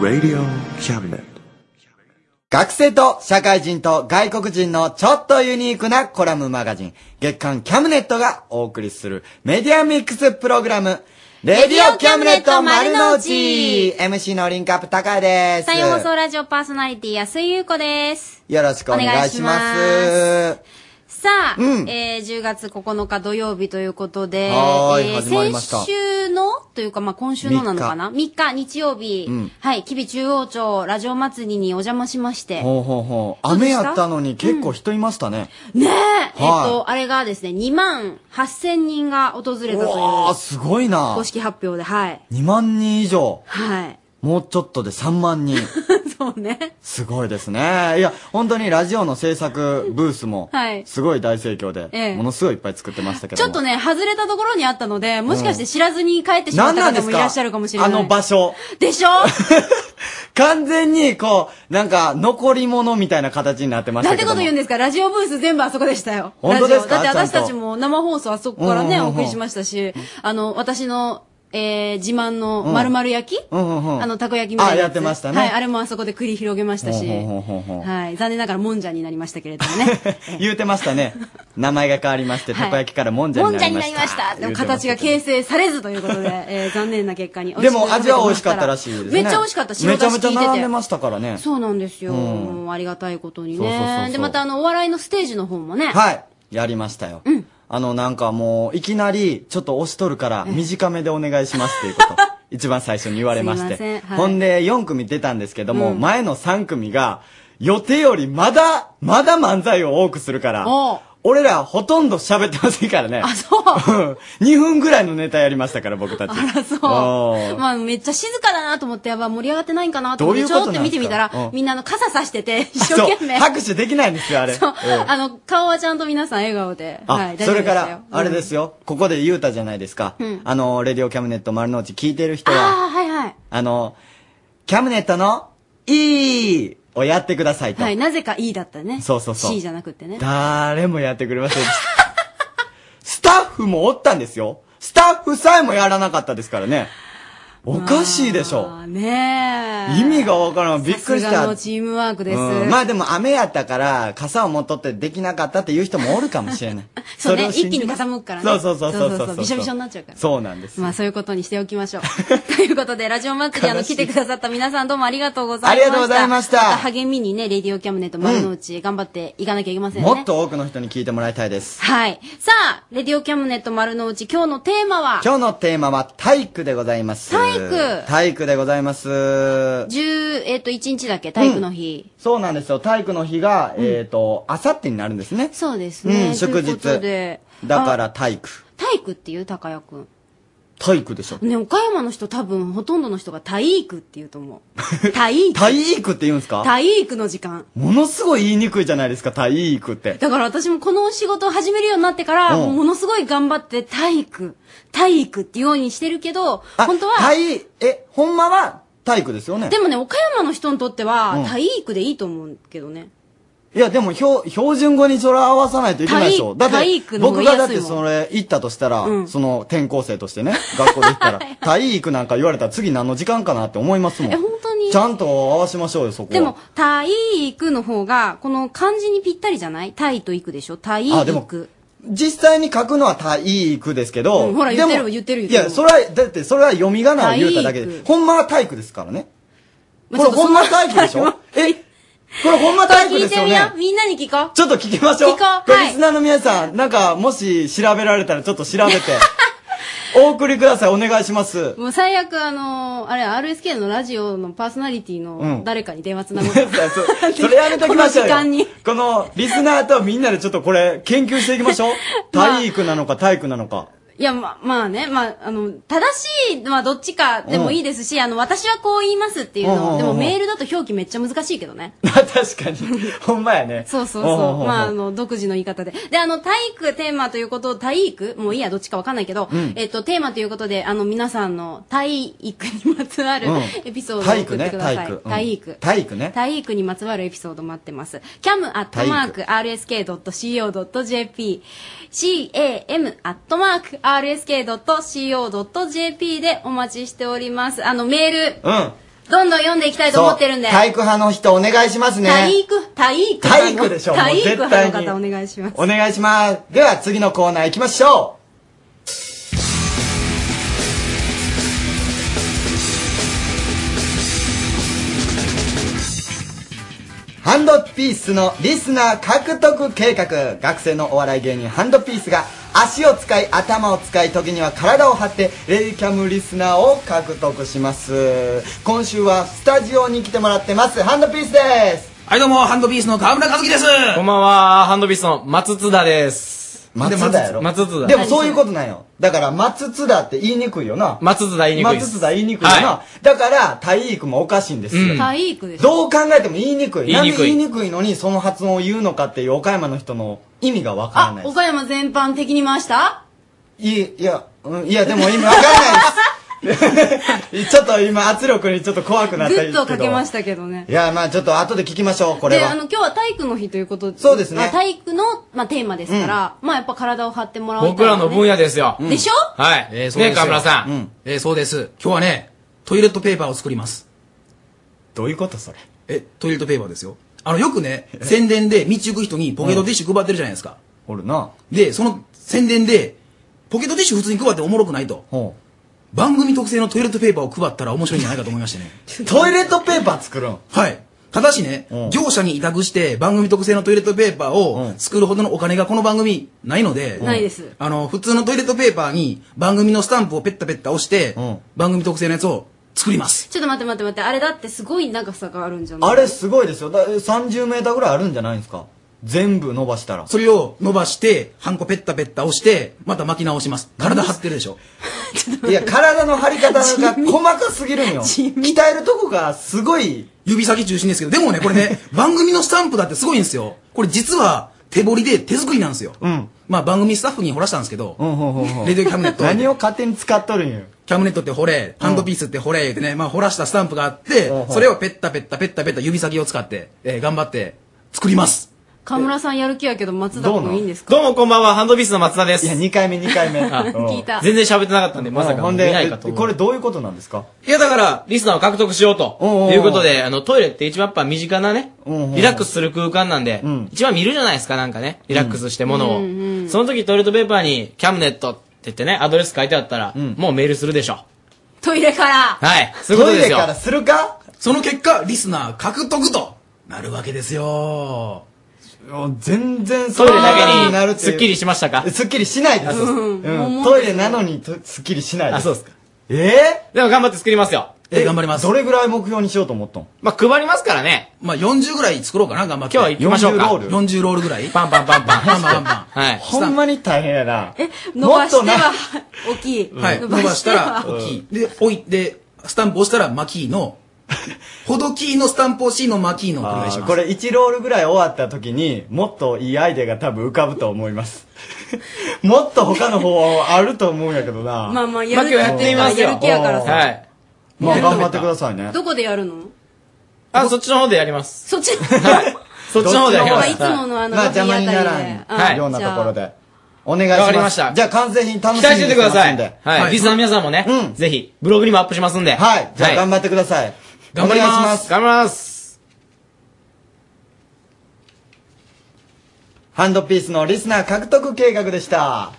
Radio Cabinet. 学生と社会人と外国人のちょっとユニークなコラムマガジン、月刊キャムネットがお送りするメディアミックスプログラム、レディオキャムネット丸の内 !MC のリンクアップ高谷です。採用放送ラジオパーソナリティ安井優子です。よろしくお願いしまお願す。さあ、えー10月9日土曜日ということで、はーいえー始まりました先週のというか、まあ、今週のなのかな ?3 日日曜日、うんはい、吉備中央町ラジオ祭りにお邪魔しまして、ほうほうほう。どうで雨したやったのに結構人いましたね。ねえ、えっはいと、あれがですね、2万8000人が訪れたといううわー、すごいな公。式発表で、はい。 2万人以上。はい。もうちょっとで3万人。 そうね。すごいですね。いや、本当にラジオの制作ブースもはい、すごい大盛況えで、えものすごいいっぱい作ってましたけどちも。ょっとね、外れたところにあったので、もしかして知らずに帰ってしまっ何なたんで方すもかいらっしゃるかもしれない。あの場所。でしょ 完全に、こう、なんか、残り物みたいな形になってましなたんけてども。こと言うんですかラジオブース全部あそこでしたよ。本当ですかラジオだってちゃんと私たちも生放送あそこからうんうんね、うんうんお送りしましたし、あの、私の、えー、自慢の丸々焼き、うんうんうんあの、たこ焼きみたいなあつ。やってましたねはい、あれもあそこで繰り広げましたし。ほんほんほんほんほんはい、残念ながらもんじゃになりましたけれど もね。言うてましたね。名前が変わりまして、はいたこ焼きからもんじゃもにんなじゃりにまなしりた。ました。でも形が営。形成されずということで、 えー、残念な結果に。でも味は美味しかったらしいですね。めっちゃ美味しかった。め白ちだゃし効めちいてゃて。並んでましたからね。そうなんですよ。うんもうありがたいことにね。そうそうそうそうで、またあの、お笑いのステージの方もね。はい。やりましたよ。あの、なんかもう、いきなり、ちょっと押しとるから、短めでお願いしますっていう こと。一番最初に言われましすいませんて。はいほんで、4組出たんですけども、うん前の3組が、予定よりまだ、まだ漫才を多くするからおう、俺らほとんど喋ってませんからね。あ、そう ?2 分ぐらいのネタやりましたから、僕たち。あ ら、そうまあ、めっちゃ静かだなと思って、やばい盛り上がってないんかなと思っどて、ういうちことょろって見てみたなんですからう、んみんなあの傘さし てて、一生懸命。拍手できないんですよ、あれ。うんあの、顔はちゃんと皆さん笑顔で。あ、はい、大丈そ夫でれしたよから、あれで。すよ、ここで言うたじゃないですか。うんあの、レディオキャムネット丸の内聞いてる人うんは、ああ、はいはい。あの、キャムネットの、いいをやってくださいと。はい、なぜか E だったね。そうそうそう C じゃなくってね。誰もやってくれませんでした。 スタッフもおったんですよ。スタッフさえもやらなかったですからね。おかしいでしょ。ねえ。意味がわからん。びっくりしさすがた。のチームワークです。。うんまあでも雨やったから、傘を持っとってできなかったっていう人もおるかもしれない そうねれを信じます一気に傾くからねそうそうそうそうそうそうそうびしょびしょになっちゃうからそうなんです。まあそういうことにしておきましょう。 ということで、ラジオ祭りあの悲し来いてくださった皆さんどうもありがとうございました。ありがとうございましたた励みにね、レディオキャムネット丸の内頑張っていかなきゃいけませんね。もっと多くの人に聞いてもらいたいです。はい。さあ、レディオキャムネット丸の内今日のテーマは、今日のテーマは体育でございます。体育体育でございます。 10、えっ、と、1日だっけ体育の日。そうなんですよ。体育の日が、えっ、と、あさってになるんですね。そうですね。うん祝日ということで、だから体育。体育っていう高谷くん。体育でしょ。ね、岡山の人多分ほとんどの人が体育って言うと思う。体育。体育って言うんですか体育の時間。ものすごい言いにくいじゃないですか、体育って。だから私もこの仕事を始めるようになってから、うんもうものすごい頑張って体育、体育っていうようにしてるけど、あ本当は、体、え、ほんまは体育ですよね。でもね、岡山の人にとってうんは、体育でいいと思うけどね。いや、でも、標、標準語にそれ合わさないといけないでしょ。だ体っ体て、育の方が僕がだっ言ていやすいもそんれ行ったとしたら、うんその転校生としてね、学校で行 ったら、体育なんか言われたら次何の時間かなって思いますもん。え、本当にち。ゃんと合わせましょうよ、そこは。でも、体育の方が、この漢字にぴったりじゃない体と育でしょ体あでも育。実際に書くのは体育ですけど、うんほらでも言ってる言ってる言ってるいや、それは、だってそれは読み仮名を言うただけ体で、育ほんまは体育ですからね。こまれ あちょっとほんま体育でしょえこれほんま体育聞でいすてよみよねう。。みんなに聞こう。ちょっと聞きましょう。聞こうこれはいリスナーの皆さん、なんか、もし調べられたらちょっと 調べて、お送りください。お願いします。もう最悪、あのーあれ、RSK のラジオのパーソナリティうのん誰かに電話つなごう。それやめときましょうよ。この時間にこの、リスナーとみんなでちょっとこれ、研究していきましょう。 まあ体育なのか体育なのか。 いや、ま、まあね、まあ、あの、正しいのはどっちかでもいいですし、あの、私はこう言いますっていううんうんうんのうを、んでもメールだと表記めっちゃ難しいけどね。確かに。ほんまやね。そうそうおうおうおそう。うまあ、あの、独自の言い方で。で、あの、体育テーマということ、体育もういいや、どっちかわかんないけど、うんえっと、テーマということで、あの、皆さんの体育にまつわるうんエピソードを送体って育くだね、さい。体育。うん体育。体育ね。体育にまつわるエピソード待ってます。cam.rsk.co.jp cam.rsk.co.jp でお待ちしております。あの、メール、うん。どんどん読んでいきたいと思ってるんで。体育派の人お願いしますね。体育、体育。体育でしょ体も育う絶対派にの方お願いします。お願いします。では次のコーナー行きましょう。ハンドピースのリスナー獲得計画。学生のお笑い芸人ハンドピースが足を使い、頭を使い、時には体を張って、レイキャムリスナーを獲得します。今週はスタジオに来てもらってます。ハンドピースです。はい、どうも、ハンドピースの河村和樹です。こんばんは、ハンドビスの松津田です。松津田やろ松津田。でもそういうことなんよ。だから、松津だって言いにくいよな。松津田言いにくいです。松津田言いにくいよな。はだから、体育もおかしいんですよ。うん体育でしょ。どう考えても言いにくい。言いにくなんでい言いにくいのに、その発音を言うのかっていう岡山の人の意味がわからあな、いです。岡山全般的に回したいい、いや、うん、いや、でも 意味わからないです。ちょっと今、圧力にちょっと怖くグなった。ッとかけましたたけどねい。や、まあちょっと後で聞きましょう、これで、あは。の、今日は体育の日ということそうですねまあ体育の、まあ、テーマですから、まあ、やっぱ体を張ってもらおうい。僕らの分野。野ですよ。でしょはい。えーそうですよねえ、河村さん。うん。えーそうです。今日はね、トイレットペーパーを作ります。どういうことそれ。え、トイレットペーパーですよ。あの、よくね、宣伝で道行く人にポケットティッシュ配ってるじゃないですか。おるな。で、その宣伝で、ポケットティッシュ普通に配っておもろくないと。ほう番組特製のトイレットペーパーを配ったら面白いんじゃないかと思いましてね。トイレットペーパー作るん。はい。ただしねうん、業者に委託して番組特製のトイレットペーパーうをん作るほどのお金がこの番組ないので、ないですあの、普通のトイレットペーパーに番組のスタンプをペッタペッタ押してうん、番組特製のやつを作ります。ちょっと待って待って待って、あれだってすごい長さがあるんじゃないあれすごいですよ。だ30メーターぐらいあるんじゃないんですか全部伸ばしたら。それを伸ばして、ハンコペッタペッタ押して、また巻き直します。体張ってるでしょ。いや、体の張り 方が細かすぎるんよ。鍛えるとこがすごい。指先中心ですけど、でもね、こ れね、番組のスタンプだってすごいんですよ。これ実は手彫りで手作りなんですよ。うんまあ番組スタッフに掘らしたんですけど、うんうんうん うんレディオキャムネット。何を勝手に使っとるんよ。キャムネットって掘れ、ハンドピースって掘れ、ってね、まあ掘らしたスタンプがあってうん、それをペッタペッタペッタペッタ指先を使って、えー頑張って作ります。河村さんやる気やけど、松田どうな君のいいんですかどうもこんばんは、ハンドビスの松田です。いや、2回目2回目。あうん聞いた。全然喋ってなかったんで、まさうんかほん見でないかとえ思う。これどういうことなんですかいやだから、リスナーを獲得しようと。おうおうおういうことで、あの、トイレって一番やっぱ身近なねうんうんうん、リラックスする空間なんでうん、一番見るじゃないですか、なんかね、リラックスしてものうを。その時トイレットペーパーに、キャムネットって言ってね、アドレス書いてあったらん、もうメールするでしょ。トイレからはい。そういうこトとイでレすよか。らするかその結果、リスナー獲得となるわけですよ。うん全然トイレそういうだなけるに、すっきりししましたかすっきりしないです。んうもんうトイレなのにとすっきりしないであ、す。そうですか。えでも頑張って作りますよ。ーえー頑張りますど。れぐらい目標にしようと思ったんまあ、配りますからね。まあ40ぐらい作ろうかな、頑張って。今日は行きましょうか。 40ロール40ロールぐらいパンパンパンパン。パンパンパンはい。ほんまに大変やな。え、伸ばしてもっとはな、 大きい。はい。伸ばしたら、大きい。で、置いて、スタンプ押したら、マキー の、ほどキーのスタンプ押しのマキーのを繰り返します。これ1ロールぐらい終わった時にもっといいアイデアが多分浮かぶと思います もっと他の方はあると思うんやけどなまあまあ、やまるあ今日やってみますよやる気やからさ。はい。まあ頑張ってくださいねどこでやるのあ、そっちの方でやります。そっち、はい。そっちの方でやりなんまかす。いつものあの、まあ邪魔にならん、はいようなところで。でお願いしますわかりましたじゃあ完成品楽し期みに待しててくだしてまさい。すんでは。はいいリスナーの皆さんもね、うんぜひ、ブログにもアップしますんで。はいじゃあ頑張張ってください、頑張りますお願いし頑張ります。ハンドピースのリスナー獲得計画でした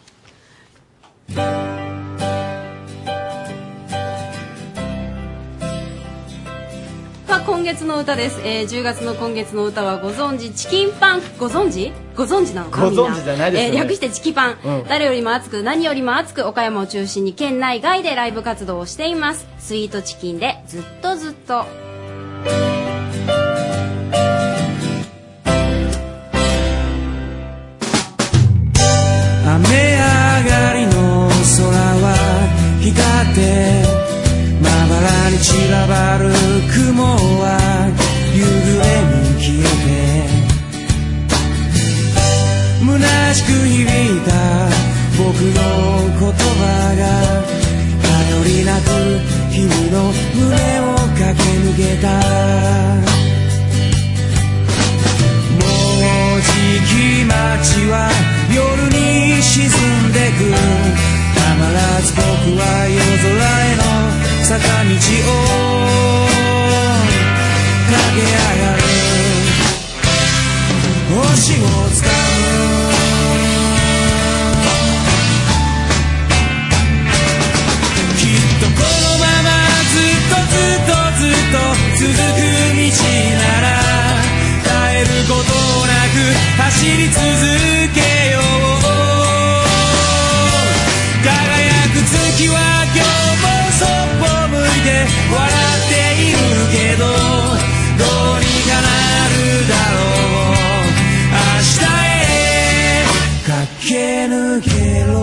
まあ、今月の歌です、えー10月の今月の歌はご存知チキンパンご存知ご存知なのかご存みん知じゃないですよねえー略してチキパン、うん誰よりも熱く何よりも熱く岡山を中心に県内外でライブ活動をしていますスイートチキンでずっとずっと雨上がりの空は光ってまばらに散らばる雲は夕暮れに消えて虚しく響いた僕の言葉が頼りなく君の胸を駆け抜けたもうじき街は夜に沈んでくたまらず僕は夜空への坂道をけ上がる星をつかむきっとこのままずっとずっとずっと続く道なら変えることなく走り続けよう輝く月は今日もそっぽ向いて笑っているけどどうにかなるだろう明日へ駆け抜けろ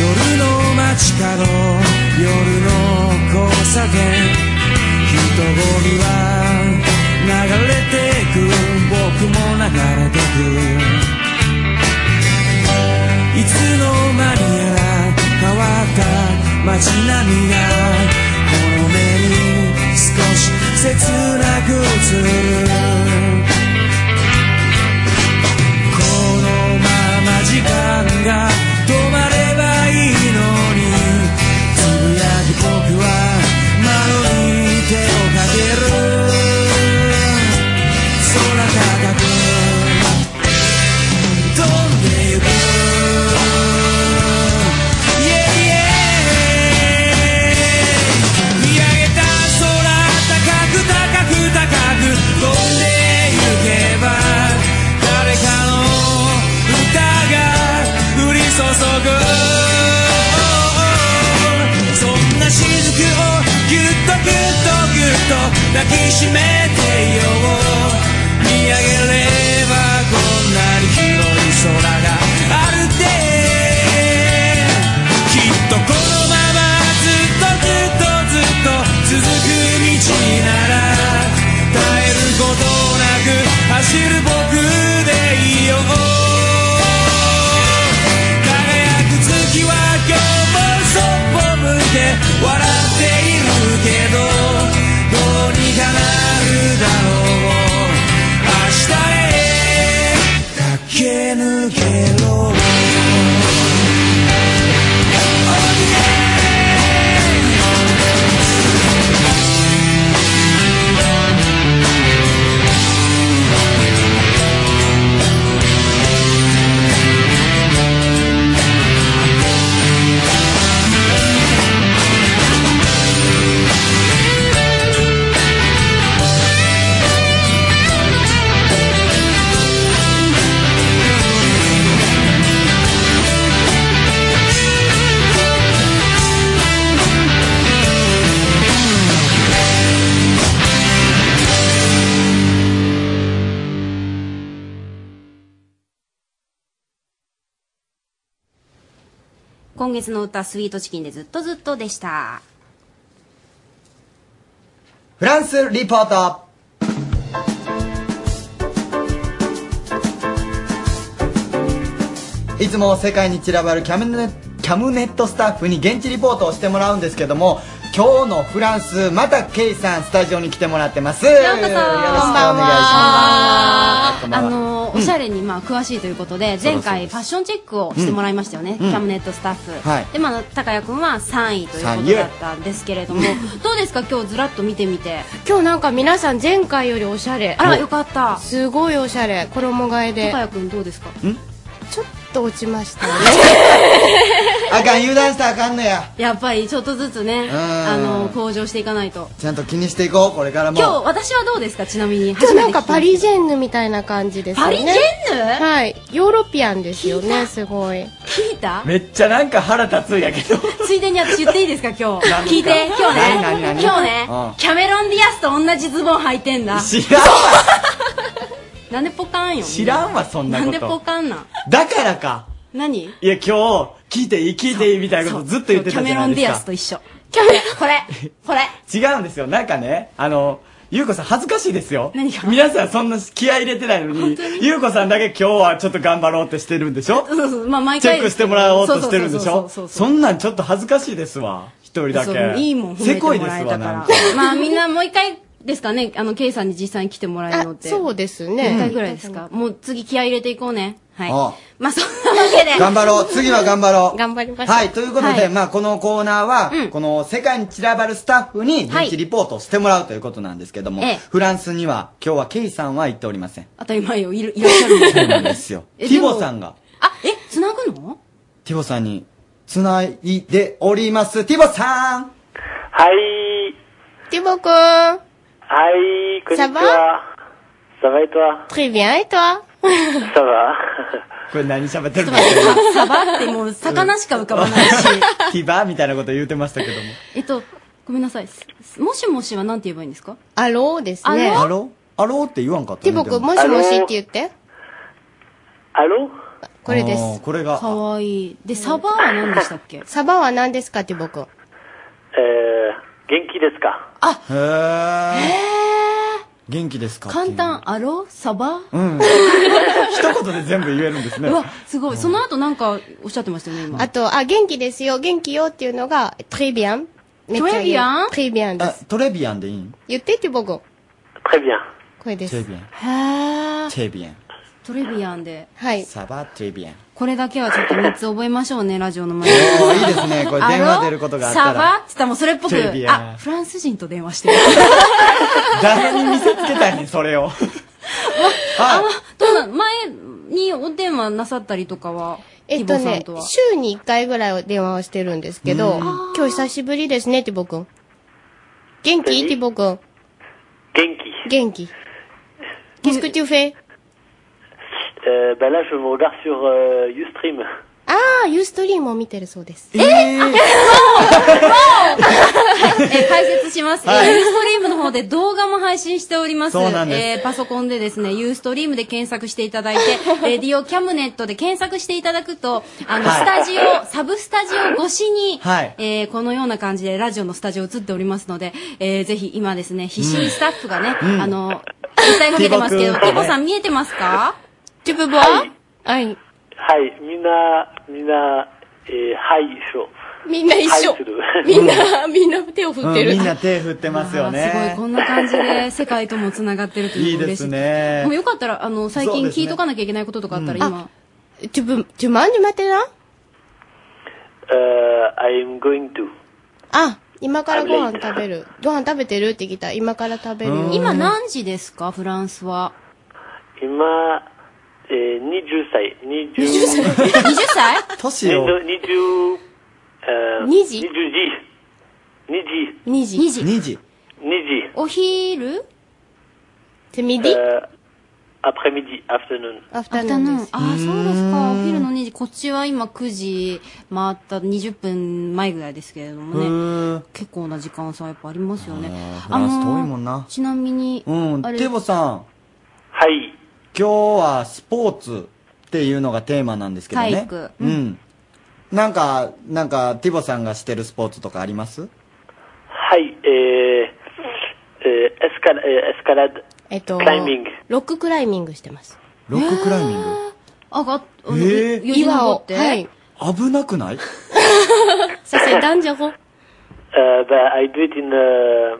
夜の街角夜の交差点人混みは流れてく僕も流れてくいつの間にやら変わった街並みがこの目に少し切なく映るこのまま時間が止まればいいのにつぶやく僕は窓に手をかける空高く飛んでゆく Yeah, yeah 見上げた空高く高く高く飛んでゆくけば誰かの歌が降り注ぐそんな雫をぎゅっとぎゅっとぎゅっと抱きしめていよう見上げればこんなに広い空があるってきっとこのままずっとずっとずっと続く道なら耐えることなく走る僕でいいよ輝く月は今日もそっぽ向いて笑っているけどどうにかなるだろう明日へ駆け抜けろ今月の歌、スイートチキンでずっとずっとでした。フランスリポートいつも世界に散らばるキャムネキャムネットスタッフに現地リポートをしてもらうんですけども今日のフランスまたケイさんスタジオに来てもらってますよろしくお願いしますあのーおしゃれにまあ詳しいということで、前回ファッションチェックをしてもらいましたよね、うんうんキャムネットスタッフ、はいでまあ高谷君は3位ということだったんですけれども どうですか今日ずらっと見てみて今日なんか皆さん前回よりおしゃれあらよかったすごいおしゃれ衣替えで高谷くんどうですかちょっと落ちましたねあかん 油断したらあかんのや やっぱりちょっとずつねんあのー向上していかないとちゃんと気にしていこうこれからも今日私はどうですかちなみに今日なんか初めて聞いたパリジェンヌみたいな感じですよねパリジェンヌはいヨーロピアンですよねすごい聞いためっちゃなんか腹立つんやけどついでに私言っていいですか今日何聞いて今日何何ね何今日ねうんキャメロン・ディアスと同じズボン履いてんだ知らん なんでポカンよ知らんわそんななんこでポとカンなんだからか何いや今日聞いていい聞いていいみたいなことずっと言ってキャたじメゃなロいン・デでィアスすとか一緒キャメこれこれ違うんですよなんかねあのゆうこさん恥ずかしいですよ。皆さんそんな気合い入れてないのに、ゆうこさんだけ今日はちょっと頑張ろうってしてるんでしょそうそう、まあ毎チェ回。ックしてもらおうとしてるんでしそうそうそうそょうそんなんちょっと恥ずかしいですわ。一人だそうけ。いいもん褒めせてこいもですらえわ、たなかんらか。。まあみんなもう一回ですかね、あの、ケイさんに実際に来てもらえるのって。そうですね一回ぐらいですか。もう次気合い入れていこうね。はい。あまあそんな わけで。頑張ろう次は頑張ろう頑張りましょうはい、ということで、はいまあ、このコーナーは、この世界に散らばるスタッフにはい現地リポートをしてもらうということなんですけども、ええフランスには今日はケイさんは行っておりません。当たり前よ、いるいらっしゃるんです。そうなんですよえテでィもボさんが、あ、え、繋ぐ のティボさんに繋いでおります。ティボさんはい。ティボくん。ははい、こんにち Ça va は。Ça va et toi Très bien, et toi? Ça va これ何喋ってるの サバってもう魚しか浮かばないし。ティバーみたいなこと言うてましたけども。えっと、ごめんなさい。すもしもしはなんて言えばいいんですかアローですね。アローアローって言わんかったティボくん、もしもしってう。言って。アローこれであーす。これが、かわいい。で、サバは何でしたっけサバは何ですか、ティボくん。えー、元気ですかへー。元気ですか簡単、アロサバうん。 一言で全部言えるんですね。うわ、すごい。その後なんかおっしゃってましたよね、今。あと、あ、元気ですよ、元気よっていうのが、très bien。めっちゃいい Très bien？ très bien であす。トレビアンでいいん言って、ティボくん。こ très bien. れでトレす。ビアン。へー。トレビアン。トレビアンで。はい。サバトレビアン。これだけはちょっと3つ覚えましょうね、ラジオの前おーいいでですね。これ電話出ることがあったサバらって。言ったらもうそれっぽくテレビ、やあ、フランス人と電話してる。誰に見せつけたいねんそれ を。あ、どうなん前にお電話なさったりとかは、えっテとィボさねんとは、週に1回ぐらい電話をしてるんですけど、今日久しぶりですね、ティボくん。元気何ティボくん。元気。元気。Qu'est-ce que tu fais? Euh, ben là, je me regarde sur euh, Ustream. ああ、ユーストリームを見てるそうです。えー解説します。えーユーストリームの方で動画も配信しております。そうなんでえーパソコンでですね、ユーストリームで検索していた だいて、レディオキャムネットで検索していただくと、あの、スタジオ、サブスタジオ越しに、はいえーこのような感じでラジオのスタジオ映っておりますので、えーぜひ今ですね、必死にスタッフがね、あの、訴えかけてますけど、ティボ君ティボさん見えてますかティボははい。はい、みんな、みんな、えー、はい、一緒。みんな一緒はいする。み んな、みんな手を振ってうんるみん。な手振ってますよあーすごい、ねこ。んな感じで世界ともつながってるといういいのでが嬉しすい。ねもう。よかったら、あの、最そう近ですね聞いとかなきゃいけないこととかあったら、今。 Tu peux, tu manges maintenant? Euh, I'm going to. あ、今からご飯食べる。ご飯食べてるって聞いた。今から食べるよ。今何時ですかフランスは。今、えー、20歳。20, 20歳 20歳年を。 ?20、えー、二時 ?20 時。2時。 2時。2 ?2 時。時。 2時。お昼ってミディ Euh, après-midi, afternoon. アフアタフヌターヌンーでンす。。ああ、そうですか。お昼の2時。こっちは今9時回った20分前ぐらいですけれうどもね。ーん結構な時間差やっぱありますよね。フランス遠いもんなーちなみに、うん、あれテボさん、はい。今日はスポーツっていうのがテーマなんですけどね。体育うん。なんか、なんか、ティボさんがしてるスポーツとかありますはい、えー、えーエスカラ、えーエスカラド、えっと、クライミングロッククライミングしてます。ロッククライミング。あが、あのえーよじ登って。はい。。 危なくないさせ、ダンジャゴ。 Uh, but I do it in a,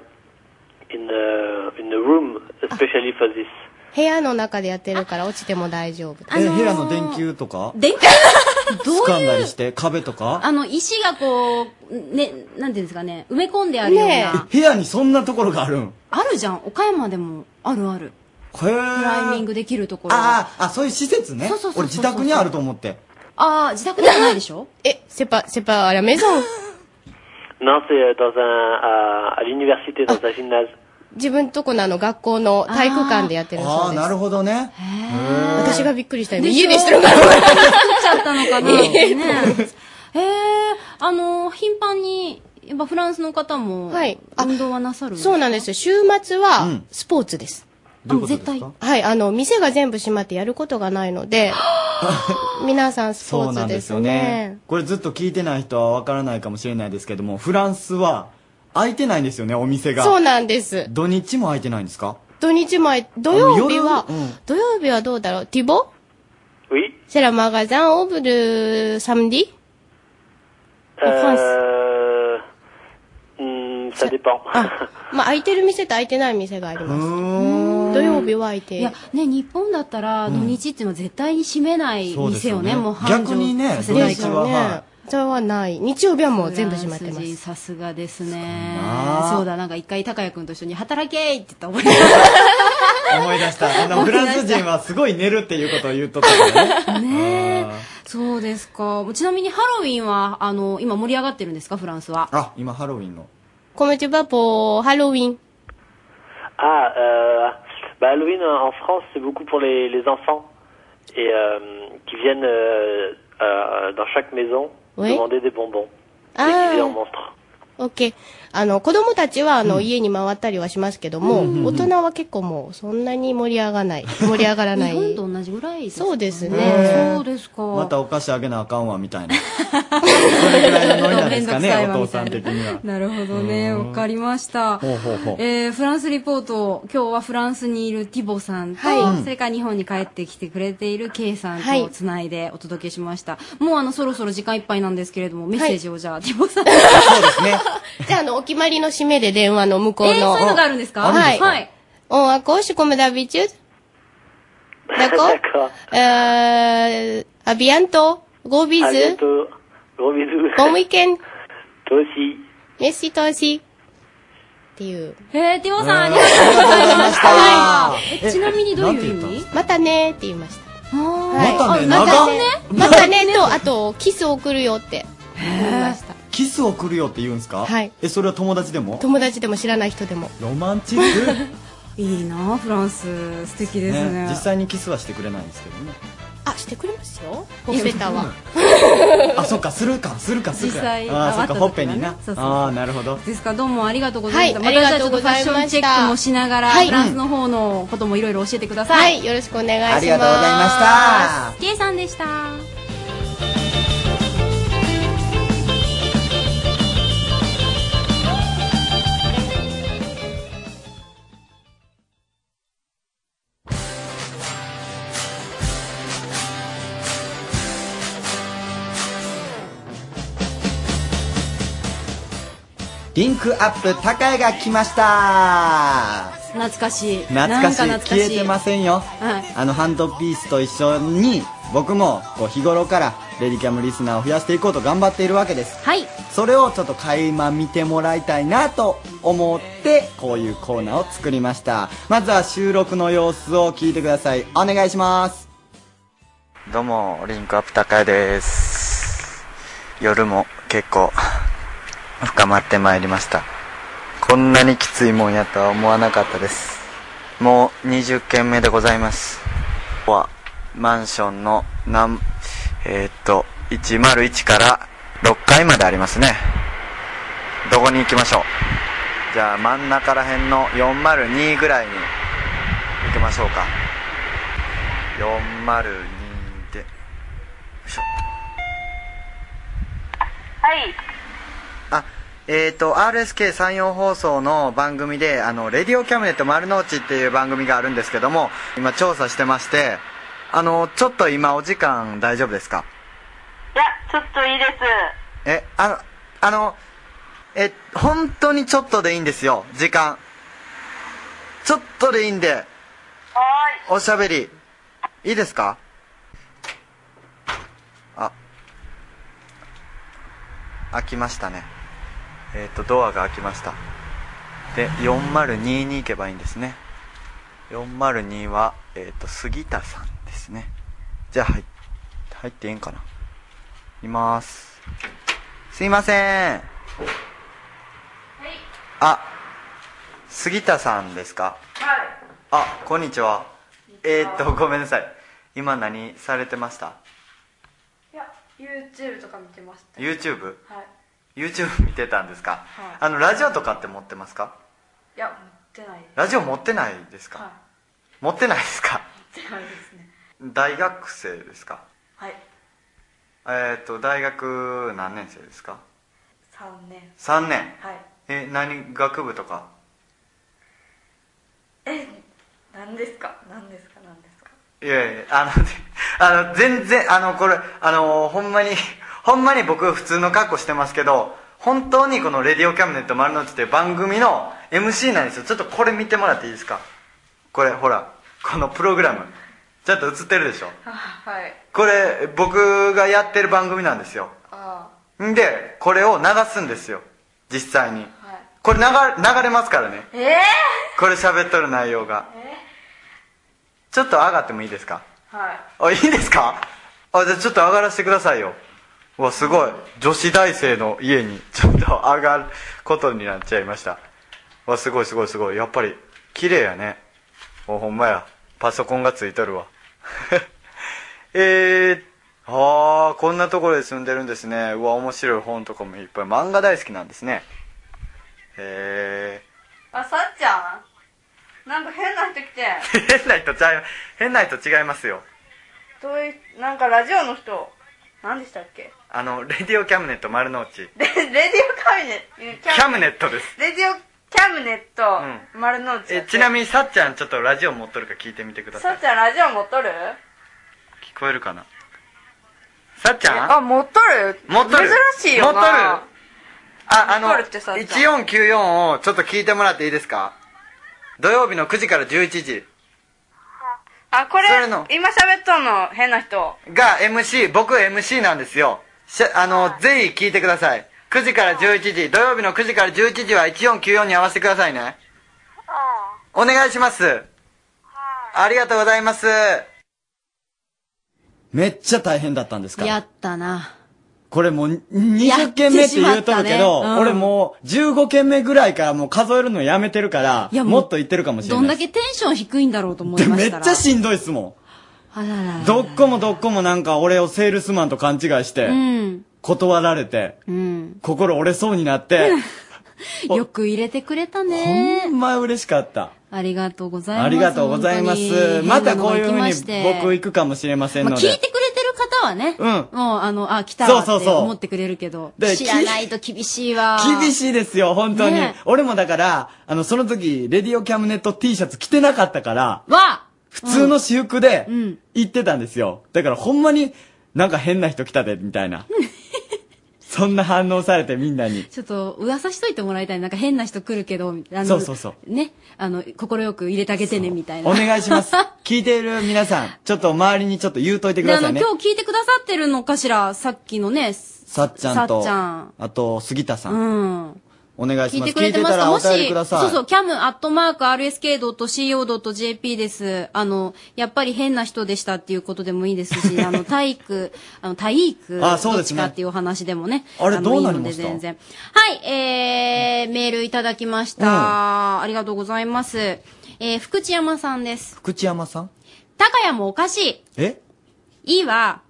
in a, in a room, especially for this. 部屋の中でやってるから落ちても大丈夫。あのーえ、部屋の電球とか電気どういう掴んだりして、壁とかあの、石がこう、ね、なんていうんですかね、埋め込んであるようねえな。部屋にそんなところがあるんへあるじゃん。岡山でもあるある。ぇククライミング。グできるところ。ああーあ、そういう施設ね。そうそうそうそう俺自宅にあると思って。あー、自宅ではないでしょえ、セパ、セパ、あら、メゾン。 Non, c'est euh, dans un, à, à l'université, dans un gymnase. 自分とこのあの学校の体育館でやってるあそあ、うでなす。るほどね。私がびっくりした。今しょ家でしてるから。作っちゃったの かな。ねえ。えー、あの、頻繁に、やっぱフランスの方も、はいあ運動はなさる。そうなんですすよ。週末は、スポーツです。どういうことです絶対かはい、あの、店が全部閉まってやることがないので、皆さんスポそうーなんツでですすよねね。これずっと聞いてない人はわからないかもしれないですけどもフランスは開いてないんですよね、お店が。そうなんです。土日も開いてないんですか土日前、土曜日はあの夜うん、土曜日はどうだろうティボ Oui C'est la magasin ouvre samedi euh, hmm, Ça dépend. まあ、空いてる店と空いてない店があります。土曜日は空いていや、ね、日本だったら、土日っていうのは絶対に閉めないそうです店よをねね、もう繁盛させないから。ね。それはない。日曜日はもう全部閉まってまフランス人す。さすがですねな。そうだ、なんか一回、高谷君と一緒に、働けーって言った覚えが思い出した。あの、フランス人はすごい寝るっていうことを言っとったからね。ねえ。そうですか。ちなみにハロウィンは、あの、今盛り上がってるんですか、フランスは。あ、今ハロウィンの。 Comment tu vas pour Halloween Ah, euh, bah Halloween en en France, c'est beaucoup pour les, les enfants et euh, qui viennent euh, euh, dans chaque maison Oui. Ah. demander des bonbons あ et en monstre. あ、OK。あの、子供たちは、あの、家に回ったりはしますけども、うん大人は結構もう、そんなに盛り上がらない。盛り上がらない。日本と同じぐらいですかそうですねへえそうですか。またお菓子あげなあかんわ、み たいな。それぐらいのノリなんですかね、お父さん的には。なるほどね。わかりました。ほうほうほう。えー、フランスリポート、今日はフランスにいるティボさんと、はいそれから日本に帰ってきてくれているケイさんはいとつないでお届けしました。もうあの、そろそろ時間いっぱいなんですけれども、メッセージをじゃあ、ティボさん。じゃあ、あの、お決まりの締めで電話の向こうの。えーそういうのがあるんですかはあるんでい。すかはい。 On accroche comme d'habitude? D'accord? D'accord. Euh, à bientôt. Gros À bisous. bientôt. Gros bisous. Bon week-end. Toi aussi. Merci, toi aussi. っていう。えー、ティボさん、ありがとうございました。はいえちなみにどういう意味またねーって言いました。はいまたねあ長っまたね。またねと、あと、キス送るよって。キスをくるよって言うんですかはい。え、それは友達でも友達でも知らない人でも。ロマンチックいいなあフランス素敵 ですねね実際にキスはしてくれないんですけどね。 あ、してくれますよ。ほっぺたは。あ、そっか、するか、するか、するか。実際あー、そっ会か、った時ほっぺにな。はねそうそうああ、なるほど。ですからどうもありがとうございました、はいまたありがとじゃうあちょごっとファざいッましシたョンチェックもしながら、はいフランスの方のこともいろいろ教えてくださ、はいい、よろしくお願いします。ありがとうございました。ケイさんでしたリンクアップ高江が来ました懐かしい懐かしいなんか懐かしい消えてませんよはいあのハンドピースと一緒に僕もこう日頃からレディキャムリスナーを増やしていこうと頑張っているわけですはいそれをちょっと垣間見てもらいたいなと思ってこういうコーナーを作りましたまずは収録の様子を聞いてくださいお願いしますどうも、リンクアップ高江です。夜も結構深まってまいりました。こんなにきついもんやとは思わなかったです。もう20軒目でございます。ここはマンションの何、えーっと、101から6階までありますね。どこに行きましょうじゃあ真ん中ら辺の402ぐらいに行きましょうか。402でよいしょはい。あえっ、と RSK 山陽放送の番組で「あのレディオキャムネット丸の内」っていう番組があるんですけども今調査してましてあのちょっと今お時間大丈夫ですかいや、ちょっといいです。えあのあのえ本当にちょっとでいいんですよ時間ちょっとでいいんでおしゃべりいいですかあ開きましたねえっ、とドアが開きましたで4022行けばいいんですね402は、えー、と杉田さんですねじゃあ入っ入っていいんかないますすいませんあ杉田さんですかあこんにちはえー、っとごめんなさい今何されてましたいや、YouTube とか見てました。 YouTube?YouTube はい。見てたんですか、はいあのラジオとかって持ってますかいや、持ってない。ラジオ持ってないですか、はい持ってないですか持ってないですね。大学生ですかはい。えー、っと大学何年生ですか3年。 3年はい。え、何、学部とかえ何ですか何ですか何ですかいやいや、あの、あ の、全然、あの、これ、あの、ほんまに、ほんまに僕普通の格好してますけど、本当にこのレディオキャムネット丸の内って番組の MC なんですよ。ちょっとこれ見てもらっていいですかこれ、ほら、このプログラム。ちょっと映ってるでしょあはいこれ、僕がやってる番組なんですよ。あんで、これを流すんですよ。実際に。これ流れ、流れますからね。ええこれ喋っとる内容が。ちょっと上がってもいいですかはいあ、いいですかあ、じゃあちょっと上がらせてくださいよ。うわ、すごい。女子大生の家に ちょっと上がることになっちゃいました。うわ、すごいすごいすごい。やっぱり、綺麗やね。お、ほんまや。パソコンがついとるわ。 えー、あー、こんなところで住んでるんですね。うわ、面白い本とかもいっぱい。漫画大好きなんですね。えあさっちゃんなんか変な人来てー、 変な人ちゃい、変な人違いますよ。どういうなんかラジオの人何でしたっけあの、レディオキャムネット丸の内。レレディオカミネキキャムネットです。レディオキャムネット、丸の内えちなみにさっちゃんちょっとラジオ持っとるか聞いてみてくだささいっちゃんラジオ持っとる聞こえるかなさっちゃんあ持っとる持っとる珍しいよな持っとるああ持っとるってさっちゃん1494をちょっと聞いてもらっていいですか土曜日の9時から11時あこれそれの今喋っとんの変な人が MC 僕 MC なんですよしゃあのぜひ聞いてください9時から11時土曜日の9時から11時は1494に合わせてくださいねお願いしますありがとうございますめっちゃ大変だったんですかやったな。これもう20件目って言うとるけど、やってしまったねうん俺もう15件目ぐらいからもう数えるのやめてるから、やもうもっと言ってるかもしれどんなだい。けテンション低いんだろうと思いまめしったら。ちゃしんどいっすもあららん。どっこもどっこもなんか俺をセールスマンと勘違いして、うん。断られて、うん。心折れそうになって、よく入れてくれたほね。んま嬉しかった。ありがとうございます。ありがとうございま本当す。にまたこういう変なのが来ま風しにて僕行くかもしれませんまあ、の聞いてで。くれてる方はね、うんもう、あの、あ、来たわってそうそうそう思ってくれるけど、で知らないと厳しいわ。厳い。しいですよ、本当にね。俺もだから、あの、その時、レディオキャムネット T シャツ着てなかったから、わ普通の私服で、行ってたんですよ。だからほんまに、なんか変な人来たで、みた いな。そんな反応されてみんなに。ちょっと、噂しといてもらいたい。なんか変な人来るけど、みたいなあのそうそうそう。ね。あの、心よく入れてあげてね、みたいな。お願いし ます。で、聞いている皆さん、ちょっと周りにちょっと言うといてくだあさの、いね。今日聞いてくださってるのかしら、さっきのね、さっちゃんさと、っちゃんあと、杉田さん。うん。お願いし聞いまてす。くれてま聞いすたからおもし便りくだ、さい。そうそう、cam.rsk.co.jp です。あの、やっぱり変な人でしたっていうことでもいいです し、あの、体育、あの、体育、あそうですねどっちかっていうお話でもね。あれのどうなりましたいいので全然。はい、えー、メールいただきました。ありがとうございます。えー、福知山さんです。福知山さん高谷もおかしえい。いは、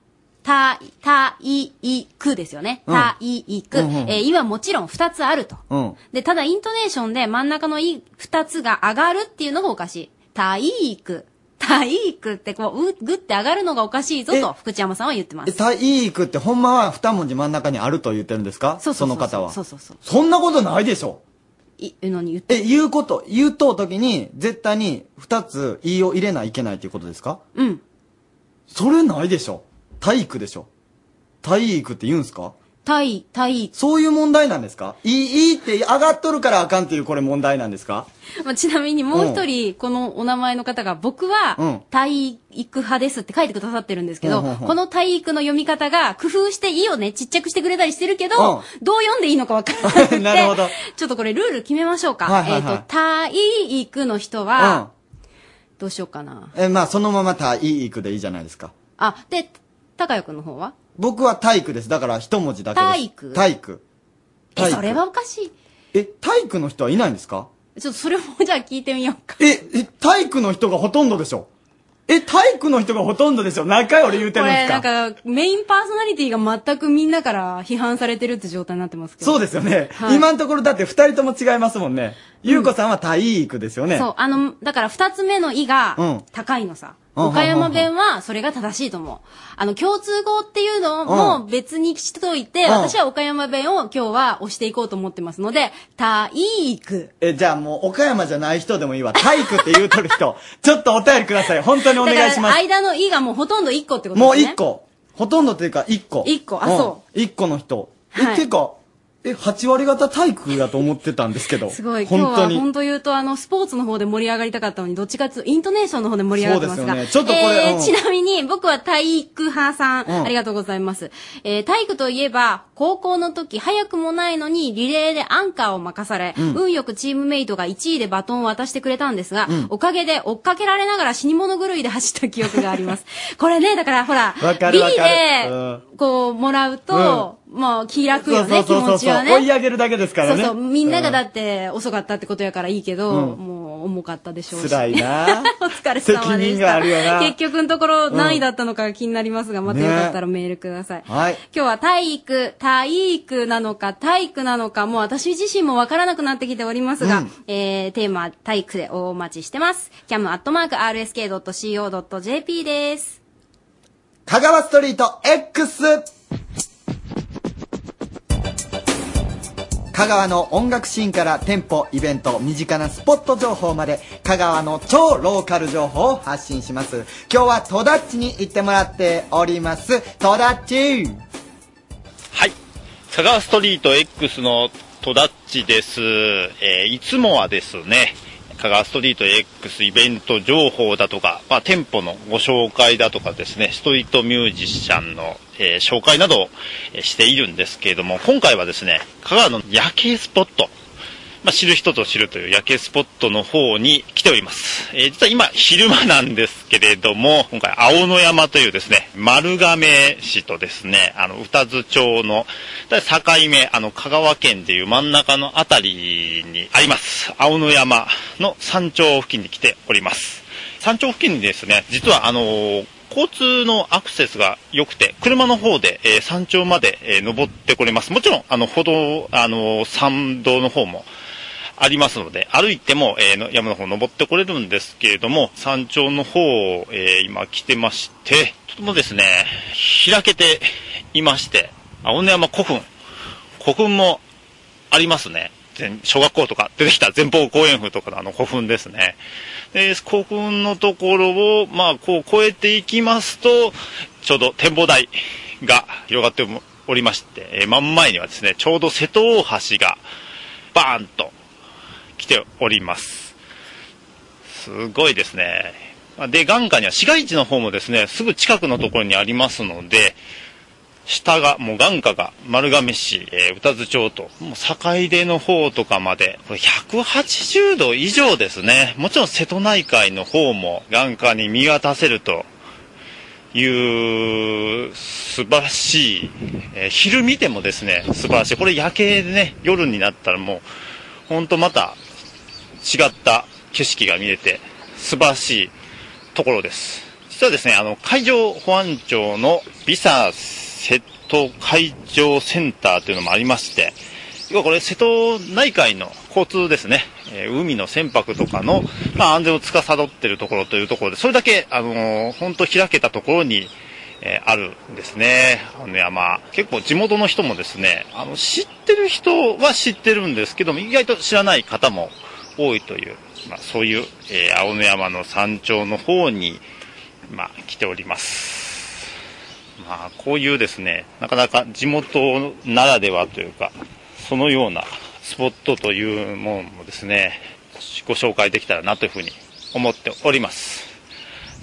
た、た、い、い、くですよね。うんた、い、い、く。えうんうんー、いはもちろん二つあると。うん。で、ただイントネーションで真ん中のい二つが上がるっていうのがおかしい。体育。体育ってこう、う、ぐって上がるのがおかしいぞと、福知山さんは言ってまえ、す。体育ってほんまは二文字真ん中にあると言ってるんですかそうそうそうの方は。そうそうそう。そんなことないでしょい、え、何 言って。え、言うこと、言うとうときに、絶対に二つ、言いを入れないといけないということですかうん。それないでしょ体育でしょ体育って言うんすか体、体育。そういう問題なんですかいい、いいって上がっとるからあかんっていうこれ問題なんですかまあ、ちなみにもう一人、このお名前の方が、僕うはん、体育派ですって書いてくださってるんですけど、うんうんうんこの体育の読み方が、工夫していいよね、ちっちゃくしてくれたりしてるけど、うんどう読んでいいのかわからなく て、なるほど。ちょっとこれルール決めましょうか。はいはいはいえっ、と、体育の人は、どうしようかな。うん。え、まあそのまま体育でいいじゃないですか。あ、で、高谷くんの方は僕は体育です。だから一文字だけです。体育体育。え、体育それはおかしい。え、体育の人はいないんですかちょっとそれもじゃあ聞いてみようか。え、え、体育の人がほとんどでしょえ、体育の人がほとんどでしょ何回俺言うてこるんでれ、すなんかか、メインパーソナリティが全くみんなから批判されてるって状態になってますけど。そうですよね。はい今のところだって二人とも違いますもんね。ゆうこさんは体育ですよね。そう、あの、だから二つ目の「い」がうん、高いのさ。うん岡山弁はそれが正しいと思う。あの、共通語っていうのも別にしといて、うん私は岡山弁を今日は押していこうと思ってますので、体育。え、じゃあもう、岡山じゃない人でもいいわ。体育って言うとる 人。ちょっとお便りください。本当におだか願いらします。間のいがもうほとんど1個ってこともうですね。一個。ほとんどというか、一個。。一個あそう一個の人。はいえ、てか、え、8割方体育だと思ってたんですけど。すごい、本今日当はに本。当言うと、あの、スポーツの方で盛り上がりたかったのに、どっちかっていうと、イントネーションの方で盛り上がってますが。そうですよねちょっとこれえーうんちなみに、僕は体育派さん,、うんありがとうございます。えー体育といえば、高校の時、早くもないのに、リレーでアンカーを任され、うん運よくチームメイトが1位でバトンを渡してくれたんですが、うんおかげで追っかけられながら死に物狂いで走った記憶があります。これね、だからほら、わか B るわかる。うで、んこう、もらうと、もう気楽よね、気持ちはね。追い上げるだけですからね。そうそう、みんながだうって遅かったってことやからいいけど、うんもう重かったでしょうし。辛いなお疲れ様で責任しがた。あるよな 結局のところうん何位だったのかが気になりますが、またよかったらメールください。はい。今日は体育、体育なのか、体育なのか、もう私自身もわからなくなってきておりますが、うんえー、テーマ、体育でお待ちしてます。cam.rsk.co.jp です。香川ストリート X! 香川の音楽シーンから店舗、イベント、身近なスポット情報まで香川の超ローカル情報を発信します。今日は戸田っちに行ってもらっております。戸田っち佐川ストリート X の戸田っちです、えーいつもはですね香川ストリート X イベント情報だとか、まあ、店舗のご紹介だとかですねストリートミュージシャンの、えー紹介などをえーしているんですけれども今回はですね香川の夜景スポットまあ、知る人と知るという夜景スポットの方に来ております。えー実は今、昼間なんですけれども、今回、青野山というですね、丸亀市とですね、あの、宇多津町の、だ境目、あの、香川県でいう真ん中のあたりにあります。青野山の山頂付近に来ております。山頂付近にですね、実はあのー交通のアクセスが良くて、車の方で、えー山頂まで、えー登ってこれます。もちろん、あの、歩道、あのー山道の方もありますので、歩いても、えーの山の方登ってこれるんですけれども、山頂の方を、えー今来てまして、とてもですね、開けていまして、青根山古墳、古墳もありますね。全小学校とか出てきた前方後円墳とかのあの古墳ですね。で、古墳のところを、まあ、こう越えていきますと、ちょうど展望台が広がっておりまして、えー真ん前にはですね、ちょうど瀬戸大橋がバーンと来ております。すごいですね。で、眼下には市街地の方もですね、すぐ近くのところにありますので、下が、もう眼下が丸亀市、えー、宇多津町と、もう境出の方とかまで、これ180度以上ですね。もちろん瀬戸内海の方も眼下に見渡せるという素晴らしい、えー昼見てもですね、素晴らしい。これ夜景でね、夜になったらもう、ほんとまた違った景色が見れて素晴らしいところです。実はですね、あの、海上保安庁のビサ瀬戸海上センターというのもありまして、要はこれ瀬戸内海の交通ですね、えー海の船舶とかの、まあ、安全を司っているところというところで、それだけ、あの本当開けたところに、えーあるんですね。あの山。結構地元の人もですね、あの、知ってる人は知ってるんですけども、意外と知らない方も多いという、まあ、そういう、えー青野山の山頂の方に、まあ、来ております。まあ、こういうですね、なかなか地元ならではというか、そのようなスポットというものもですね、ご紹介できたらなというふうに思っております。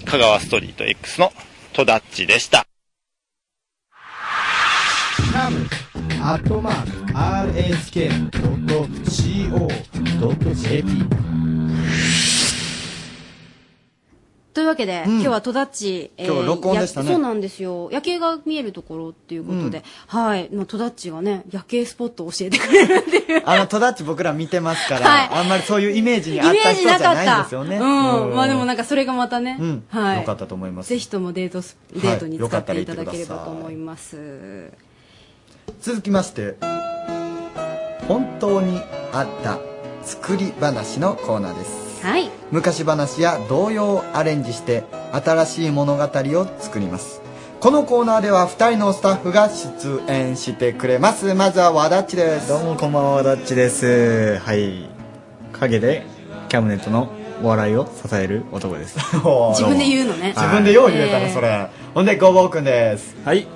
香川ストリート X の戸田っちでした。アットマーク RSK.CO.JP というわけで、今日は戸田っち、え今日録音でしたねやそうなんですよ。夜景が見えるところっていうことで、はい。まあ、戸田っちがね、夜景スポットを教えてくれる。あの、戸田っち僕ら見てますから、はいあんまりそういうイメージにイメあったー人ジじなゃかないんっですた。ようね。ん。まあでもなんかそれがまたね、うんはい。よかったと思いますぜひともデートス、デートに使っていただければと思います。続きまして本当にあった作り話のコーナーですです、昔話や童謡をアレンジして新しい物語を作りますこのコーナーでは2人のスタッフが出演してくれますまずは和田っちですどうもこんばんはわだっちですはい陰でキャムネットのお笑いを支える男です自分で言うのね。自分でよう言えたへねーそれほんでごぼうくんですはい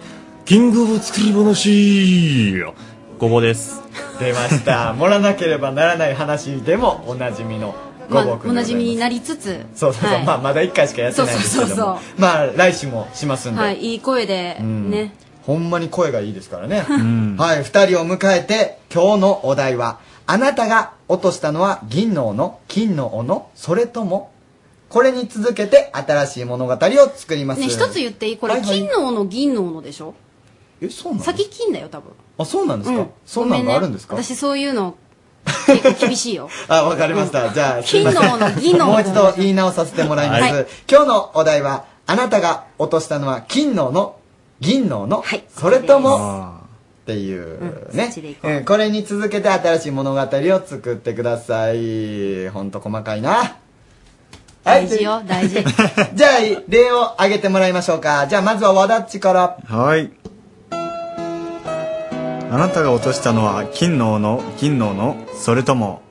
キングオブ作り話ごぼうです出ま した盛らなければならない話でもおなじみのごまあ、ぼうおくんでございま馴す染みになりつつ、そうそうそう、はいまあまだ1回しかやってないんですけどもそうそうそうまあ来週もしますんで、はい、いい声で、うんね。ほんまに声がいいですから ね。はい、二人を迎えて、今日のお題は、あなたが落としたのは銀の斧、金の斧、それとも、これに続けて新しい物語を作ります。ね、一つ言っていいこれ、はいはい金の斧、銀の斧でしょえ、そうなの先金だよ、多分。あ、そうなんですか、そんなごめのねがあるんですか、私そういうの、結構厳 しいよ。あ、わかりました。じゃあ、すいません金の斧銀の斧もう一度言い直させてもらいます。はい今日のお題は、あなたが落としたのは金の斧、銀の斧、それとも、っていうね、うんこれに続けて新しい物語を作ってください。ほんと細かいな。大事よ、大事。 じゃあ、例を挙げてもらいましょうか。じゃあ、まずは和田っちから。はいあなたが落としたのは金の斧銀の斧それとも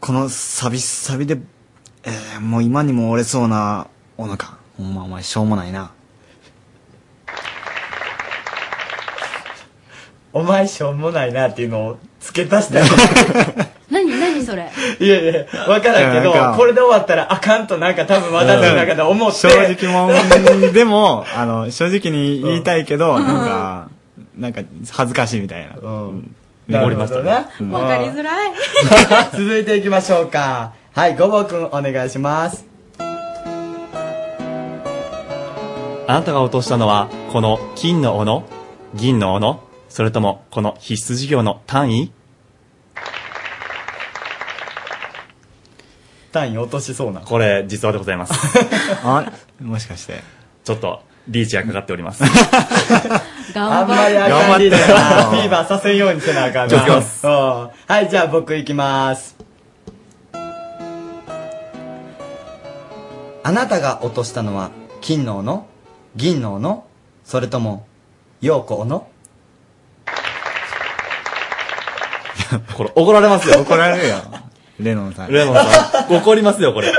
このサビサビで、えーもう今にも折れそうな斧かほんまお前しょうもないなお前しょうもないなっていうのを付け足 したよ何、何それ。いやいや分からんけどいやなんかこれで終わったらあかんとなんか多分私の中で思って、うん正直もん でもあの正直に言いたいけど、うんなんかなんか恥ずかしいみたいな、な折るりまほしたどねね、うんわかりづらい。 続いていきましょうか。はい、ごぼうくん、お願いします。あなたが落としたのは、この金の斧銀の斧それとも、この必須事業の単位単位落としそうなこれ、実話でございます。 あ、もしかして。ちょっと、リーチがかかっております。あんまりあかんリーダーフィーバーさせんようにせなあかん気をつけまうんはい、じゃあ僕行きます。あなたが落としたのは金の斧銀の斧それとも陽子斧これ、怒られますよ。怒られるよ。レノンさんレノンさん。怒りますよ、これ。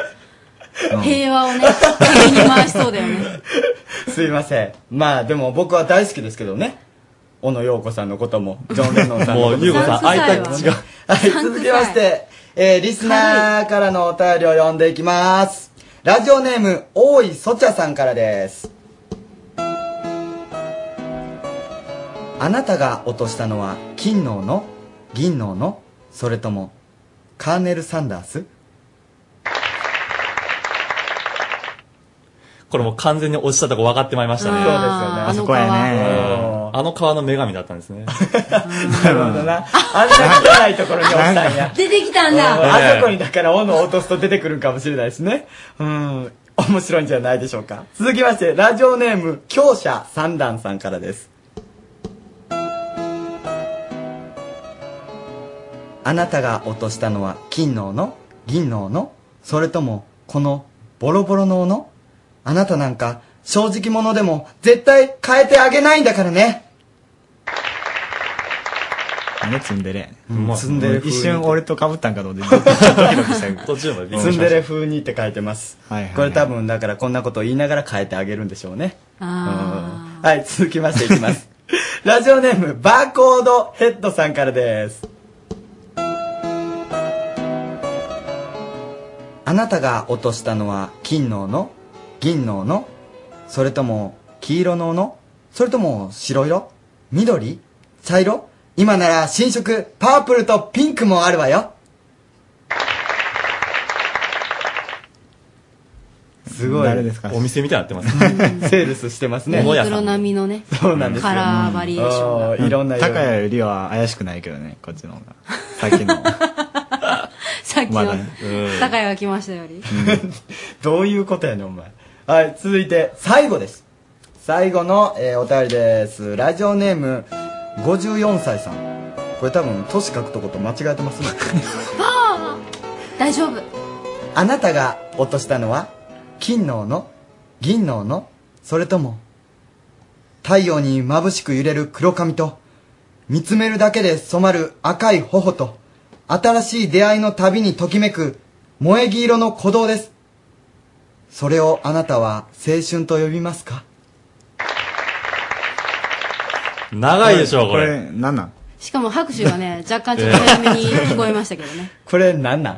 平和をね、敵に回しそうだよね。 すいません。まあでも僕は大好きですけどね。小野陽子さんのことも、ジョン・レノンさんのこと もも。う優子さん会いたいく口違う。はい、続きまして、えー、リスナーからのお便りを読んでいきます。ラジオネーム大井そちゃさんからですあなたが落としたのは金の斧銀の斧それともカーネル・サンダース これもう完全に落ちたとこ分かってまいりましたね。そうですよねあそこやねうんあの川の女神だったんですね。なるほどな。あんな汚いところに落ちたん や。出てきたうんんだ。あそこにだから斧を落とすと出てくるかもしれないですね。うん。面白いんじゃないでしょうか。続きまして、ラジオネーム、強者三段さんからです。あなたが落としたのは金の斧銀の斧それともこのボロボロの斧あなたなんか正直者でも絶対変えてあげないんだからねあれツンデレやね。うんツンデレ風に一瞬俺と被ったんかと思って、ドキドキした けど。途中まツンデレ風にって書いてます。はいはいこれ多分だからこんなことを言いながら変えてあげるんでしょうね。あうんはい、続きましていきます。ラジオネーム、バーコードヘッドさんからです。あなたが落としたのは金の斧銀の斧それとも黄色の斧それとも白色緑茶色今なら新色パープルとピンクもあるわよすごい。誰ですかお店みたいになってますね。セールスしてますね。ユ物屋ニクさロん。並みのね、そうなんですよカラーバリエーションが。いろんな色高谷よりは怪しくないけどね、こっちの方が。さっきの。さっきまのだね、高谷が来ましたより。 どういうことやねん、お前。はい、続いて、最後です。最後の、えーお便りですラジオネーム54歳さんこれ多分年書くとこと間違えてますねああ大丈夫。あなたが落としたのは金の斧銀の斧それとも太陽に眩しく揺れる黒髪と見つめるだけで染まる赤い頬と新しい出会いの旅にときめく萌え木色の鼓動ですそれをあなたは青春と呼びますか長いでしょう、ここれ。れ、なんなんしかも拍手が ね、若干ちょっと早めに聞こえましたけどね。これなんなん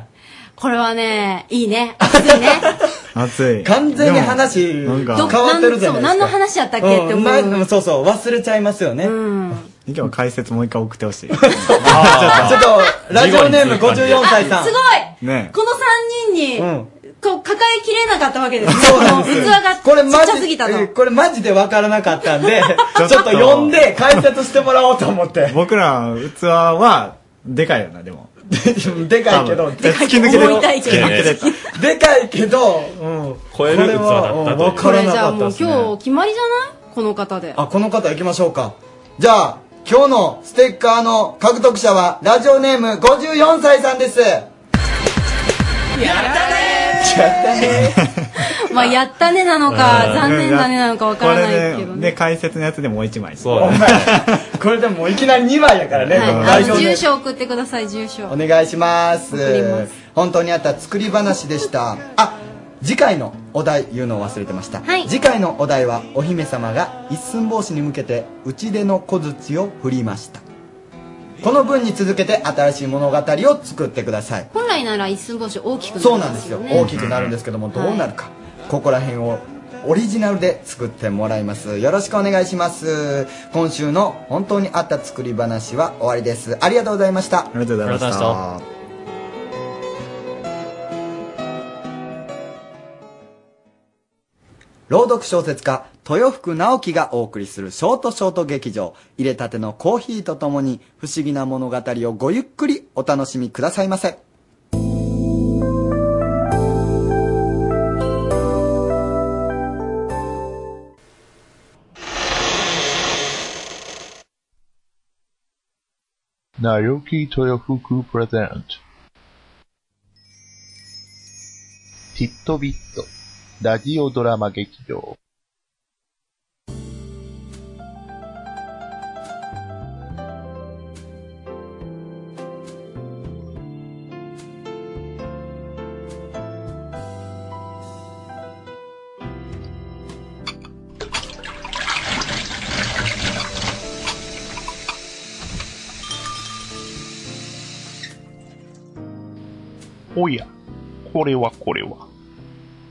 これはね、いいね。熱い。完全に話変どわってるじゃんそなういですか。何の話やったっけって思う。んなそうそう、忘れちゃいますよね。今日は解説もう一回送ってほしい。ちょっあーちょっとラジオネーム54歳あすごいねこの3人に、うんこう抱えきれなかったわけですね。そうなんですこの器がこれマちっちゃすぎジたと。えこれマジで分からなかったんでちょっちょとっと呼んで解説してもらおうと思って僕ら、器は、でかいよな、でも。 でかいけど多分突き抜けて重たいけど突き抜けてたでかいけど、うん、超える器だったという分からなじゃかあったもでうすね今日決まりじゃないこの方で。あこの方行きましょうかじゃあ今日のステッカーの獲得者はラジオネーム54歳さんです まあ、やったねなのうか、ん残念だねなのかわからないけどこれでね。で、解説のやつでもう一枚。そうだこれでもういきなり2枚やからねはラい、ジあオのネーム住所送ってください、住所。お願いしますりま本当にあった作り話でしたあ次回のお題言うのを忘れてました、はい次回のお題はお姫様が一寸法師に向けて打ち出の小槌を振りましたこの文に続けて新しい物語を作ってください本来なら一寸法師大きくなそうるなんんでですすよよね。大きくなるんですけどもどうなるか、ここら辺をオリジナルで作ってもらいますよろしくお願いします今週の本当にあった作り話は終わりですありがとうございましたありがとうございましたありがとうございま朗読小説家豊福直樹がお送りするショートショート劇場入れたてのコーヒーとともに不思議な物語をごゆっくりお楽しみくださいませなよき豊福プレゼント。ティットビット、ラジオドラマ劇場。おや、これはこれは。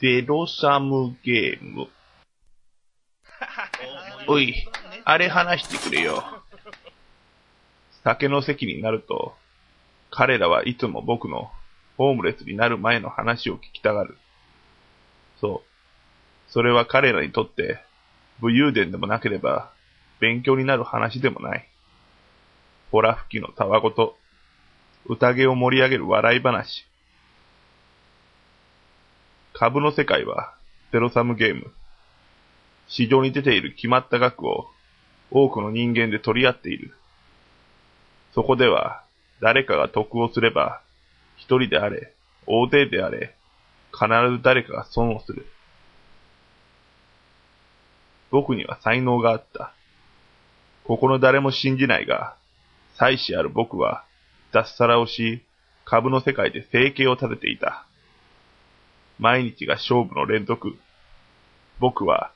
ゼロサムゲーム。おい、あれ話してくれよ。酒の席になると、彼らはいつも僕のホームレスになる前の話を聞きたがる。そう。それは彼らにとって、武勇伝でもなければ、勉強になる話でもない。ほら吹きのたわごと、宴を盛り上げる笑い話。株の世界はゼロサムゲーム。市場に出ている決まった額を多くの人間で取り合っている。そこでは誰かが得をすれば一人であれ、大勢であれ、必ず誰かが損をする。僕には才能があった。ここの誰も信じないが、妻子ある僕は脱サラをし、株の世界で生計を立てていた。毎日が勝負の連続。僕は、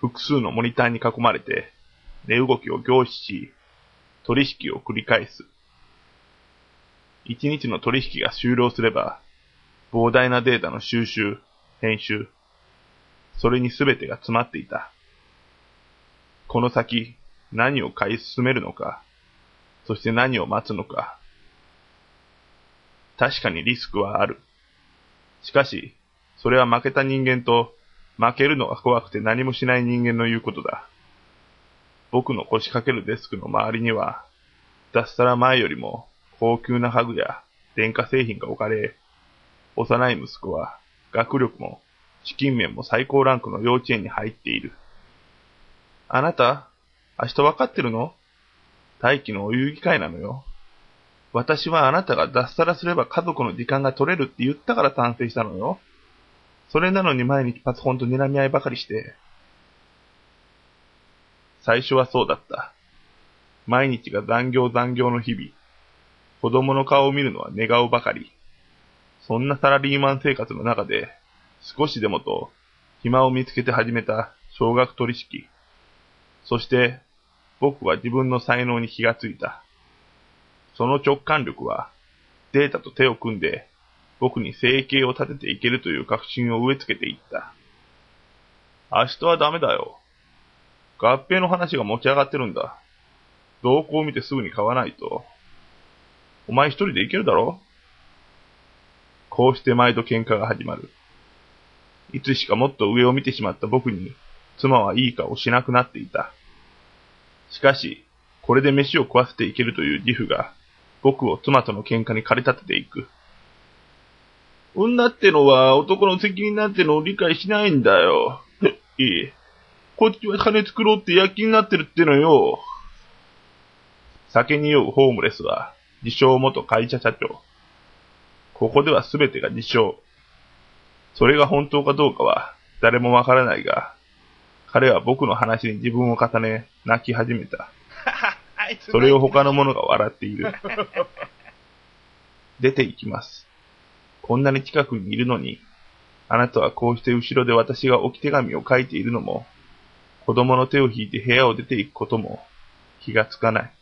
複数のモニターに囲まれて、値動きを凝視し、取引を繰り返す。一日の取引が終了すれば、膨大なデータの収集、編集、それに全てが詰まっていた。この先、何を買い進めるのか、そして何を待つのか。確かにリスクはある。しかし、それは負けた人間と、負けるのが怖くて何もしない人間の言うことだ。僕の腰掛けるデスクの周りには、脱サラ前よりも高級な家具や電化製品が置かれ、幼い息子は学力も資金面も最高ランクの幼稚園に入っている。あなた、明日わかってるの大気のお遊戯会なのよ。私はあなたが脱サラすれば家族の時間が取れるって言ったから賛成したのよ。それなのに毎日パソコンと睨み合いばかりして。最初はそうだった。毎日が残業残業の日々。子供の顔を見るのは寝顔ばかり。そんなサラリーマン生活の中で、少しでもと、暇を見つけて始めた少額取引。そして、僕は自分の才能に気がついた。その直感力は、データと手を組んで、僕に生計を立てていけるという確信を植え付けていった。明日はダメだよ。合併の話が持ち上がってるんだ。動向を見てすぐに買わないと。お前一人で行けるだろこうして毎度喧嘩が始まる。いつしかもっと上を見てしまった僕に、妻はいい顔をしなくなっていた。しかし、これで飯を食わせていけるという自負が、僕を妻との喧嘩に駆り立てていく。女ってのは男の責任なんてのを理解しないんだよ。 いい。こっちは金作ろうって躍起になってるってのよ。酒に酔うホームレスは、自称元会社社長。ここでは全てが自称。それが本当かどうかは誰もわからないが、彼は僕の話に自分を重ね、泣き始めた。それを他の者が笑っている。出て行きます。こんなに近くにいるのに、あなたはこうして後ろで私が置き手紙を書いているのも、子供の手を引いて部屋を出て行くことも気がつかない。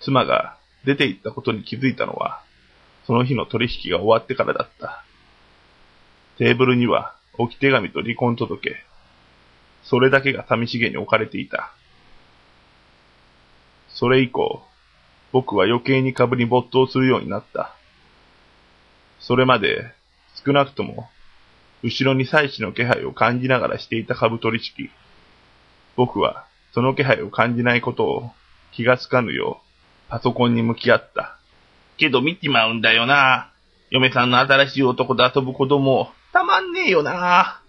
妻が出て行ったことに気づいたのは、その日の取引が終わってからだった。テーブルには置き手紙と離婚届、それだけが寂しげに置かれていた。それ以降、僕は余計に株に没頭するようになった。それまで、少なくとも、後ろに妻子の気配を感じながらしていた株取引。僕は、その気配を感じないことを気がつかぬよう、パソコンに向き合った。けど見ちまうんだよな。嫁さんの新しい男と遊ぶ子供を、たまんねえよな。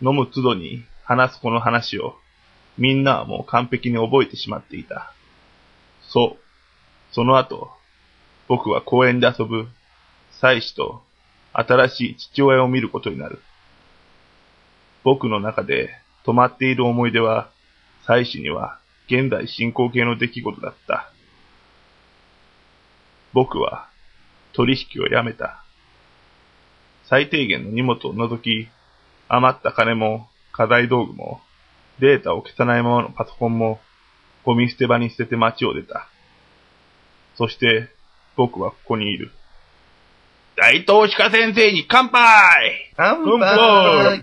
飲む都度に話すこの話を、みんなはもう完璧に覚えてしまっていた。そう。その後、僕は公園で遊ぶ、妻子と新しい父親を見ることになる。僕の中で止まっている思い出は、妻子には現在進行形の出来事だった。僕は取引をやめた。最低限の荷物を除き、余った金も課題道具もデータを消さないままのパソコンもゴミ捨て場に捨てて街を出た。そして僕はここにいる。大東鹿先生に乾杯乾杯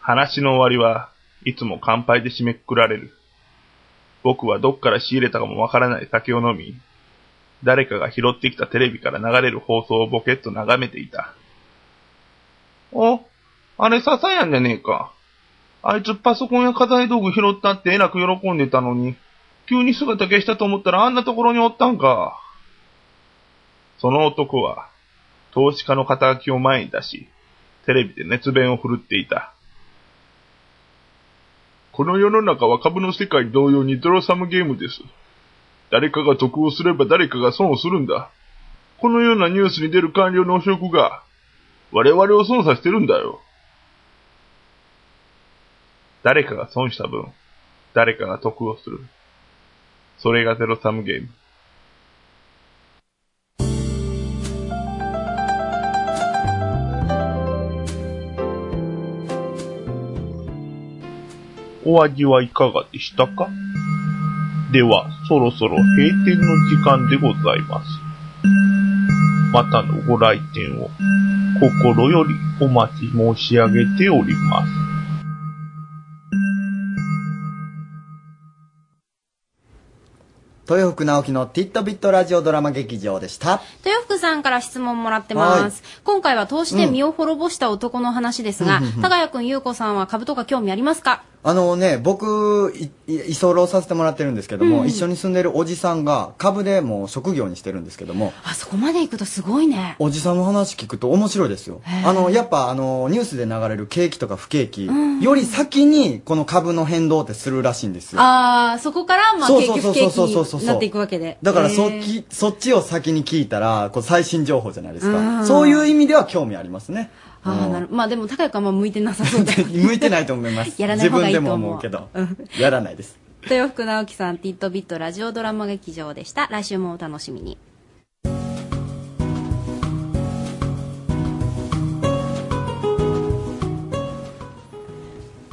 話の終わりはいつも乾杯で締めくくられる。僕はどっから仕入れたかもわからない酒を飲み、誰かが拾ってきたテレビから流れる放送をボケっと眺めていた。お、あれ笹やんじゃねえか。あいつパソコンや家財道具拾ったってえらく喜んでたのに、急に姿消したと思ったらあんなところにおったんか。その男は、投資家の肩書きを前に出し、テレビで熱弁を振るっていた。この世の中は株の世界同様にゼロサムゲームです。誰かが得をすれば誰かが損をするんだ。このようなニュースに出る官僚の汚職が、我々を損させてるんだよ。誰かが損した分、誰かが得をする。それがゼロサムゲーム。お味はいかがでしたかでは、そろそろ閉店の時間でございます。またのご来店を心よりお待ち申し上げております。豊福直樹のティットビットラジオドラマ劇場でした。豊福さんから質問もらってます。今回は投資で身を滅ぼした男の話ですが、うんうんうん高谷くん、優子さんは株とか興味ありますかあのね、僕、い、い居候させてもらってるんですけども、うん一緒に住んでるおじさんが株でもう職業にしてるんですけども、あそこまで行くとすごいね。おじさんの話聞くと面白いですよ。あの、やっぱあの、ニュースで流れる景気とか不景気、うんより先にこの株の変動ってするらしいんですよ。ああ、そこから、まあ、そう景そうそ気不う景気そうそうそうそうになっていくわけで。だからそっへーき、そっちを先に聞いたら、こう最新情報じゃないですうか。んそういう意味では興味ありますね。ああ、なるまあでも、高谷くんはあんま向いてなさそうで。 向いてないと思います。 やらない方がいいと思う自分でも思うけど、やらないです。豊福直樹さん、ティットビットラジオドラマ劇場でした。来週もお楽しみに。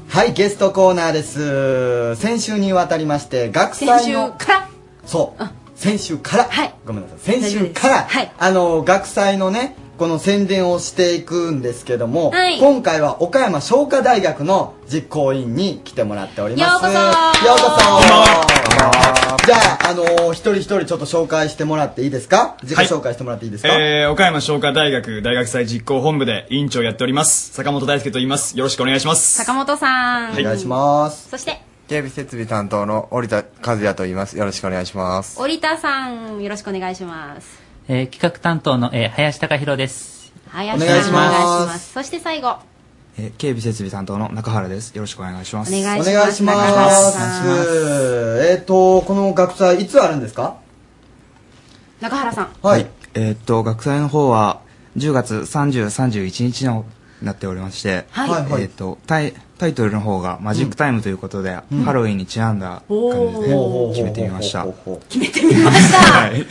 はい、ゲストコーナーです。先週にわたりまして、学先祭週の、から、そう、先週から、ごめんなさい、先週から、あの、学祭のね、この宣伝をしていくんですけども、はい今回は岡山商科大学の実行委員に来てもらっております。ようこそようこそじゃあ、あの一人一人ちょっと紹介してもらっていいですか自己紹介してもらっていいですか、えー、岡山商科大学大学祭実行本部で委員長をやっております坂本大輔と言いますよろしくお願いします坂本さん。お願いします。そして、警備設備担当の織田和也と言います。よろしくお願いします。織田さん、よろしくお願いします。えー企画担当の、えー林隆弘です。林お願いしますお願いします。そして最後、 えー警備設備担当の中原です。よろしくお願いします。お願お願いしますお願いしますえっ、とこの学祭いつあるんですか中原さん。はい。えーっと、学祭の方は、10月30、31日の、なっておりまして、はいはいはいえーっとタイ、タイトルの方がマジックタイムということで、うんハロウィンにちなんだお感じでー決めてみました。決めてみました。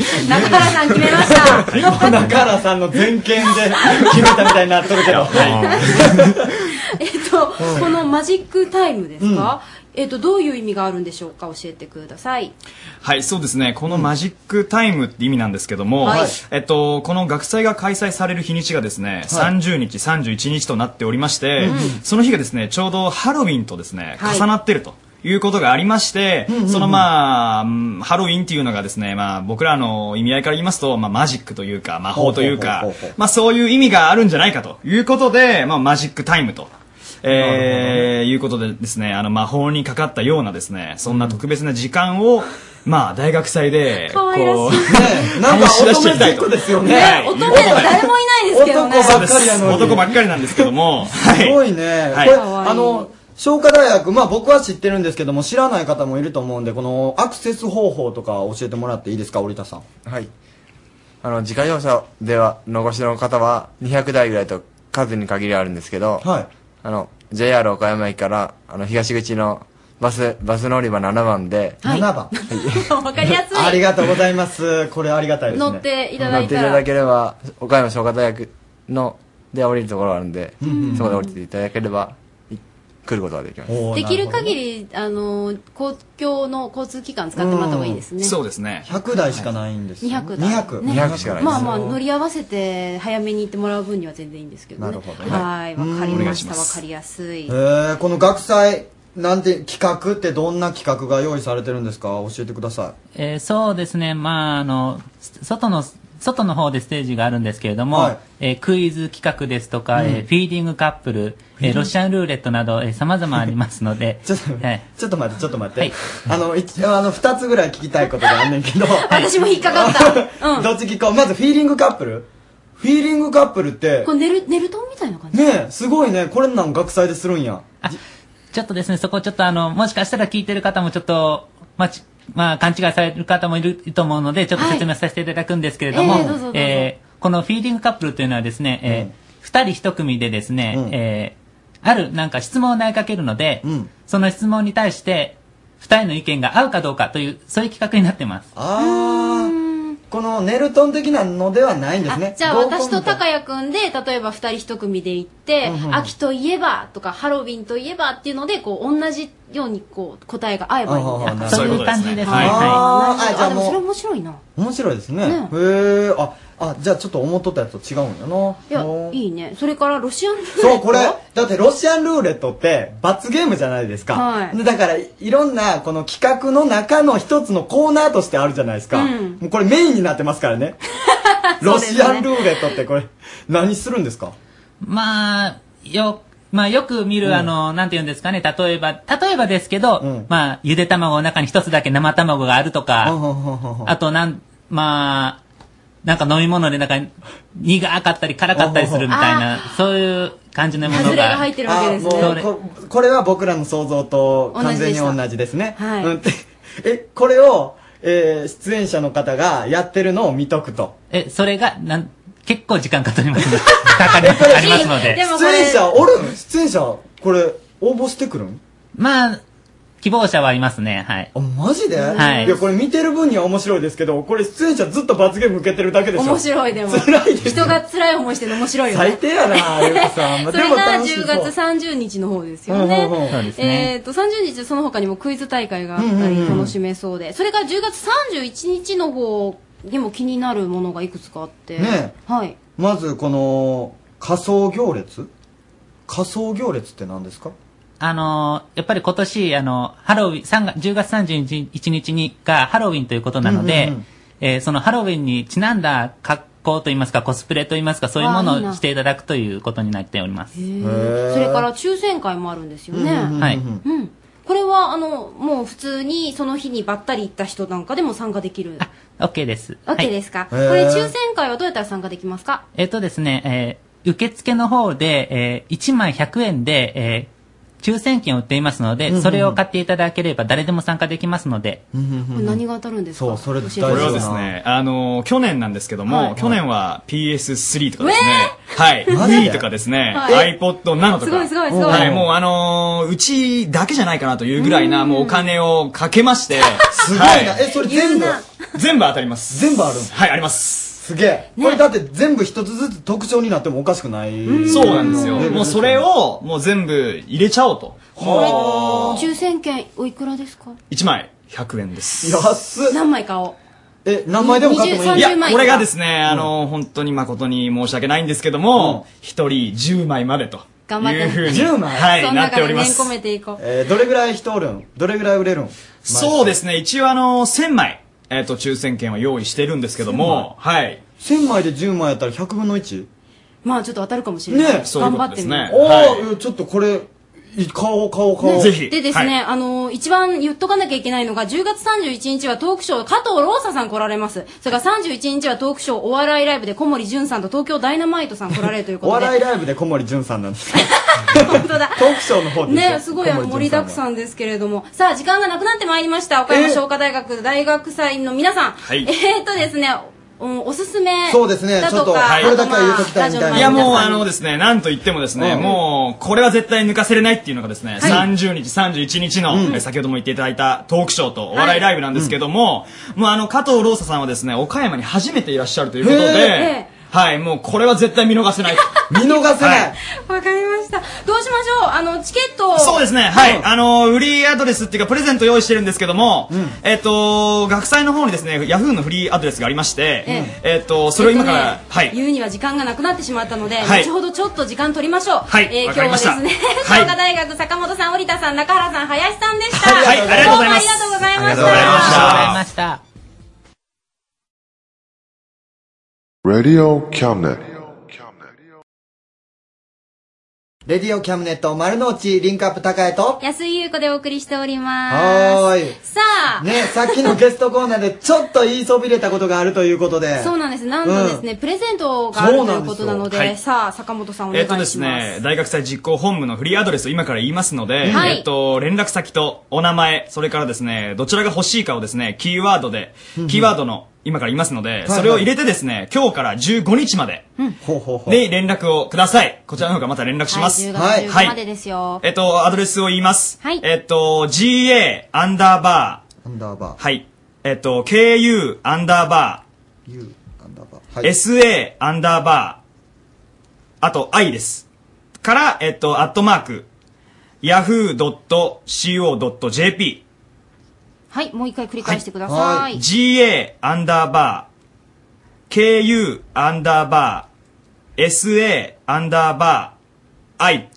中原さん決めました。中原さんの全権で 決めたみたいになっとるけど。えっとう、んこのマジックタイムですか、えっと、どういう意味があるんでしょうか教えてください。はいそうですねこのマジックタイムって意味なんですけども、はいえっと、この学祭が開催される日にちがですね、30日31日となっておりまして、うんその日がですねちょうどハロウィンとですねはい重なってると。いうことがありまして、うんうんそのまあ、うんハロウィンっていうのがですね、まあ僕らの意味合いから言いますと、まあマジックというか魔法というかほうほうほうほう、まあそういう意味があるんじゃないかということで、まあマジックタイムとえーいうことでですね、あの魔法にかかったようなですね、そんな特別な時間を、まあ大学祭で、可愛 らしいねう、なんか醸し出していきたいと。乙女ですよねはい乙女では誰もいないですけどね。そうです男ばっかりなんですけども、すごいね、はいこれかわいいあの商科大学まあ僕は知ってるんですけども知らない方もいると思うんでこのアクセス方法とか教えてもらっていいですか織田さんはい。あの、自家用車では、残しの方は200台ぐらいと数に限りあるんですけど、あの、JR 岡山駅から、あの、東口のバス、バス乗り場7番で、 7番わかりやすい。ありがとうございますこれありがたいですね乗っていただ乗っいていたたら。だければ、岡山商科大学の、で降りるところがあるんで、そこで降りていただければ、い来ることができます。できる限り、あの、公共の交通機関使ってもらった方がいいですね。そうですね。 100台しかないんですよ200ねだ。 200ねまあまあ、乗りり合わせて早めに行ってもらう分には全然いいんですけどね。なるほどねはい、わかりうんお願まいししまた。わすかりやすい。えー、この学祭なんて企画ってどんな企画が用意されてるんですか教えてくださえーそうですね、まあ、あの、す外の、外の方でステージがあるんですけれども、はいえークイズ企画ですとか、うんえーフィーディングカップル、えーロシアンルーレットなど、えー、様々ありますので、ちょっと、はい、ちょっと待って、ちょっと待って。いあの一応あの2つぐらい聞きたいことがあんねんけど私も引っかかった。 うん。どっち聞こうまずフィーリングカップルフィーリングカップルってこれ寝る、寝るとみたいな感じ。ねえすごいねこれなん学祭でするんやちょっとですね、そこちょっとあの、もしかしたら聞いてる方もちょっと、まあ、ちまあ、勘違いされる方もいると思うので、ちょっと説明させていただくんですけれども、ええどうぞどうぞーこのフィーディングカップルというのはですね、えー二人一組でですね、えーあるなんか質問を投げかけるので、その質問に対して、二人の意見が合うかどうかという、そういう企画になってます。あーこのネルトン的なのではないんですねじゃあ合コン私と高谷くんで、例えば二人一組で行っって、うんうん秋といえばとかハロウィンといえばっていうのでこう同じようにこう答えが合えばいいみたいなそういうことですねそういう感じですねはいああーーあじゃあでもそれも面白いなう面白いですねへねえああじゃあちょっと思っとったやつと違うんやないやいいねそれからロシアンルーレットそう、これ、だってロシアンルーレットって罰ゲームじゃないですか。はいでだから、いろんなこの企画の中の一つのコーナーとしてあるじゃないですか。うんもうこれメインになってますからね。ロシアンルーレットってこれ、何するんですかまあ、よ、まあよく見る、うんあの、なんて言うんですかね、例えば、例えばですけど、まあ、ゆで卵の中に一つだけ生卵があるとか、あとなん、まあ、なんか飲み物でなんか苦かったり辛かったりするみたいな、そういう感じのものが。あそもうれここれは僕らの想像と完全に同じでした同じですね。はいうんで え、これを、えー出演者の方がやってるのを見とくと。え、それが、なん、結構時間かかります ので、かかりますありますので。出演者おるん出演者、これ、応募してくるんまあ、希望者はいますね、はい。マジで、はいやこれ見てる分には面白いですけどこれ出演者ずっと罰ゲーム受けてるだけでしょ面白いでも人が辛い思いしてるの面白いよね最低やなゆうこさん それが10月30日の方ですよね。そうですねえっと、30日その他にもクイズ大会があったうんうんりうん楽しめそうで、それから10月31日の方でも気になるものがいくつかあって、ねはい。まずこの仮想行列仮想行列って何ですかあのーやっぱり今年、あの、ハロウィン、3月、10月31日にがハロウィンということなので、うんうんうんえーそのハロウィンにちなんだ格好といいますか、コスプレといいますか、そういうもわあいいのなをしていただくということになっております。それから抽選会もあるんですよね。はい。うん。これは、あの、もう普通にその日にばったり行った人なんかでも参加できる。 OK です。わけはいですか、はいこれへー抽選会はどうやったら参加できますかえっ、とですね、えー受付の方で、えー1枚100円で、えー抽選券を売っていますので、うんうんうんそれを買っていただければ誰でも参加できますので、これ何が当たるんですかそう、それ教えてこくだれさいはですね、あの、去年なんですけども、はい去年は PS3 とかですね、はい、マジで Wii とかですね、はい iPod なのとか、すごいすごいすごいはい、もうあのーうちだけじゃないかなというぐらいな、もうお金をかけまして、すごいな、えそれ全部全部当たります。全部あるんはい、あります。すげえ、これだって全部一つずつ特徴になってもおかしくないそうなんですよ。もうそれを、もう全部入れちゃおうと。も抽選券おいくらですかう、1枚100円です。安何枚買おうえ、何枚枚でも買ってもいい20 30や、枚これがですね、あの、本当に誠に申し訳ないんですけども、一、人10枚までと。頑張っていうふうに。 10枚はそい、のなって中おでりま念す込。めていこうえーどれぐらい人おるんどれぐらい売れるんそうですね、一応あの、1000枚、えっ、と、抽選券は用意してるんですけども、はい。 1000枚で10枚やったら100分の 1? まあちょっと当たるかもしれない、ね頑張ってみよおうーちょっとこれい買おう買おう買おう、ねでですね、あのー一番言っとかなきゃいけないのが、10月31日はトークショー、加藤ローサさん来られます。それから31日はトークショー、お笑いライブで小森純さんと東京ダイナマイトさん来られるというこおとで。笑いライブで小森純さんなんです 本当だ。トークショーの方でしょね、すごいあの盛りだくさんですけれども。さあ、時間がなくなってまいりました。岡山商科大学大学祭の皆さん。はいえーっとですね、うんおすすめだとか。そうですねちょっとはいこれだけは言うときたいみたいやもうあの、のですね、なんと言ってもですね、うんもうこれは絶対抜かせれないっていうのがですね、はい30日、31日の、え先ほども言っていただいたトークショーとお笑いライブなんですけども、もうあの加藤ローサさんはですね、岡山に初めていらっしゃるということへで、はい、もうこれは絶対見逃せない。見逃せない、わかりました。どうしましょうあの、チケットを。そうですね、はい、あのー、売りアドレスっていうか、プレゼント用意してるんですけども、えっ、と、学祭の方にですね、ヤフーのフリーアドレスがありまして、ええっ、と、それを今から、はい。言うには時間がなくなってしまったので、はい後ほどちょっと時間取りましょう。はいわえー今日かりましたはですね、はい創価大学坂本さん、織田さん、中原さん、林さんでした。はいありがとうございますどうもありがとうございました。ありがとうございましたありがとうございました。 Radio Cabinet. レディオキャムネット丸の内リンクアップ高江と安井優子でお送りしております。はーいさあ、ねさっきのゲストコーナーでちょっと言いそびれたことがあるということでそうなんです。なんとですね、プレゼントがあるということなので、そうなんですさあ、坂本さんお願えいっしまとですす。ね、大学祭実行本部のフリーアドレスを今から言いますので、はいえっと、連絡先とお名前、それからですね、どちらが欲しいかをですね、キーワードで、キーワードの今から言いますので、いそれを入れてですね、今日から15日までほうほうほうで連絡をください。こちらの方がまた連絡します。はい、10月15までですよ。えっと、アドレスを言います。はいえっと、ga アンダーバアンダーバー。はい。えっと、ku アンダーバー。u アンダーバー。 sa アンダーバー。あと、i です。から、えっと、アットマーク、yahoo.co.jp、はい、もう一回繰り返してください。 ga アンダーバー、ku アンダーバー、sa アンダーバー、i、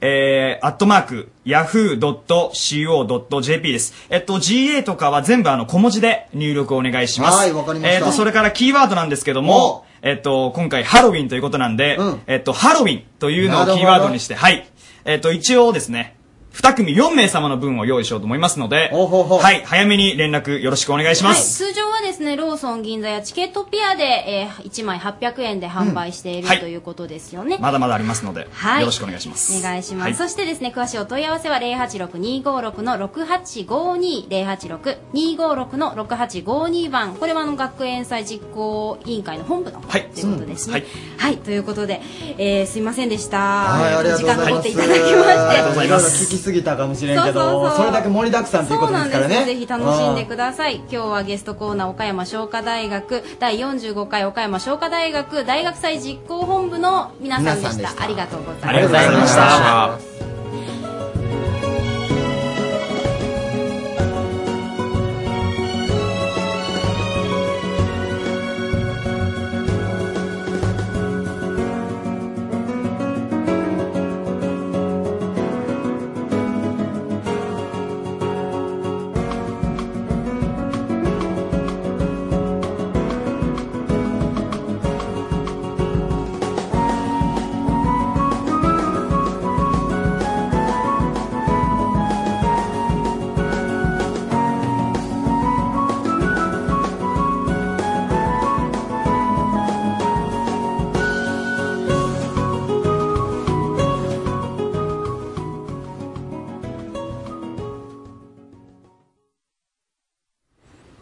えー、アットマーク、yahoo.co.jp です。えっと、ga とかは全部あの、小文字で入力お願いします。はいわかりましたえっと、それからキーワードなんですけども、えっと、今回ハロウィンということなんで、えっと、ハロウィンというのをなるほどキーワードにして、はい。えっと、一応ですね、二組4名様の分を用意しようと思いますので、はい、早めに連絡よろしくお願いします。はい、通常はですね、ローソン銀座やチケットピアで、えー、1枚800円で販売している、はいということですよね。まだまだありますので、はいよろしくお願いします。お願いします。はいそしてですね、詳しいお問い合わせは086-256-6852、086-256-6852番。これはあの学園祭実行委員会の本部の方ということですね。はい、ということで、えー、すいませんでした。はい、ありがとうございおま時す。間を取っていただきまして。いろいろ聞きすぎたかもしれんけそうそうど、そうそれだけ盛りだくさんというこそうとですなんでからす、ね。ぜひ楽しんでください今日はゲストコーナー岡山商科大学第45回岡山商科大学大学祭実行本部の皆さんでし皆さたんでしたありがとうございますありがとうございました。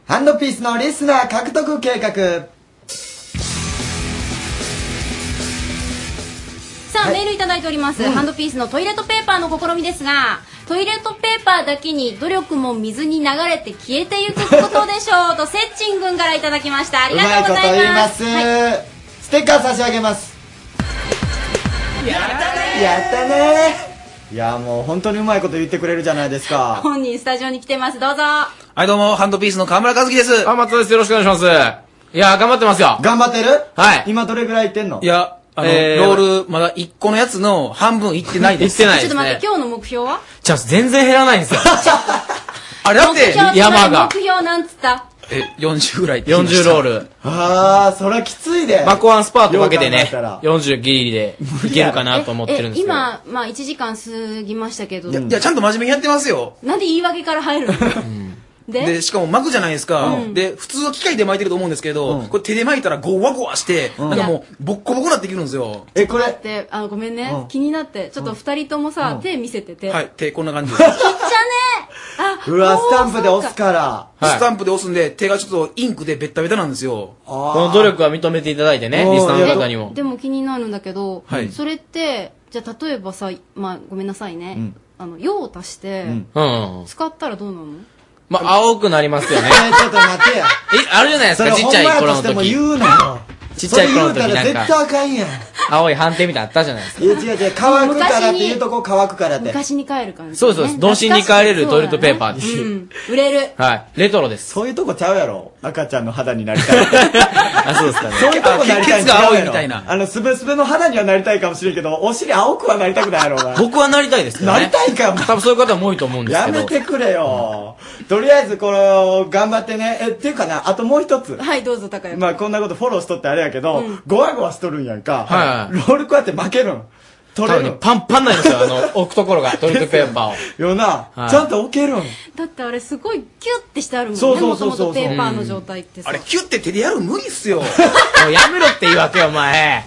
ハンドピースのリスナー獲得計画。さあ、メールいただいております、ハンドピースのトイレットペーパーの試みですがトイレットペーパーだけに努力も水に流れて消えてゆくことでしょうとせっちん君からいただきましたありうがまいとこうとござ言いいまますす。ステッカー差し上げます。やったねいや、もう本当にうまいこと言ってくれるじゃないですか。本人スタジオに来てますどうぞはい、どうも、ハンドピースの河村和樹です。あ、松田です。よろしくお願いします。いやー、頑張ってますよ。頑張ってるはい。今どれぐらいいってんのいや、あの、えーロール、まだ一個のやつの半分いってないです。いってないちょっと待って今日の目標はじゃあ、全然減らないん ですよ。あれだっ目標って 山何が目。標なんつったえ、40ぐらい40ロール。あー、そりゃきついで。バコワンスパートかけてようね考えたら、 40ギリでいけるかなと思ってるんですけど。今、まあ、1時間過ぎましたけど、いや、ちゃんと真面目にやってますよ。なんで言い訳から入るのでで、しかも巻くじゃないですか。うんで、普通は機械で巻いてると思うんですけど、これ手で巻いたらゴワゴワして、なんかもう、ボッコボコなってきるんですよ。え、こだってあのごめんね、うん気になってちょっと二人ともさ、手見せてて、はい、手こんな感じです。 うわ、スタンプで押すから。スタンプで押すんで、手がちょっとインクでベッタベタなんですよ。この努力は認めていただいてね、リスナーの方にえも。でも気になるんだけど、はいそれってじゃあ例えばさまあごめんなさいね、うんあの用を足して、うん。うん。使ったらどうなのま、青くなりますよね。え、ちょっと待 てや。え、あるじゃないですか、ちっちゃい頃のそれほんまやとしても時。言うなよ。ちっちゃい頃の時それ言うたらなん絶対あか、かんやん。青い斑点みたいなのあったじゃないですか。いや、違う違う、乾くからっていうとこ乾くからって。昔に帰る感じ、ね、そうですそうです童心に帰れる懐かしいトイレットペーパーですそうだねうん、売れるはい。レトロです。そういうとこちゃうやろ。赤ちゃんの肌になりたい。 あ、そうですかね。そういうとこなりたいんちゃうやろあケツが青いみたいな。あの、すべすべの肌にはなりたいかもしれんけど、お尻青くはなりたくないやろ、お前。僕はなりたいですけどね。なりたいか多分そういう方も多いと思うんですやけど。めてくれよ。とりあえず、これ、頑張ってね。え、っていうかな、あともう一つ。はいどうぞ高山、まあ、こんなことフォローしとってあれやけど、ゴワゴワしとるんやんか。はロールこうやって負けるん。取れる多分んね。パンパンなんですよ、あの、置くところが、トイレットペーパーを。よな、はいちゃんと置けるん。だってあれすごいキュッてしてあるもんねそうそうそうもとそうもとペーパーの状態ってさ、あれ、キュッて手でやるの無理っすよ。もうやめろって言うわけよ、お前。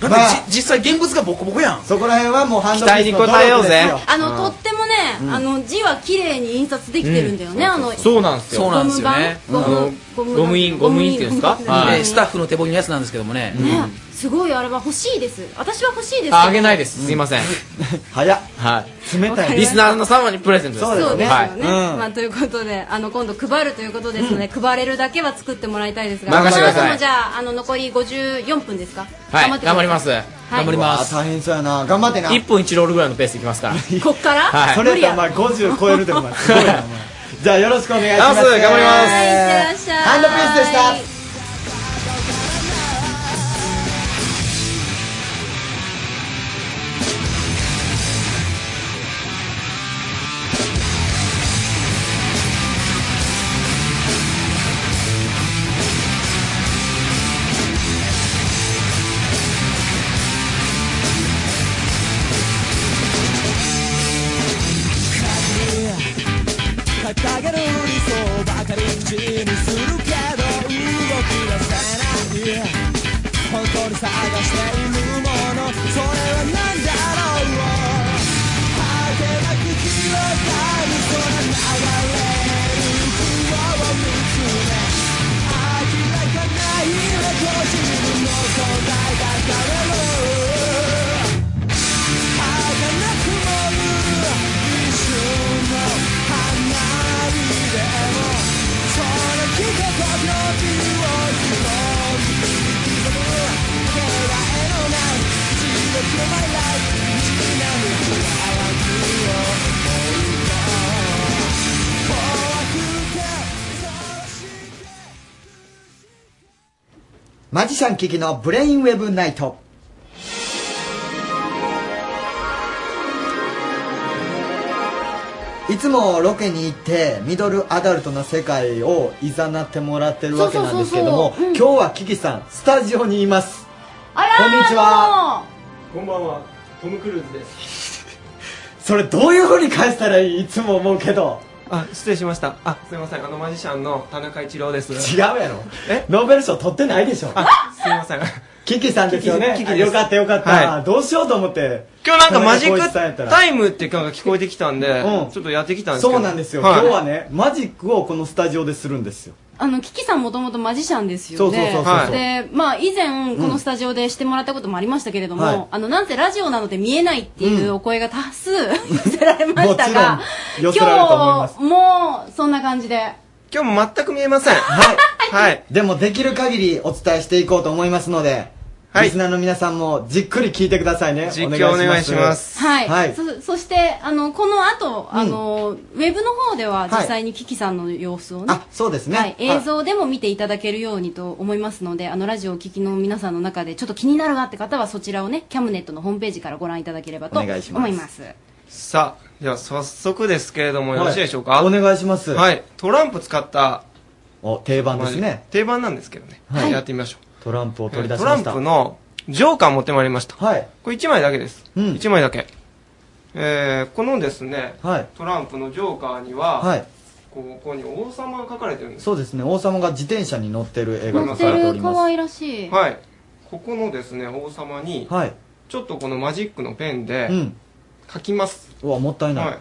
だってじ、実際現物がボコボコやん。そこら辺はもうハンドピースの期待に応えようぜ努力ですよあの、とってもね、うんあの字は綺麗に印刷できてるんだよね、あのそうなんですよ。ゴム版ゴム、ゴムイン、ゴムインっていうんですかねスタッフの手本のやつなんですけどもね。ねすごいあれは欲しいです私は欲しいですああげないですすいません早っはい冷たいリスナーの様にプレゼントですそうですよね、はいまあ、ということであの今度配るということですので、配れるだけは作ってもらいたいですが任せてくださいこの後もじゃああの残り54分ですか、はい頑張りますい頑張ります大変そうやな頑張ってな1分1ロールぐらいのペースでい きますからこっから、はい無理やまあ50超えるでもないすごいなお前じゃあよろしくお願いしナまオすス頑張りますはいいってらっしゃいハンドピースでした「掲げる理想ばかり口にするけど動き出せない」「本当に探しているものそれは何だろう」「果てなく広がる空流れる雲を見つめ」「明らかな夢と自分の存在が変わる」儚くもる一瞬の花火がでもその日々と病気をひも刻むけがえのない地獄の My Life マジシャンキキのブレインウェブナイト。いつもロケに行ってミドルアダルトな世界をいざなってもらってるわけなんですけどもそうそうそうそううん今日はキキさんスタジオにいますあらこんにちはこんばんはトム・クルーズですそれどういう風に返したらいいいつも思うけどあ失礼しましたあすいませんあのマジシャンの田中一郎です違うやろノーベル賞取ってないでしょあすいませんキキさんですよねキキキキですよかったよかった、はどうしようと思って今日なんかマジックタイイムっていうのが聞こえてきたんで、うちょっとやってきたんですけどそうなんですよ、今日はねマジックをこのスタジオでするんですよあのキキさんもともとマジシャンですよねそうそうそうそうで、まあ、以前このスタジオでしてもらったこともありましたけれども、はいあのなんせラジオなので見えないっていうお声が多数 寄せられまもしたが、ちろん寄せられると思います今日もそんな感じで今日も全く見えませんはい、はい、でもできる限りお伝えしていこうと思いますので、リスナーの皆さんもじっくり聞いてくださいね実況お願いしますはい、はいそそしてあのこの後あの、ウェブの方でははい実際にキキさんの様子をね、はいそうですね、映像でも見ていただけるようにと思いますのであのラジオをお聞きの皆さんの中でちょっと気になるなって方はそちらをねキャムネットのホームページからご覧いただければとお思願いいしますますさあでは早速ですけれどもはいよろしいでしょうか、お願いしますはいトランプ使ったお定番ですね定番なんですけどね、はいやってみましょうトランプを取り出しトまラしンたプのジョーカー持ってまいりました、はい、これ1枚だけです、うん1枚だけ、えー、このですね、はいトランプのジョーカーには、はいここに王様が書かれてるんですそうですね王様が自転車に乗ってる映画が乗描っかれておりてるます可愛らしい、はいここのですね王様に、はいちょっとこのマジックのペンでうん書きます、うわもったいない、はい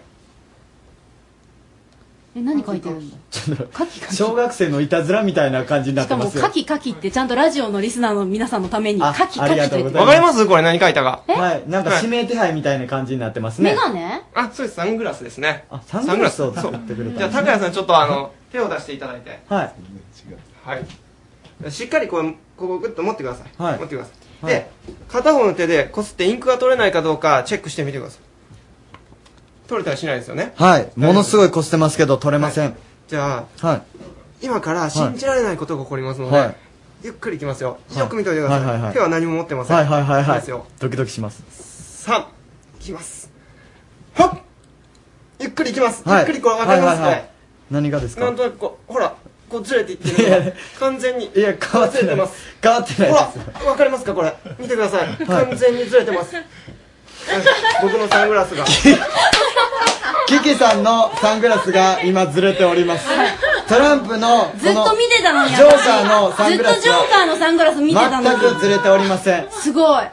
え何書いてるんだ 小学生のいたずらみたいな感じになしってかまも「すよカキカキ」ってちゃんとラジオのリスナーの皆さんのために「カキカキ」と言ってわかりますこれ何書いたかはいなんか指名手配みたいな感じになってますねメガネあそうですサングラスですねあサングラスをサングラ作ってくれたんですねじゃあ拓哉さんちょっとあの手を出していただいてはいはいしっかりこうここグッと持ってください、はい持ってください、で片方の手でこすってインクが取れないかどうかチェックしてみてください取れたりしないですよねはいものすごいこしてますけど取れませんはい、じゃあ今から信じられないことが起こりますので、はいゆっくりいきますよ、はいよく見ておいてください,、はいはいはい手は何も持ってませんはいはいはいきはまいすよドキドキします3いきますはっゆっくりいきます、はいゆっくりこれ分かりますね、はいはいはい何がですかなんとなくこうほらこうずれていってるのが完全にいや変わってないずれてます変わってないほでらわかりますかこれ見てください、完全にずれて ますはい僕のサングラスがキキさんのサングラスが今ずれておりますトランプのずっと見てたのにジョーカーのサングラスずっとジョーカーのサングラス見てたのに全くずれておりませんすごい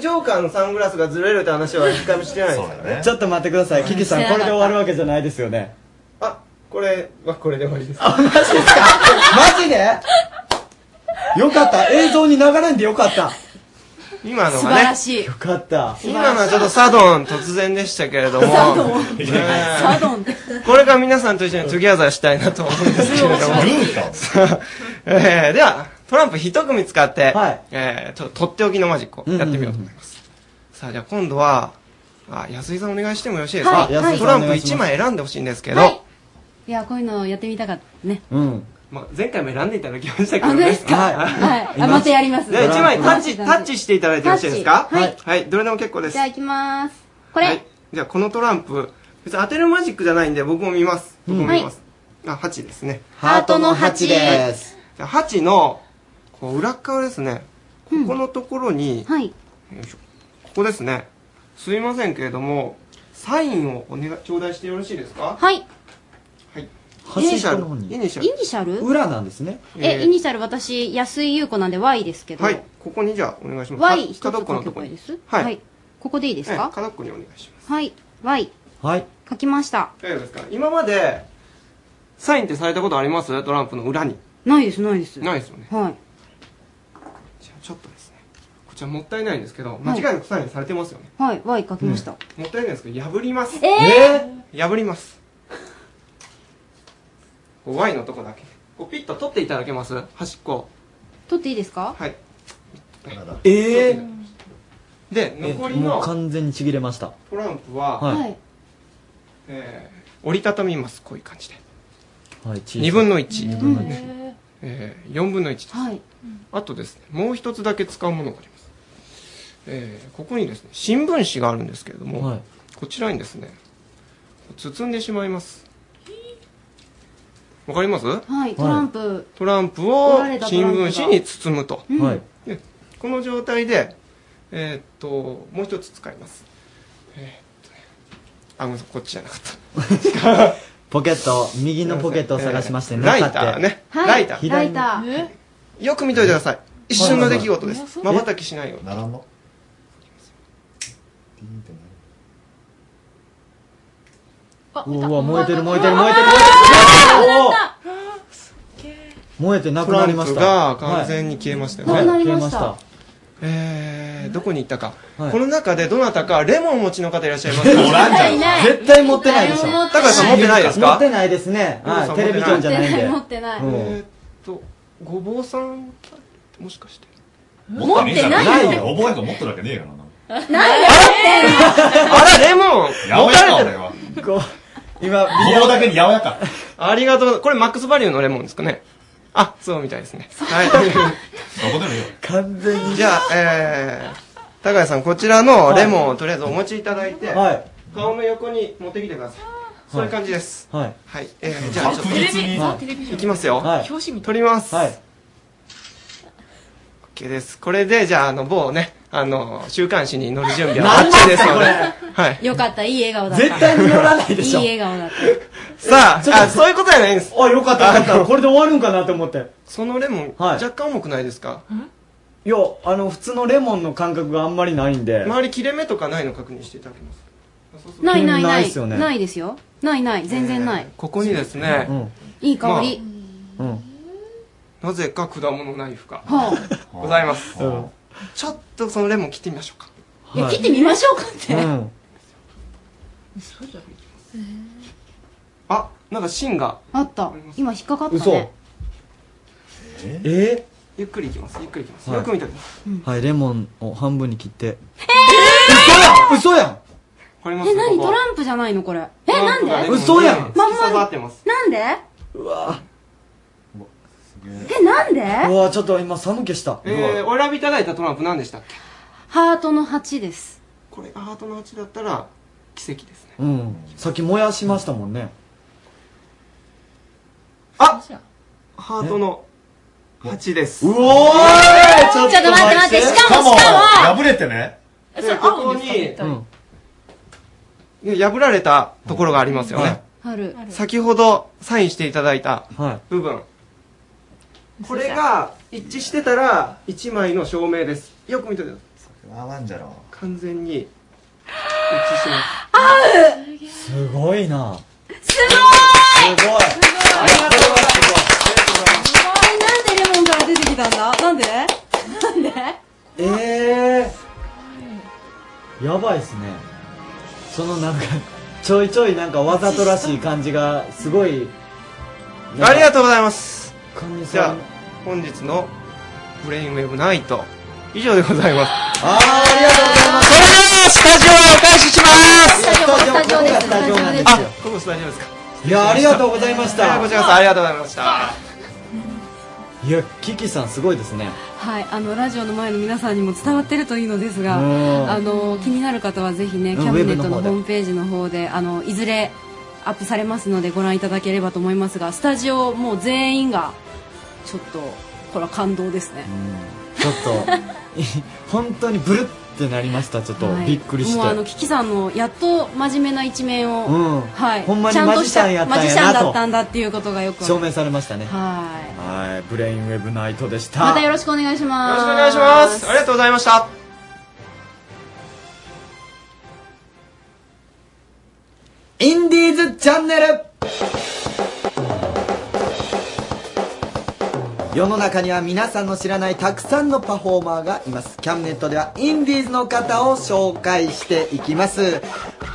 ジョーカーのサングラスがずれるって話は一回もしてないですからねちょっと待ってくださいキキさんこれで終わるわけじゃないですよねこれはこれで終わりです マジでよかった映像に流れんでよかった今の素がね晴ら。しい。よかった今のはちょっとサドン突然でしたけれども。サドンねサドンって。これから皆さんと一緒にトゥギャザーしたいなと思うんですけれども。そう えーでは、トランプ一組使って、えーと、とっておきのマジックをやってみようと思います。さあ、じゃあ今度は、あ、安井さんお願いしてもよろしいですか、はい安井さんトランおプ願いし1ます枚選んでほしいんですけど、はい。いや、こういうのやってみたかったね。うん。まあ、前回も選んでいただきましたけどあ、本当でねす。かはい。あ、またやります。じゃあ一枚タッチ、タタッチしていただいてよろしいですかタッチはい。はい、どれでも結構です。じゃあ行きまーす。これ。じゃあこのトランプ、別に当てるマジックじゃないんで僕も見ます。僕も見ます。あ、8ですね。。ハートの8ですじゃあ8の、こう裏側ですね。ここのところに、はい。ここですね。すいませんけれども、サインをお願い、頂戴してよろしいですかはい。イニシャル。イニシャル。イニシャル裏なんですねえ、イニシャル私、安井優子なんで Y ですけど。はい。ここにじゃあお願いします。 Y 一つか角っこの書とけこばいいにで。す。はい。ここでいいですえかえ角っこにお願いします。はい。Y。はい。書きました。大丈夫ですか今まで、サインってされたことありますトランプの裏に。ないです、ないです。ないですよね。はい。じゃあちょっとですね。こちらもったいないんですけど、間違いなくサインされてますよね。はい。Y 書きました。もったいないんですけど、破ります。ええ破ります。こう Y のとこだけ。こうピッと取っていただけます端っこ。取っていいですかはい。ええで、残りの完全にちぎれました。トランプは、はいえー折りたたみます。こういう感じで。はい、 2分の1。二分の一ええー、4分の1です、はいあとですねもう一つだけ使うものがあります、えーここにですね新聞紙があるんですけれども、こちらにですね包んでしまいますわかりますはい。トランプ。トランプを折られたト新ランプが聞紙に包むと、うんはいでこの状態でえーっともう一つ使いますえーっとねあごめんなさいこっちじゃなかったポケット、右のポケットを探しまして、えーなかった。ライターねはい。ライターライター。よく見といてください一瞬の出来事ではいすはまいばたきしないようにうわ、燃えてる燃えてるうわ燃えてるうわ燃えてなくなりました。トランプが完全に消えましたよね、はいなくなりました消えまえー、どこに行ったか、この中でどなたかレモンをお持ちの方いらっしゃいますかおらんじゃろいない絶対持ってないでしょ高橋さん持ってないですか持ってないですねはい高橋さん持ってテレビジョンじゃないんで持ってないえ持ってないーっとごぼうさんもしかして持ってな いないよよ。覚えが持ってるわけねえからな。な んであらレモンやば持たいな、れ俺てるは。今ごぼうだけにやわやかありがとうこれマックスバリューのレモンですかねあそうみたいですねはい完全にじゃあえー、高橋さんこちらのレモンをとりあえずお持ちいただいて、顔の横に持ってきてくださいそういう感じですはいはい、えー、じゃあちょっとテレビはいテレビジョンいきますよ、はい表紙取りますはい OK ですこれでじゃああの某ねあの週刊誌に載る準備はバなんッだチリですので、はい、よかった、いい笑顔だった。絶対に乗らないでしょいい笑顔だった。さああそういうことじゃないんですあよかったよかったこれで終わるんかなと思ってそのレモン、若干重くないですかいや、あの、普通のレモンの感覚があんまりないんで。周り切れ目とかないの確認していただけますないないなないいっすよねないですよないない全然ない、ここにですね、いい香り、なぜか果物ナイフがはございます、ちょっとそのレモン切ってみましょうかいや切ってみましょうかって、嘘じゃんあなんか芯があった今引っかかったねえゆっくりいきますゆっくりいきます、はいよく見てくださはい、レモンを半分に切って。い嘘やんこれえます何トここランプじゃないのこれえなんで嘘やんまんままってますなんでうわえなんでうわちょっと今寒気した。えー、お選びいただいたトランプ何でしたっけハートの8ですこれがハートの8だったら奇跡ですねうん。さっき燃やしましたもんね。あハートの8ですうおーいちょっと待ってちょっと待って待ってしかもしかも破れてね。でここに、ね破られたところがありますよね、ある先ほどサインしていただいた部分、これが一致してたら1枚の証明ですよく見ててなんじゃろ。完全に一致してます合うすごいなすごいすごいありがとうございますなんでレモンから出てきたんだなんでなんでええやばいっすねその なんかちょいちょいなんかわざとらしい感じがすごいありがとうございますさんじゃあ本日のブレインウェブナイト以上でございますあありがとうございますそれではスタジオはお返ししますスタジオここがスタジオなんですあここスタジオですかいやありがとうございましたいやこちらこそありがとうございましたいやキキさんすごいですねはい、あのラジオの前の皆さんにも伝わってるといいのですが、うんあの気になる方はぜひね、うんキャビネウェッブのトの方ホでームページの方で、あのいずれアップされますのでご覧いただければと思いますが、スタジオもう全員がちょっとこれは感動ですね。ちょっとい 本当にブルってなりましたちょっと、はいびっくりしてもうあのキキさんのやっと真面目な一面を、うんはい、ほんまにちゃんマとジしシャたンやったんマジやシャなンだとったんだっていうことがよくわ証かる明されましたねはいはいブレインウェブナイトでしたまたよろしくお願いします。よろしくお願いしますありがとうございましたインディーズチャンネル世の中には皆さんの知らないたくさんのパフォーマーがいますキャンネットではインディーズの方を紹介していきます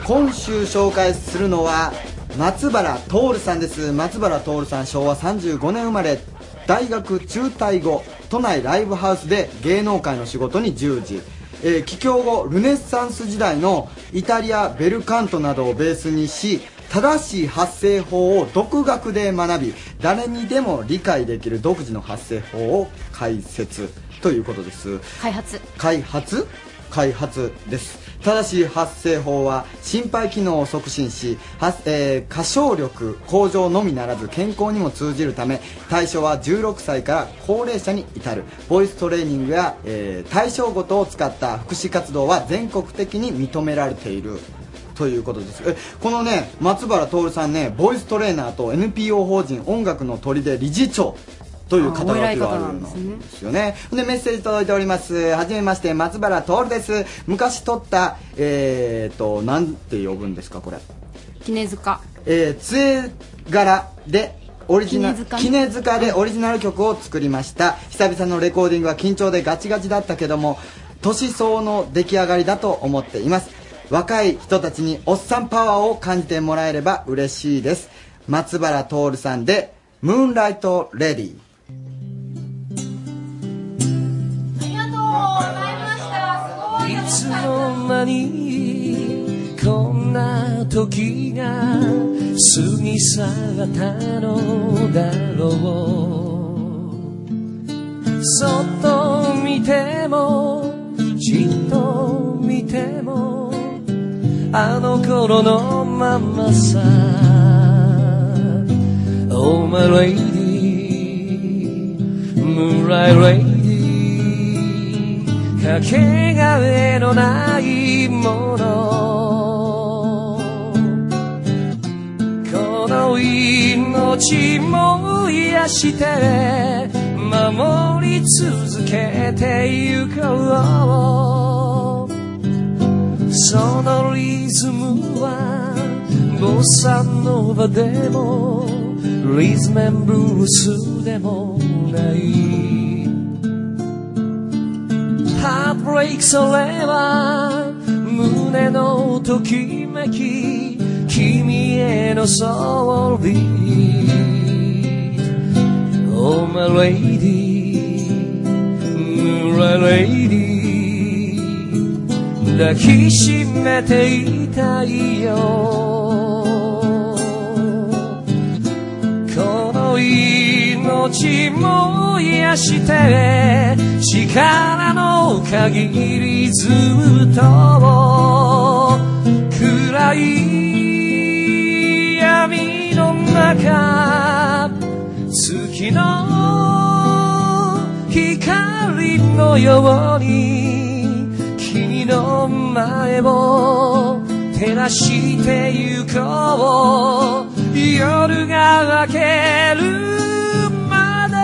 今週紹介するのは松原徹さんです松原徹さん昭和35年生まれ大学中退後都内ライブハウスで芸能界の仕事に従事えー帰郷後ルネッサンス時代のイタリアベルカントなどをベースにし正しい発声法を独学で学び誰にでも理解できる独自の発声法を解説ということです開発開発開発ですただし発声法は心肺機能を促進し、発えー歌唱力向上のみならず健康にも通じるため対象は16歳から高齢者に至るボイストレーニングや、えー対象ごとを使った福祉活動は全国的に認められているということですえこのね松原徹さんねボイストレーナーと NPO 法人音楽の砦理事長という肩書きがあるのですよねでメッセージ届いておりますはじめまして松原徹です昔撮ったえー、となんて呼ぶんですかこれ絹塚。えー、杖柄でオリジナル杵塚ね絹塚でオリジナル曲を作りました久々のレコーディングは緊張でガチガチだったけども年相応の出来上がりだと思っています若い人たちにおっさんパワーを感じてもらえれば嬉しいです松原徹さんで「ムーンライト・レディー」いつの間にこんな時が過ぎ去ったのだろうそっと見てもじっと見てもあの頃のままさ Oh my lady Moonlight lady かけがえのないものこの命も癒して守り続けてゆこうそのリズムはボサノバでもリズムブルースでもないハートブレイクそれは胸のときめき君へのソーリー Oh my lady Moonlight lady 抱きしめていたいよこの命も癒して力の限りずっと暗い闇の中月の光のように君の前を照らしてゆこう夜が明けるまで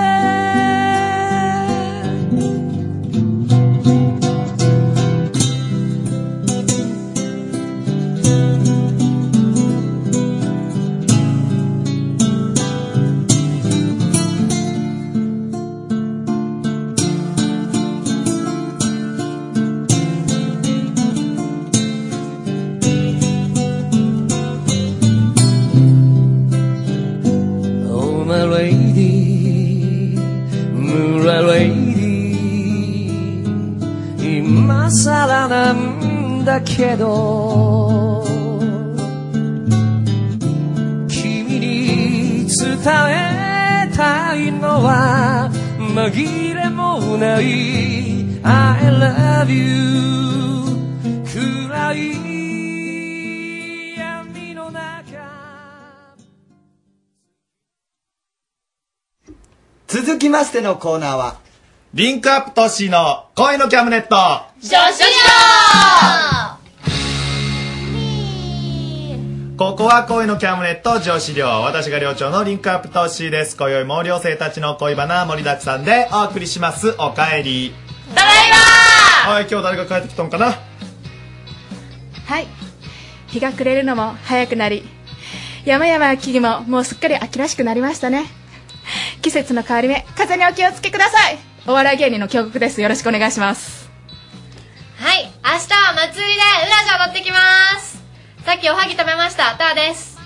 だけど君に伝えたいのは紛れもない I love you 暗い闇の中続きましてのコーナーは、リンクアップ都市の恋のキャムネット。女子寮ここは恋のキャムネット上司寮。私が寮長のリンクアップトッシーです。今宵も寮生たちの恋バナ盛りだくさんでお送りします。おかえり。ただいまはい、今日誰が帰ってきたんかなはい日が暮れるのも早くなり山々や木々ももうすっかり秋らしくなりましたね季節の変わり目風にお気をつけくださいお笑い芸人の京極ですよろしくお願いしますはい、明日は祭りで裏地踊ってきます。さっきおはぎ食べました、ターです。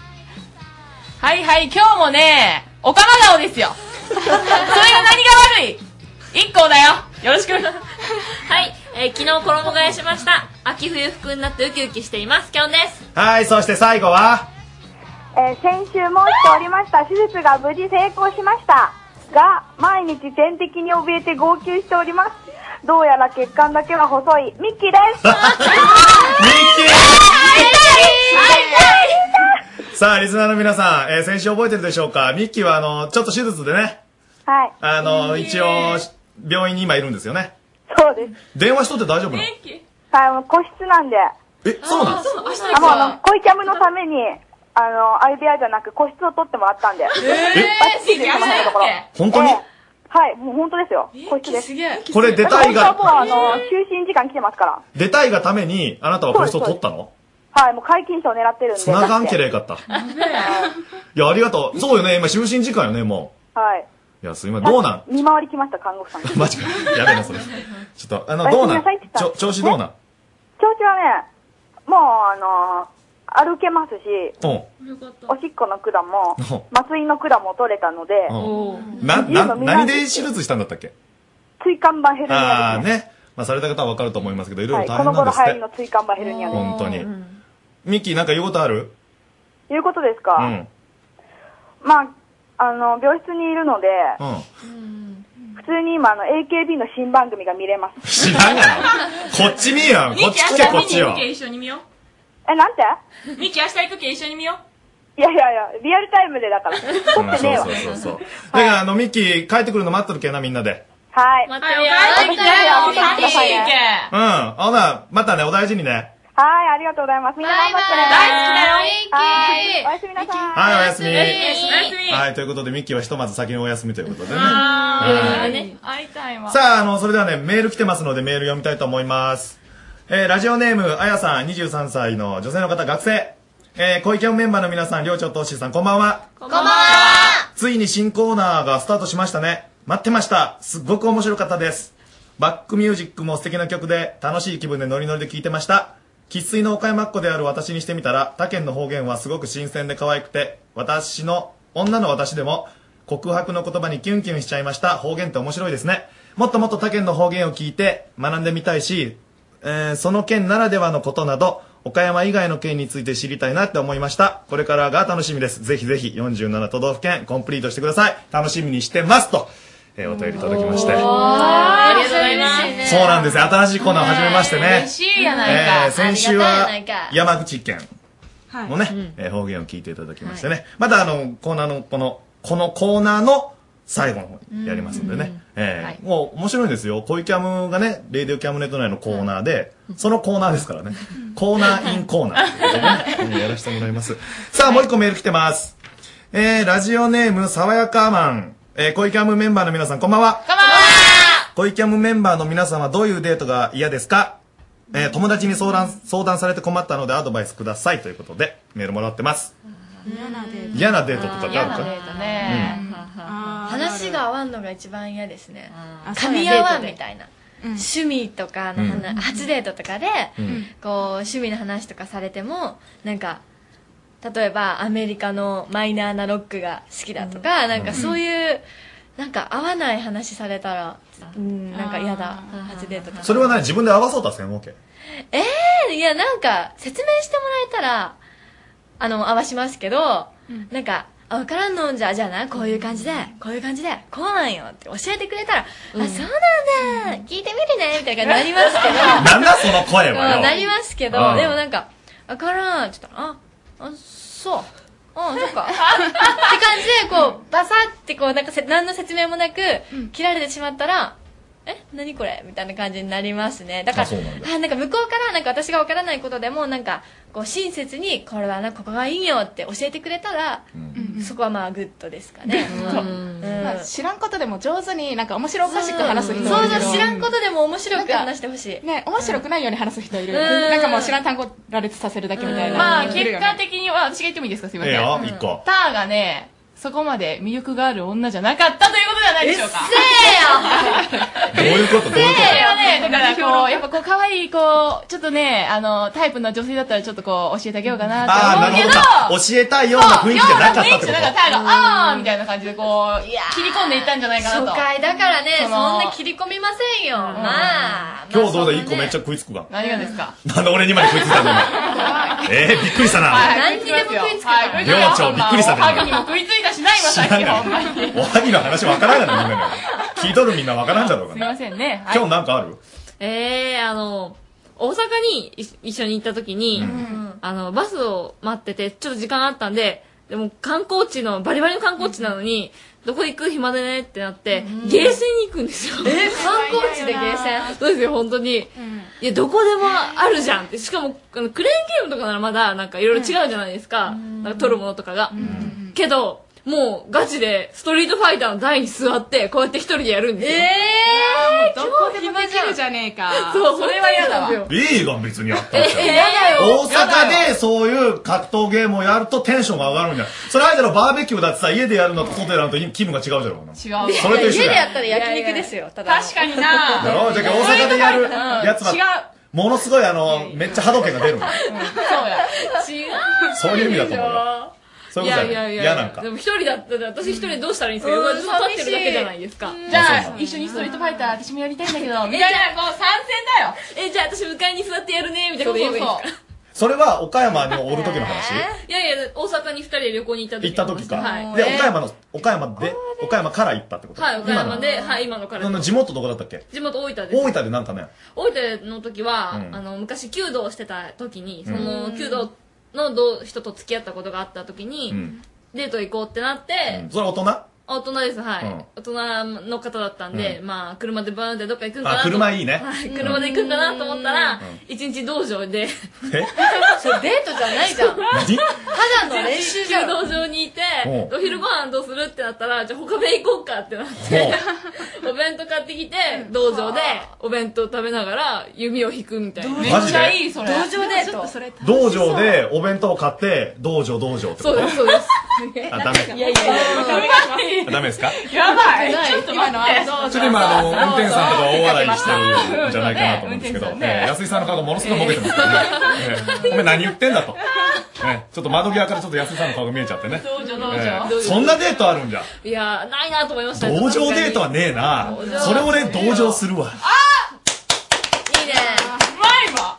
はいはい、今日もね、おかま顔ですよ。それが何が悪い一行だよ。よろしく。はい、えー昨日衣替えしました秋冬服になってウキウキしていますきょんですはい、そして最後は、えー先週申しておりました手術が無事成功しましたが毎日点滴に怯えて号泣しておりますどうやら血管だけは細いミッキーですさあ、リスナーの皆さん、えー先週覚えてるでしょうかミッキーは、あの、ちょっと手術でね、はいあの、一応、病院に今いるんですよね。そうです電話しとって大丈夫なのはいもう個室なんでえ、そうなのあもうあの恋キャムのためにあのアイデアじゃなく個室を取ってもらったんでええミッキーのところ本当にはいもう本当ですよ個室ですこれ出たいが本当はもうあの休診時間来てますから出たいがために、あなたはポストを取ったのはいもう解禁賞狙ってるんでつながんけりゃよかった。いや、ありがとう。そうよね、今、就寝時間よね、もはう。いや、すいまいせん。どうなん見回り来ました看護婦さん マジか。やべえな、それ。ちょっと、あの、はいどうなごめんなさいって言んったちょ調子どうなん調子はね、もうあの歩けますし、うん。おしっこの管も、麻酔の管も取れたので、うん。な、な、何で手術したんだったっけ椎間板ヘルニあアあですね。ね。まあ、された方はわかると思いますけど、いろいはろ大い、こ変のなん頃です流行りっの椎間板ヘルニて。アです。本当に。ミッキー、なんか言うことあるいうことですうか、ん。まあ、あの、病室にいるので、うん。普通に今、あの、AKB の新番組が見れます。知らんやろ。こっち見えやん。こっち聞け、こっちよ。一緒に見よえ、なんてうミキ明日行くけ一緒に見よいやいやいや、リアルタイムでだから、撮うんってねそえうわそう。そうそう。だから、あの、ミッキー、帰ってくるの待っとるけな、みんなで。はい。待ってるよはい、お大事にしてください待ってるね。うん。ほな、またね、お大事にね。はい、ありがとうございます。みんな頑張ってね。大好きだよ。はい、おやすみなさい。はい、おやすみ。おやすみおやすみはい、ということで、ミッキーはひとまず先にお休みということでね。あはいー会いたいわ。さあ、あの、それではね、メール来てますので、メール読みたいと思います。えーラジオネーム、あやさん、23歳の女性の方、学生。えー、小池メンバーの皆さん、りょうちょとおしーさん、こんばんは。こんばんは。ついに新コーナーがスタートしましたね。待ってました。すっごく面白かったです。バックミュージックも素敵な曲で、楽しい気分でノリノリで聴いてました。喫水の岡山っ子である私にしてみたら、他県の方言はすごく新鮮で可愛くて、私の、女の私でも、告白の言葉にキュンキュンしちゃいました。方言って面白いですね。もっともっと他県の方言を聞いて学んでみたいし、えーその県ならではのことなど、岡山以外の県について知りたいなって思いました。これからが楽しみです。ぜひぜひ47都道府県コンプリートしてください。楽しみにしてます。と、えーお便り届きまして。ありがとうございますそうなんです。新しいコーナーを始めましてね。嬉しいやないかえー先週あはりがたいやないか山口県はいのね、えー方言を聞いていただきましてね。またあの、コーナーの、この、このコーナーの最後の方にやりますんでね。えーもう面白いんですよ。恋キャムがね、レイディオキャムネット内のコーナーで、そのコーナーですからね。コーナーインコーナーっていうことでねうんやらせてもらいます。さあ、もう一個メール来てます。えー、ラジオネーム、爽やかマン。えー、恋キャムメンバーの皆さん、こんばんは。こんばんは恋キャムメンバーの皆さんはどういうデートが嫌ですかえー、友達に相談、相談されて困ったのでアドバイスくださいということで、メールもらってます。嫌なデートとかってあるかね話が合わんのが一番嫌ですね噛み合わんみたいな趣味とかの話、うん初デートとかで、うんこう趣味の話とかされてもなんか例えばアメリカのマイナーなロックが好きだとか、なんかそういうなんか合わない話されたらうんなんか嫌だ初デートとかそれは何自分で合わそうとはせんわけ。ええいやなんか説明してもらえたらあの合わしますけど、なんかあ分からんのんじゃじゃあなこういう感じでこういう感じでこうなんよって教えてくれたら、あそうなんだ、聞いてみるねみたいな感じになりますけど なんだその声はようんなりますけどうんでもなんか分からんって言ったらああそううん、そっか。って感じで、こう、バサって、こう、なんかせ、何の説明もなく、切られてしまったら、え何これみたいな感じになりますね。だから、あそうなんあなんか向こうから、なんか私がわからないことでも、なんか、こう、親切に、これはな、ここがいいよって教えてくれたら、そこはまあ、グッドですかね。まあ知らんことでも上手になんか面白おかしく話す人そういるそけどう、知らんことでも面白く話してほしい。ね面白くないように話す人いるよねうんなんかもう知らん単語羅列させるだけみたいなまあ、いる結よね果的に、わ私が言ってもいいですかすいません。ええようん一個ターがね、そこまで魅力がある女じゃなかったということじゃないでしょうか。 どういうことどういうこそれはね、だからこう、やっぱこう、可愛い、こう、ちょっとね、あの、タイプの女性だったらちょっとこう、教えてあげようかあなあ、とな思うけるど、ほどか。教えたいような雰囲気じゃなかったってこそうような雰囲気じゃなかったターが、あーみたいな感じでこう、切り込んでいったんじゃないかなと。初回だからね、そんなの切り込みませんよ。まあ。と。今日どうだ一個めっちゃ食いつくが。何がですかなんで俺にまで食いついたのえー、びっくりしたな。何にでも食いつくから。はい寮長びっくりしたねおはぎにも食いついたしない、今さっき知らないほんまに。すおはぎの話わからんやろ、みんなの。聞いとるみんなわからんじゃろうか いな。ませんね。はい今日なんかあるええあの、大阪にい一緒に行った時に、あの、バスを待ってて、ちょっと時間あったんで、でも観光地の、バリバリの観光地なのに、どこ行く暇でねってなって、ゲーセンに行くんですよ。え観光地でゲーセンそうですよ、本当に。いや、どこでもあるじゃんって。しかも、あのクレーンゲームとかならまだ、なんかいろいろ違うじゃないですか。なんか取るものとかが。けど、もうガチでストリートファイターの台に座って、こうやって一人でやるんですよ。えどこでもできるじゃねえかそうそれは嫌だわ。いいがん、別にあったえ、じゃんえ、やだよ。大阪でそういう格闘ゲームをやるとテンションが上がるんじゃないそれあえてのバーベキューだってさ、家でやるのと外でやるのと気分が違うじゃろうな。違それと一緒家だでやよ。ったら焼肉ですよ、ただ。確かになだろじゃあ大阪でやるやつは違う。ものすごいあの、めっちゃ波動拳が出るの。そうや。違う。そういう意味だと思うよ。そういいうことやじゃないいやいや嫌なんかで。も一人だったら私一人でどうしたらいいんですか、うんずっと立ってるだけじゃないですかじゃあ、一緒にストリートファイター、私もやりたいんだけど、みたいな、こう、参戦だよ。えじゃあ私向かいに座ってやるねみたいなこと言えばいいんですかそれは岡山におる時の 話いやいや大阪に二人で旅行に行った時行った時か。はいで、岡山の、岡山で、岡山から行ったってことはい岡山で、今のはい今の彼あの地元どこだったっけ地元大分です大分でなんかね、大分の時は、うんあの昔弓道をしてた時にその、うん弓道のどう人と付き合ったことがあった時に、うんデート行こうってなって、それ大人大人です、はい。うん大人の方だったんで、うまあ、車でバーンってどっか行くんかなと。あ車いいねはい、うん車で行くんかなと思ったうんら、一、日道場 で。えそれデートじゃないじゃん。何ただの練習じゃん。道場にいてう、んお昼ご飯どうするってなったら、じゃあ他弁行こうかってなって、 お弁当買ってきて、道場でお弁当食べながら弓を引くみたいな。マジでめっちゃいい、それ道場デートそれ道場でお弁当を買って、道場道場ってこそうとです、そうです。あダメいやいやいや。ダメ ですかやばいちょっと待ってちょっと今、あの、運転手さんとか大笑いしてるんじゃないかなと思うんですけど、そうそうえー安井さんの顔ものすごいボケてます からね。えーお前何言ってんだと。ねちょっと窓際からちょっと安井さんの顔が見えちゃってね。道場、道え場。ーそんなデートあるんじゃ。いや、ないなと思いました。同情デートはねえな道場。それ俺同情するわ。いいね。うまいわ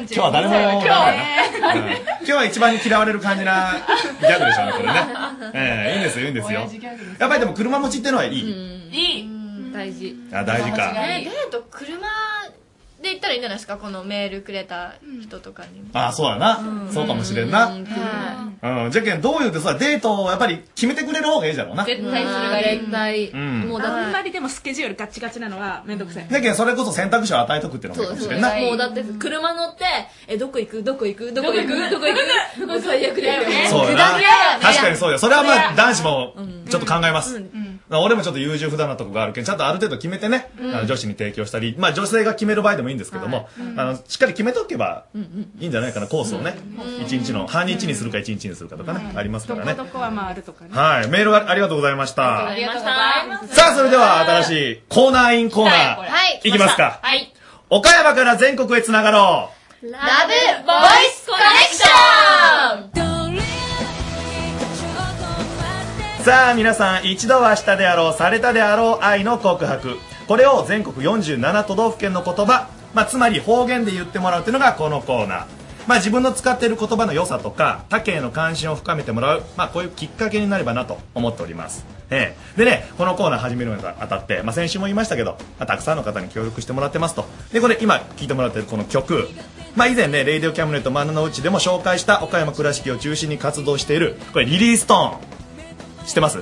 ね今日は誰も今日はねうん今日は一番に嫌われる感じなギャグでしょうね、これね。ええいいんですよ、いいんですよ。やっぱりでも車持ちってのはいい。いい。大事。あ、大事か。ねデート、車で行ったらいいんじゃないですか、このメールくれた人とかにも。あ、そうだな。そうかもしれんな。はうん、じゃけんどういうてさ、デートをやっぱり決めてくれる方がいいじゃろうな。絶う対んそれがいい。絶対うんもうだってあんまりでもスケジュールガチガチなのはめんどくさい。じゃけんそれこそ選択肢を与えとくってのもいいそかうもですしれね。んな。もうだって、車乗って、え、どこ行くどこ行くどこ行くどこ行くもう最悪だよね。そうよぐなだぐだだよね確かにそうよ。それはまあ男子もちょっと考えます。俺もちょっと優柔不断なとこがあるけど、ちゃんとある程度決めてね、うんあの女子に提供したり、まあ女性が決める場合でもいいんですけども、あのしっかり決めておけばいいんじゃないかな、コースをね。一、日の、半日にするか一日にするかとかね、ありますかどらこね。どこは回るとかね。はい、メールありがとうございました。ありがとうございます。さあ、それでは新しいコーナーインコーナー、はいいきますか。はい。岡山から全国へつながろう。ラブボイスコネクションささあ皆さん一度はしたであろうされたであろう愛の告白これを全国47都道府県の言葉、まあ、つまり方言で言ってもらうというのがこのコーナー、まあ、自分の使っている言葉の良さとか他県への関心を深めてもらう、まあ、こういうきっかけになればなと思っておりますええ、でね、このコーナー始めるにあたって、まあ、先週も言いましたけど、まあ、たくさんの方に協力してもらってますと。で、これ今聴いてもらってるこの曲、まあ、以前ね、レイディオキャムネット真んの内でも紹介した岡山倉敷を中心に活動している、これリリー・ストーン。知ってます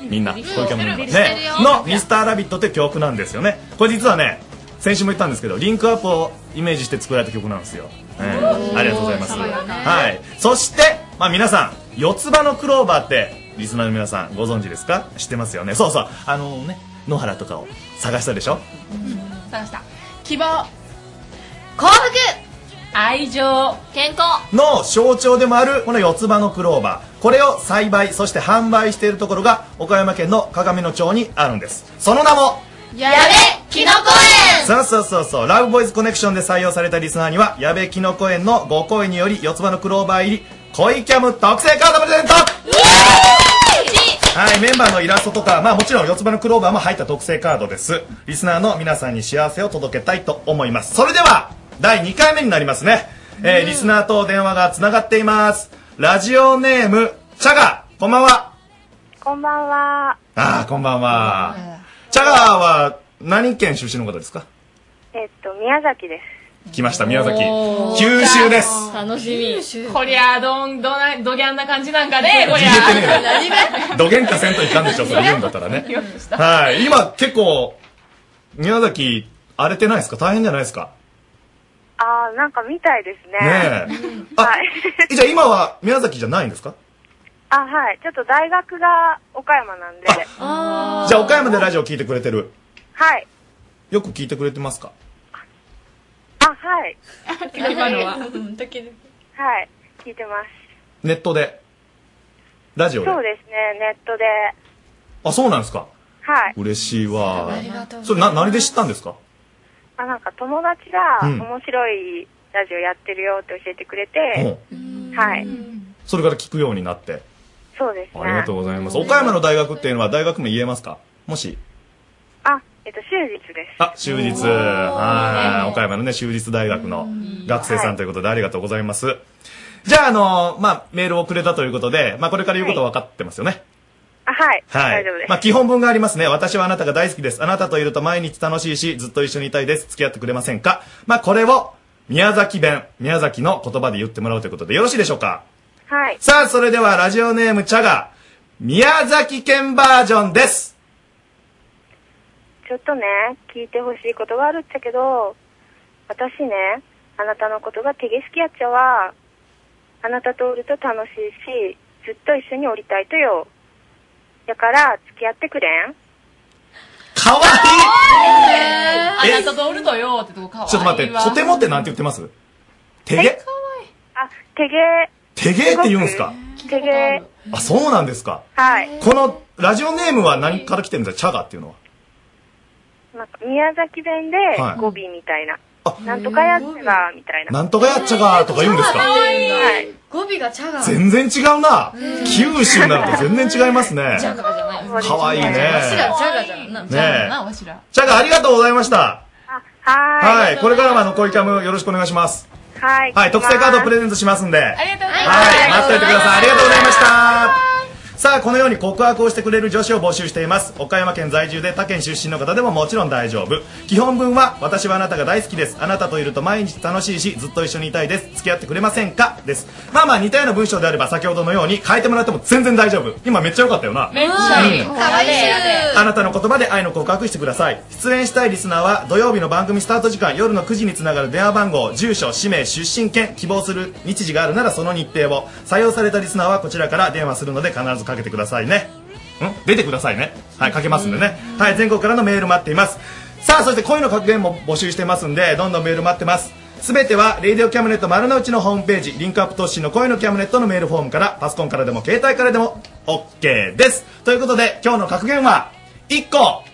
みんな、うん小池も知ねってる知ってるよのミスターラビットって曲なんですよねこれ実はね先週も言ったんですけどリンクアップをイメージして作られた曲なんですよ、ええおーありがとうございます、爽やかねはい、そして、まあ、皆さん四つ葉のクローバーってリスナーの皆さんご存知ですか知ってますよねそうそうあのね野原とかを探したでしょ探した希望幸福愛情健康の象徴でもあるこの四つ葉のクローバーこれを栽培そして販売しているところが岡山県の鏡野町にあるんですその名もやべキノコ園そうそうそうそうラブボーイズコネクションで採用されたリスナーには矢部きのこ園のご好意により四つ葉のクローバー入り恋キャム特製カードプレゼントはい、メンバーのイラストとか、まあもちろん四つ葉のクローバーも入った特製カードです。リスナーの皆さんに幸せを届けたいと思います。それでは、第2回目になりますね。えーリスナーと電話がつながっています。ラジオネーム、チャガこんばんは。こんばんは。ああ、こんばんは。チャガは何県出身の方ですかえっと、宮崎です。来ました、宮崎おー。九州です。楽しみこりゃどんどなどぎゃんな感じなんかねこりゃ言えてねどげんかせんといかんでしょ、それ言うんだったら ね。よくしたはい、今結構、宮崎、荒れてないですか大変じゃないですかあー、なんかみたいですね。ねえ。じゃあ今は宮崎じゃないんですかあ、はい。ちょっと大学が岡山なんで。あじゃあ岡山でラジオ聞いてくれてるはい。よく聞いてくれてますかあ、はい。 今のはうん時々はい。聞いてます。ネットで。ラジそうオで。ですね、ネットで。あ、そうなんですかはい。嬉しいわありがとうございますそれな、何で知ったんですかあ、なんか友達がうん面白いラジオやってるよって教えてくれて、はい。それから聞くようになって。そうですね。ありがとうございます。岡山の大学っていうのは大学名言えますかもし。あ、えっと、終日です。あ、終日。はい。岡山のね、終日大学の学生さんということでありがとうございます。じゃあ、あの、まあ、メールをくれたということで、まあ、これから言うことは分かってますよね。あ、はい。はい大丈夫で。す。まあ、基本文がありますね。私はあなたが大好きです。あなたといると毎日楽しいし、ずっと一緒にいたいです。付き合ってくれませんかまあ、これを、宮崎弁、宮崎の言葉で言ってもらうということでよろしいでしょうかはい。さあ、それではラジオネームチャガ、宮崎県バージョンです。ちょっとね、聞いてほしいことがあるっちゃけど、私ね、あなたのことが手げ好きやっちゃわ。あなたとおると楽しいし、ずっと一緒におりたいとよ。やから、付き合ってくれんかわあえなたとおるとよってとこかわいいちょっと待って、とてもってなんて言ってますてげ、あ、手てげ、げって言うんですか手げ、あ、そうなんですか。はい。このラジオネームは何から来てるんですかチャガっていうのは。なんか宮崎弁ではい語尾みたいな。なんとかやっちゃが、みたいな。なんとかやっちゃがとか言うんですかはい。語尾がチャガ全然違うな。九州になると全然違いますね。ジャガじゃないかわいいねわしらジャガじゃんなねジャガなわしらチャガありがとうございました。ははい。これからもあの、恋キャムよろしくお願いします。い。はい。はい、特製カードプレレゼントしますんで。ありがとうございはい、待っておいてください。ありがとうございました。さあ、このように告白をしてくれる女子を募集しています。岡山県在住で他県出身の方でももちろん大丈夫。基本文は、私はあなたが大好きです。あなたといると毎日楽しいし、ずっと一緒にいたいです。付き合ってくれませんかです。まあまあ似たような文章であれば、先ほどのように変えてもらっても全然大丈夫。今めっちゃ良かったよな。めっちゃいいうんかわいいあなたの言葉で愛の告白してください出演したいリスナーは土曜日の番組スタート時間夜の9時につながる電話番号住所氏名出身県希望する日時があるならその日程を採用されたリスナーはこちらから電話するので必ずかけてくださいねん出てくださいねはいかけますんでねはい全国からのメール待っていますさあそして恋の格言も募集してますんでどんどんメール待ってますすべては、レイディオキャムネット丸の内のホームページ、リンクアップ投資の恋のキャムネットのメールフォームから、パソコンからでも、携帯からでも、OK です。ということで、今日の格言は、1個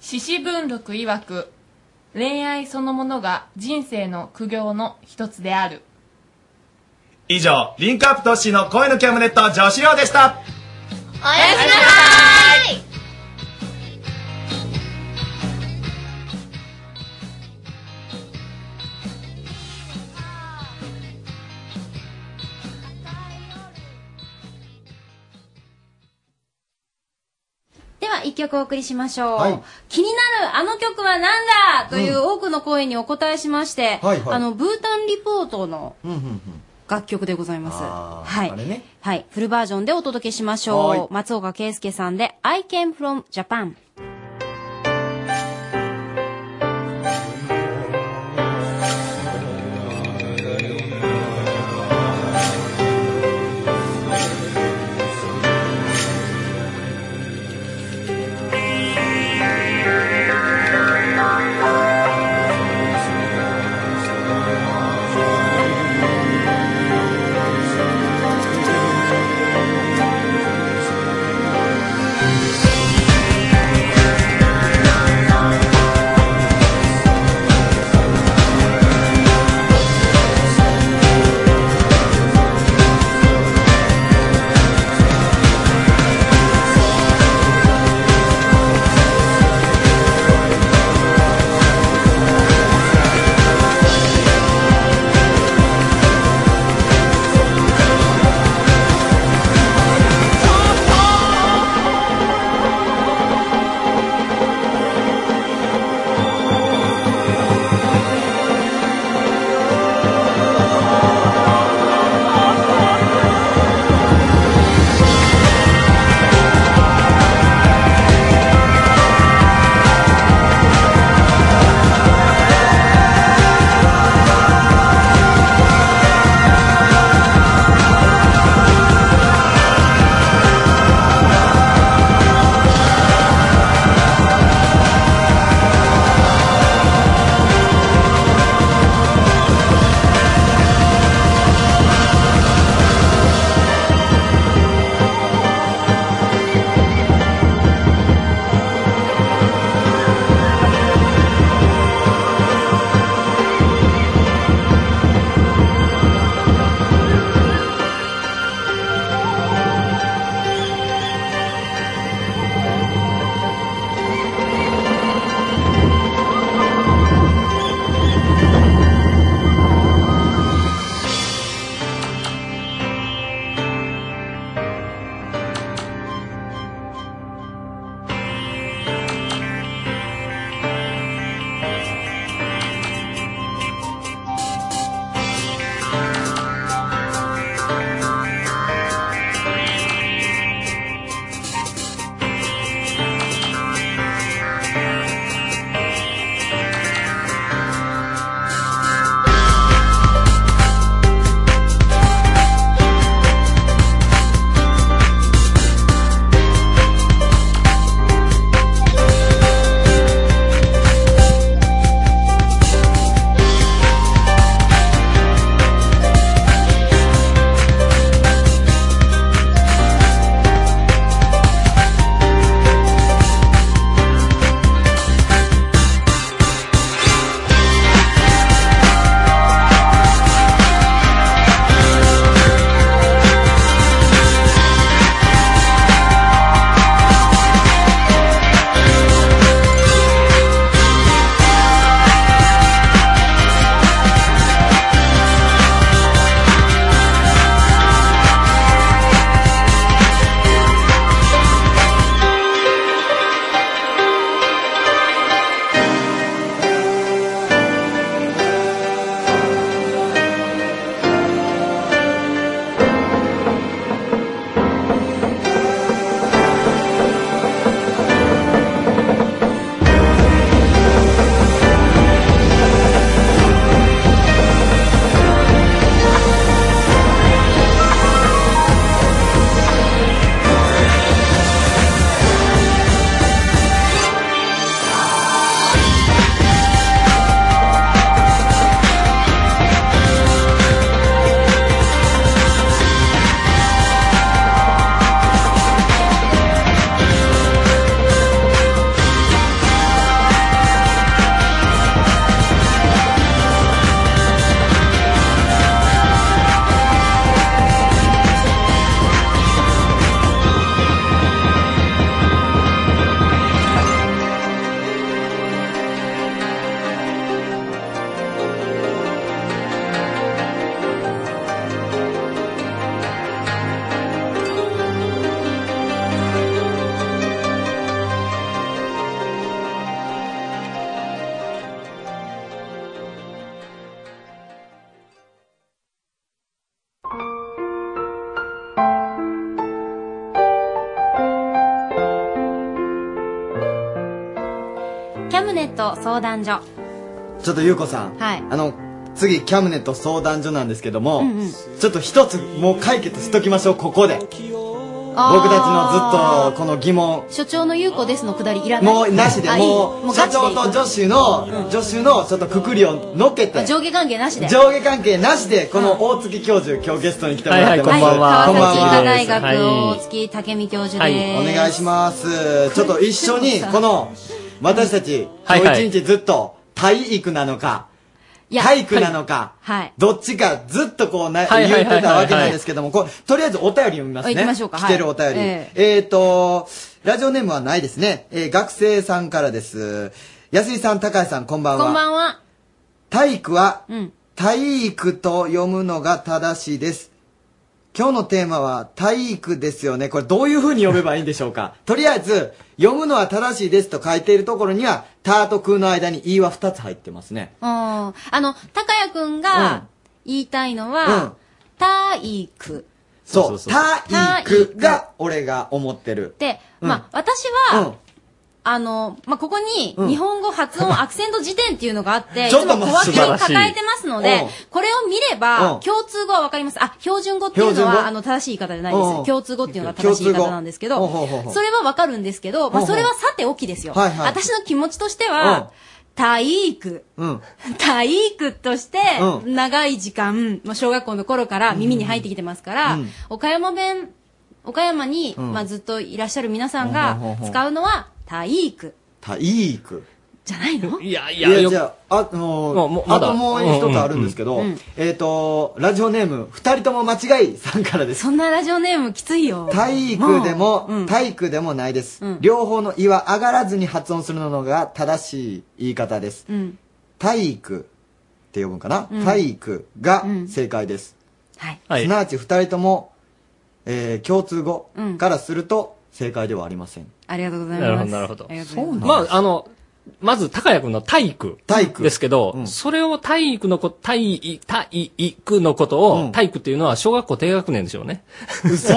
獅子文録曰く恋愛そのものが人生の苦行の一つである以上、リンクアップ都市の声のキャムネット女子寮でした。おやすみなさいでは一曲お送りしましょう、はい気になるあの曲はなんだという多くの声にお答えしまして、はいはいあのブータンリポートの楽曲でございます、はいはい、フルバージョンでお届けしましはょいう松岡圭介さんで「I came from Japan」 「ネット相談所ちょっと優子さん、はいあの次キャムネット相談所なんですけども、うんうんちょっと一つもう解決しときましょうここで僕たちのずっとこの疑問所長の優子ですのくだりいらないもうなしであいいもうガ社チで長いいと助手の助手のちょっとくくりを乗っけてあ上下関係なしで上下関係なしでこの大月教授今日ゲストに来てもらってます、はいこんば川ん崎医は科大学大月武美教授です、お願いしますちょっと一緒にこの私たちは今いはい日一日ずっと体育なのかいや体育なのかはいどっちかずっとこうなはいは言っいはいはていたわけなんですけどもこれとりあえずお便り読みますねあ行きましょうか来てるはおい便りええっとラジオネームはないですねえー学生さんからです安井さん高橋さんこんばんはこんばんは体育はうん体育と読むのが正しいです。今日のテーマは体育ですよね。これどういう風に読めばいいんでしょうかとりあえず、読むのは正しいですと書いているところには、たとくの間にいは2つ入ってますね。うんあの高谷くんが言いたいのうはん「体育」そう。体育が俺が思ってる。で、うんまあ私は、あの、まあ、ここに、うん日本語発 音アクセント辞典っていうのがあって、いちょっつとも待小って分けを抱えてますのうでん、これを見ればう、ん共通語はわかります。あ、標準語っていうの標準語は、あの、正しい言い方じゃないでうんす。共通語っていうのが正しい言共通い方語なんですけほうどほうほうほう、それはわかるんですけど、まあ、ほうほそうれはさておきですよ。はいはい私の気持ちとしてうんは、体育。うん。 体育としてう長い時間、まあ小学校の頃から耳に入ってきてますから、うん岡山弁岡山に、うんまあ、ずっといらっしゃる皆さんがほうほうほう使うのは体育体育。じゃないのいやいや、じゃあ、あのーあともう一つあるんですけど、うんうんえっ、と、ラジオネーム、二人とも間違いさんからです。 そんなラジオネームきついよ体育でも、体育でもないです、両方の「い」は上がらずに発音するのが正しい言い方です、うん体育って呼ぶんかな、うん体育が正解です、はいすなわち二人とも、えー共通語うんからすると正解ではありません、ありがとうございますなるほど、なるほどありがと。うございますまあ、あの、まず、高谷君の体育。体育。ですけど、それを体育のこ、体育、体育のことを、体育っていうのは小学校低学年でしょうね。 嘘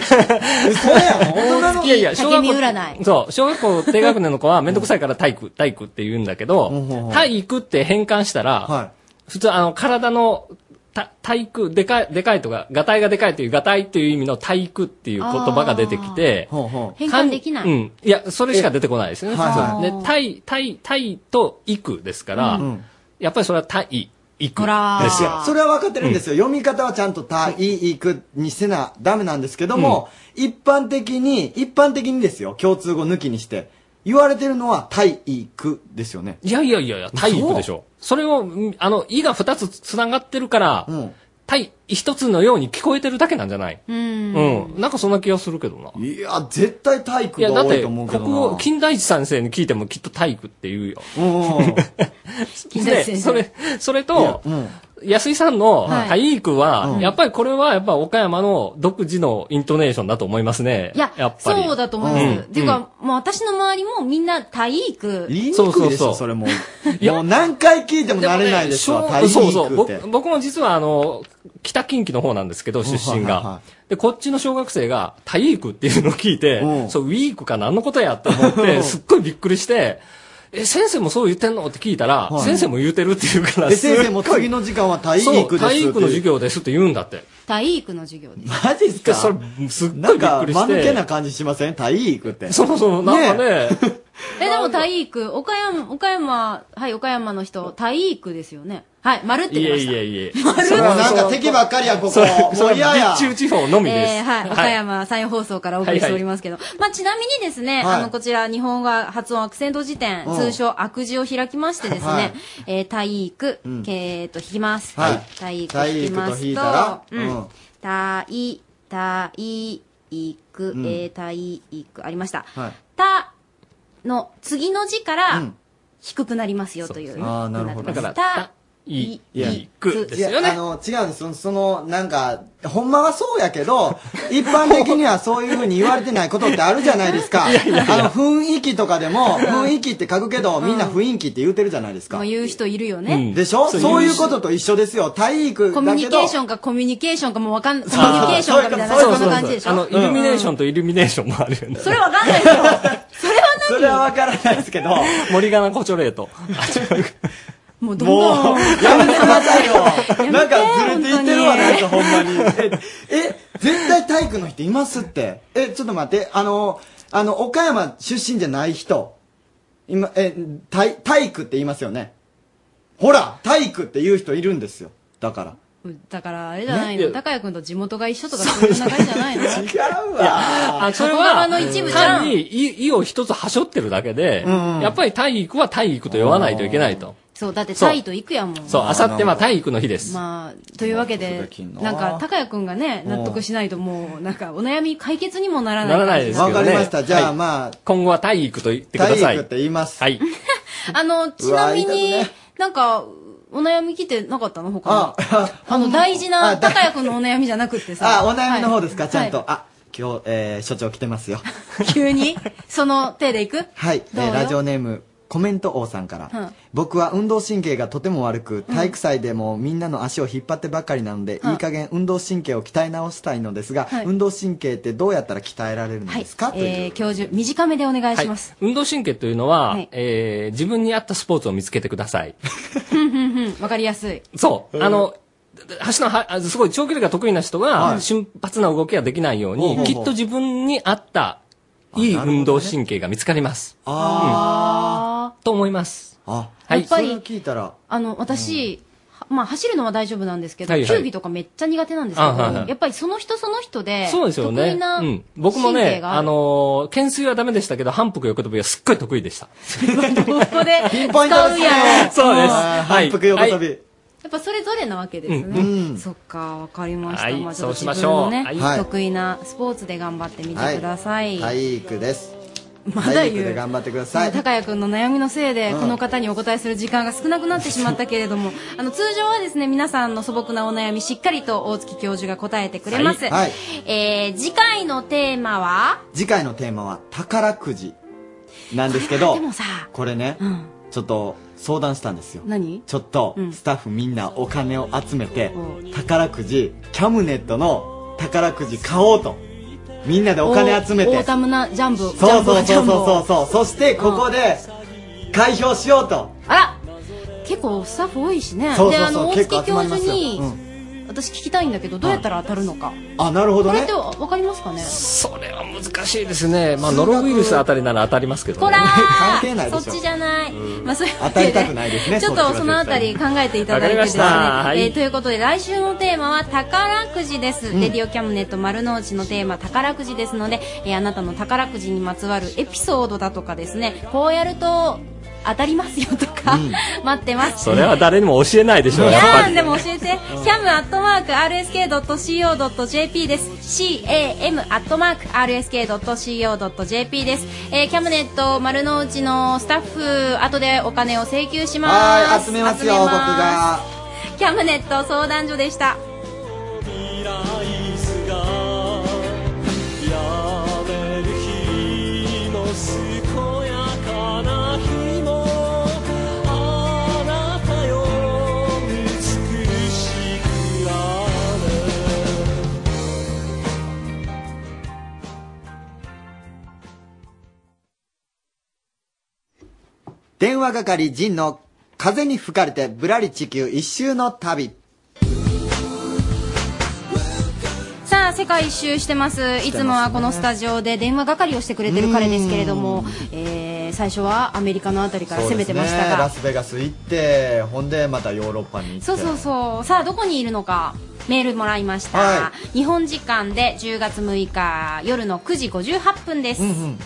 嘘やん大月い やいや、小学竹見校占いそう、小学校低学年の子はめんどくさいから体育、体育って言うんだけど、体育って変換したら、普通あの、体の、た体育、でかい、でかいとか、がたいがでかいという、がたいっていう意味の体育っていう言葉が出てきて、変換できない、うん。いや、それしか出てこないですよね。え普通はいはいで、体、体、体と育ですから、うんやっぱりそれは体、育ほらですよ。それは分かってるんですよ、読み方はちゃんと体育にせなダメなんですけども、一般的に一般的にですよ共通語抜きにして言われてるのは体育ですよねいやいやいやいや、体育でしょ。それを、うんあの、いが二つつながってるから、体、一つのように聞こえてるだけなんじゃないうんうん。なんかそんな気がするけどな。いや、絶対体育や、がだっ多いて、と思うけどな国語、金田一先生に聞いてもきっと体育って言うよ。金田一先生でそれ、それと、安井さんのはい体育は、うんやっぱりこれはやっぱ岡山の独自のイントネーションだと思いますね。いややっぱり。そうだと思います、んっていうか、もう私の周りもみんな体育言いにくいでしょ、そ れも。もう何回聞いても慣れないですわ、小体育って。そうそう僕僕も実はあの北近畿の方なんですけど出身うんはいはいがでこっちの小学生が体育っていうのを聞いてそうウィークか何のことやと思っうんてすっごいびっくりしてえ先生もそう言ってんのって聞いたら、はい先生も言うてるって言うからで、先生も次の時間は体そう育ですって体いう。育の授業ですって言うんだって体育の授業ですマジっすかそれすっごいびっくりなんか間して抜けな感じしません体育って。そうそうなんかねえでも体育岡山岡山はい岡山の人体育ですよねはい丸ってい言いまえしいえいえそれはなんか敵ばっかりや、ここ。それそもうれ嫌はや。立中地方のみです、えーはい、岡山山陽放送からお送りしておりますけど、まあ、ちなみにですね、はいあのこちら日本語発音アクセント辞典、うん通称悪字を開きましてですね、はいえー体育、うんえーと引きます、はい体育引きま体育すとと引いたらうんうん体体育、うんえー体育ありました「はいた」の次の字から低くなりますよという、ああ、なるほど。だからいいやくですよねいやあの、違うんです。その、そのなんか、ほんまはそうやけど、 一般的にはそういうふうに言われてないことってあるじゃないですか。あいやいやいやの、雰囲気とかでも、雰囲気って書くけど、みんな雰囲気って言うてるじゃないですかもう。言う人いるよね、でしょそういうことと一緒ですよ。体育だけど。コミュニケーションかコミュニケーションかもわかんコミュニケーションかみたいな、そそうんなそうそう感じでしあの、ょイルミネーションとイルミネーションもあるよね。それわかんないですよ。それはそれはわからないですけど。森ガナコチョレート。もうどんどんもう、やめてくださいよ。なんかずれていってるわ、なんかほんまに。え、絶対体育の人いますって。え、ちょっと待って、あの、あの、岡山出身じゃない人。今、え、体、体育って言いますよね。ほら、体育って言う人いるんですよ。だから。だから、あれじゃないねいの。や高谷くんと地元が一緒とか、そういう流れじゃないの違うわあ、それ加古は川、の一部じゃん単に、い、いを一つ端折ってるだけで、やっぱり体育は体育と呼ばないといけないと。そう、だってタイと行くやもん。そう、あさっては体育の日です。まあ、というわけで、ななんか、高谷くんがね、納得しないともう、なんか、お悩み解決にもならない。ならないですけどね。わかりましたじゃあまあ。今後は体育と言ってください。体育って言います。はい。あの、ちなみうわ言いに、たくなんか、お悩み来てなかったの 他に。あの、大事な、高谷くんのお悩みじゃなくってさ。あ、お悩みの方ですか、はいちゃんと。あ、今日、えー所長来てますよ。はい急に、その手でいくはい、えどうーよラジオネーム、コメント王さんから。うん僕は運動神経がとても悪く体育祭でもみんなの足を引っ張ってばかりなので、うんいい加減運動神経を鍛え直したいのですが、はい運動神経ってどうやったら鍛えられるのですか、という、えー、教授、短めでお願いします。はい運動神経というのは、はいえー自分に合ったスポーツを見つけてください。ふんふんふん、 わかりやすい。そう。あの、橋のは、あすごい長距離が得意な人はが、い瞬発な動きができないようほうほにう、ほきうっと自分に合った、いい運動神経が見つかります。あと思います。あ、はい。やっぱりそれを聞いたら、あの、私、はまあ、走るのは大丈夫なんですけど、はいはい球技とかめっちゃ苦手なんですけど、あはいはいやっぱりその人その人で、そうですよ得ね意。な、うん。僕も神経ね、があるあのー、懸垂はダメでしたけど、反復横跳びはすっごい得意 でした。ここでピン使ポイントでうすやん。ね。そうですあーはい反復横跳び。やっぱそれぞれなわけですね。うんうんそっか、わかりました。はいまあちょっそとうしま自し分ょのうね、はい得意なスポーツで頑張ってみてください。体育です。まだ言う体育で頑張ってください。高谷君の悩みのせいで、うんこの方にお答えする時間が少なくなってしまったけれど もあの通常はですね皆さんの素朴なお悩みしっかりと大月教授が答えてくれます、はいはいえー次回のテーマは次回のテーマは宝くじなんですけど、でもさこれね、ちょっと相談したんですよ。何ちょっとスタッフみんなお金を集めて、宝くじキャムネットの宝くじ買おうとみんなでお金集めオーオてータムなジャンボそうそうジャそうンボそうそうそうそしてここで開票しようとあら結構スタッフ多いしねそうでそあうのそう大結構月集教まりま授すよに、私聞きたいんだけどどうやったら当たるのか、あなるほこどれっねてわかりますかねそれは難しいですね。まあ、ノロウイルスあたりなら当たりますけどこねら。 関係ないそでっしょちじゃない、うんまあそういう当たりたくないですね ちょっとそのあたり考えていただいてですね。わかりましたはいえーということで来週のテーマは宝くじです。レディオキャムネット丸の内のテーマ宝くじですので、えーあなたの宝くじにまつわるエピソードだとかですね、こうやると当たりますよとか、 待ってます。それは誰にも教えないでしょう、いややっぱーり。でも教えて cam.rsk.co.jp です cam.rsk.co.jp です、えー、キャムネット丸の内のスタッフ後でお金を請求しますはい集めますよ集め僕がキャムネット相談所でしためる日の健やかな日もあなたよ美しくあれ電話係陣の風に吹かれてぶらり地球一周の旅さあ世界一周してますいつもはこのスタジオで電話係をしてくれてる彼ですけれども、えー最初はアメリカのあたりから攻めてましたラがスベガス行ってほんでまたヨーロッパに行ってそうそうそうさあどこにいるのかメールもらいました、は日本時間で10月6日夜の9時58分です、うんうん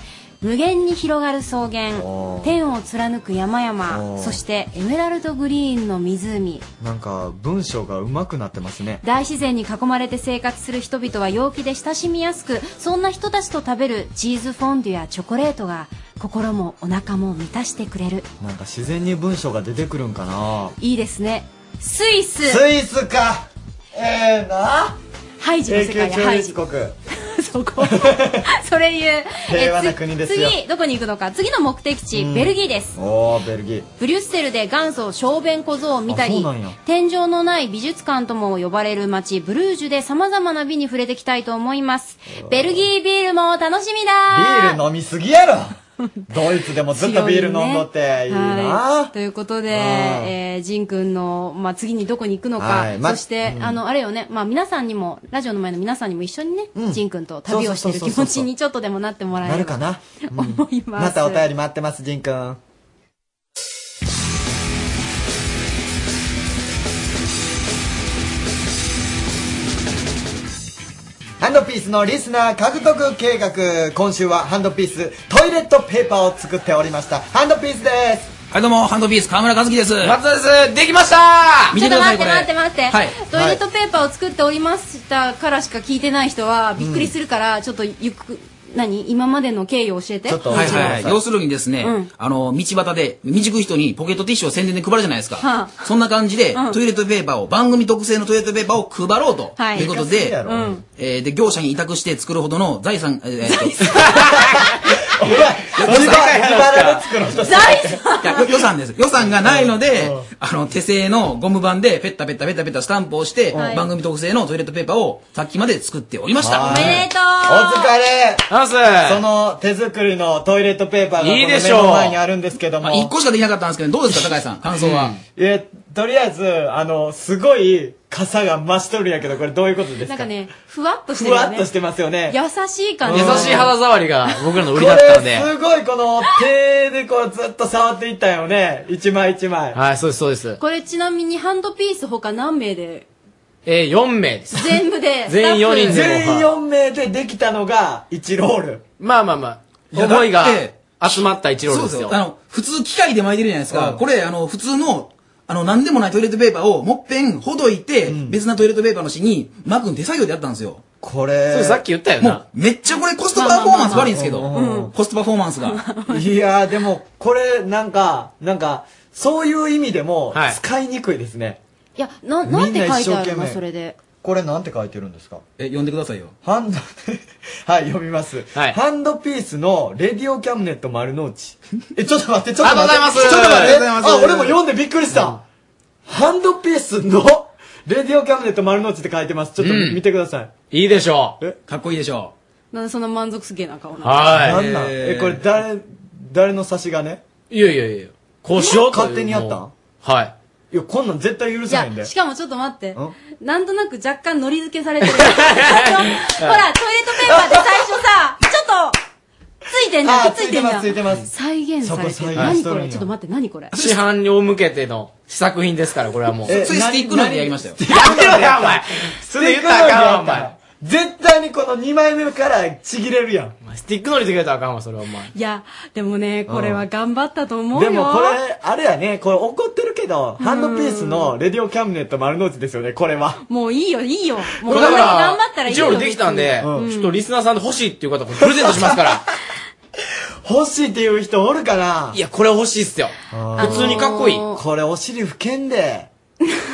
無限に広がる草原おー天を貫く山お々ーそしてエメラルドグリーンの湖なんか文章が上手くなってますね大自然に囲まれて生活する人々は陽気で親しみやすくそんな人たちと食べるチーズフォンデュやチョコレートが心もお腹も満たしてくれるなんか自然に文章が出てくるんかないいですねスイススイスかええなハイジの世界やハイジ 国それ言う平和なえつ国ですよ次どこに行くのか次の目的地、ベルギーですおおベルギーブリュッセルで元祖小便小僧を見たあそうりなんや天井のない美術館とも呼ばれる街ブルージュで様々な美に触れてきたいと思いますベルギービールも楽しみだビール飲みすぎやろ ドイツでもずっとビール飲んどっていいは、ないということで、うんえー、ジン君の、まあ、次にどこに行くのか、はいまそして、うんあの、あれよね、まあ、皆さんにも、ラジオの前の皆さんにも一緒にね、ジン君と旅をしてそるうそうそう気そう持ちにちょっとでもなってもらえなれるばかな思います。またお便り待ってます、ジンくん。ハンドピースのリスナー獲得計画。今週はハンドピーストイレットペーパーを作っておりました。ハンドピースです。はい、どうも、ハンドピース、河村和樹です。松田です。できました見ちょてっくとださ待い、っこてれ。待って待って、はいトイレットペーパーを作っておりましたからしか聞いてない人はびっくりするから、ちょっとゆっく何今までの経緯を教えてはいはいはい。要するにですね、うんあの、道端で、道行く人にポケットティッシュを宣伝で配るじゃないですか。はそんな感じで、うんトイレットペーパーを、番組特製のトイレットペーパーを配ろうと。はいということいで、やそうやろうんえーで、業者に委託して作るほどの財産、えーえーっと自腹で作る人いやよ予算です。予算がないので、あの、手製のゴム板で、ペッタペッタペッタペッタスタンプをして、はい番組特製のトイレットペーパーを、さっきまで作っておりました。おめでとうお疲れその手作りのトイレットペーパーがこのいいでし目ょうの前にあるんですけども。まあ、1個しかできなかったんですけど、どうですか、高橋さん、感想は。え、とりあえず、あの、すごい傘が増しとるんやけど、これどういうことですなんかかねふわっとしてふるよわっねとしてますよね。優しい感じ優しい肌触りが僕らのこ売れりだったので。すごいこ の手でこうずっと触っていったよね。一枚一枚。はい、そうです、そうです。これちなみにハンドピース他何名でえー、4名です。全部で 全員4人でも全員4名でできたのが1ロール。まあまあまいやあ、思いがだって集まった一ロールそうでですすよよ。。あの、普通機械で巻いてるじゃないですうかん。これ、あの、普通の、あの、なんでもないトイレットペーパーを、もっぺんほどいて、別なトイレットペーパーの芯に巻くん手作業でやったんですよ。これそうさっき言ったよなもう、めっちゃこれコストパフォーマンス悪いんですけど、まあまあまあまあうんコストパフォーマ ンスが。いやーでも、これなんか、なんか、そういう意味でも使いにくいですね。いやななんて書いてあみんな一生る懸の命それでこれなんて書いてるんですかえ、読んでくださいよ。ハンド、 はい、読みます。ハンドピースのレディオキャムネット丸の内。 え、ちょっと待って、ちょっと待って。ありがとうございますちょっと待って。ありがとうございますあ、俺も読んでびっくりした。ハンドピースのレディオキャムネット丸の内って書いてます。ちょっと見てください。いいでしょう。かっこいいでしょなんでそんな満足すげえな顔なのはいなんなんえーえ、これ誰、誰の差し金いやいやいやこうしようという勝手にやった。はいいや、こんなん絶対許いせないんやで。しかもちょっと待ってんなんとなく若干のり付け されてるほらトイレットペーパーで最初さちょっとついてんじゃんくっついてんじゃんついてます再現されそてこ再る現何しとこるんれやちょっと待って何これ市販を向けての試作品ですからこれはもうえそれスティックのりでやりましたよ やめろよお前それ言ったらあかんわお前絶対にこの2枚目からちぎれるやん。スティックのりでくれたらあかんわそれはお前いやでもねこれは頑張ったと思うでよもこれ、あれやね、これ怒ってるけど、ハンドピースのレディオキャムネット丸の内ですよね、これは。もういいよいいよもうこんこなれにだ頑張ったからいい一よ応できたんでちうんょっとリスナーさんで欲しいっていう方これプレゼントしますから欲しいっていう人おるかないやこれ欲しいっすよ普普通にかっこいいこれお尻拭けんで。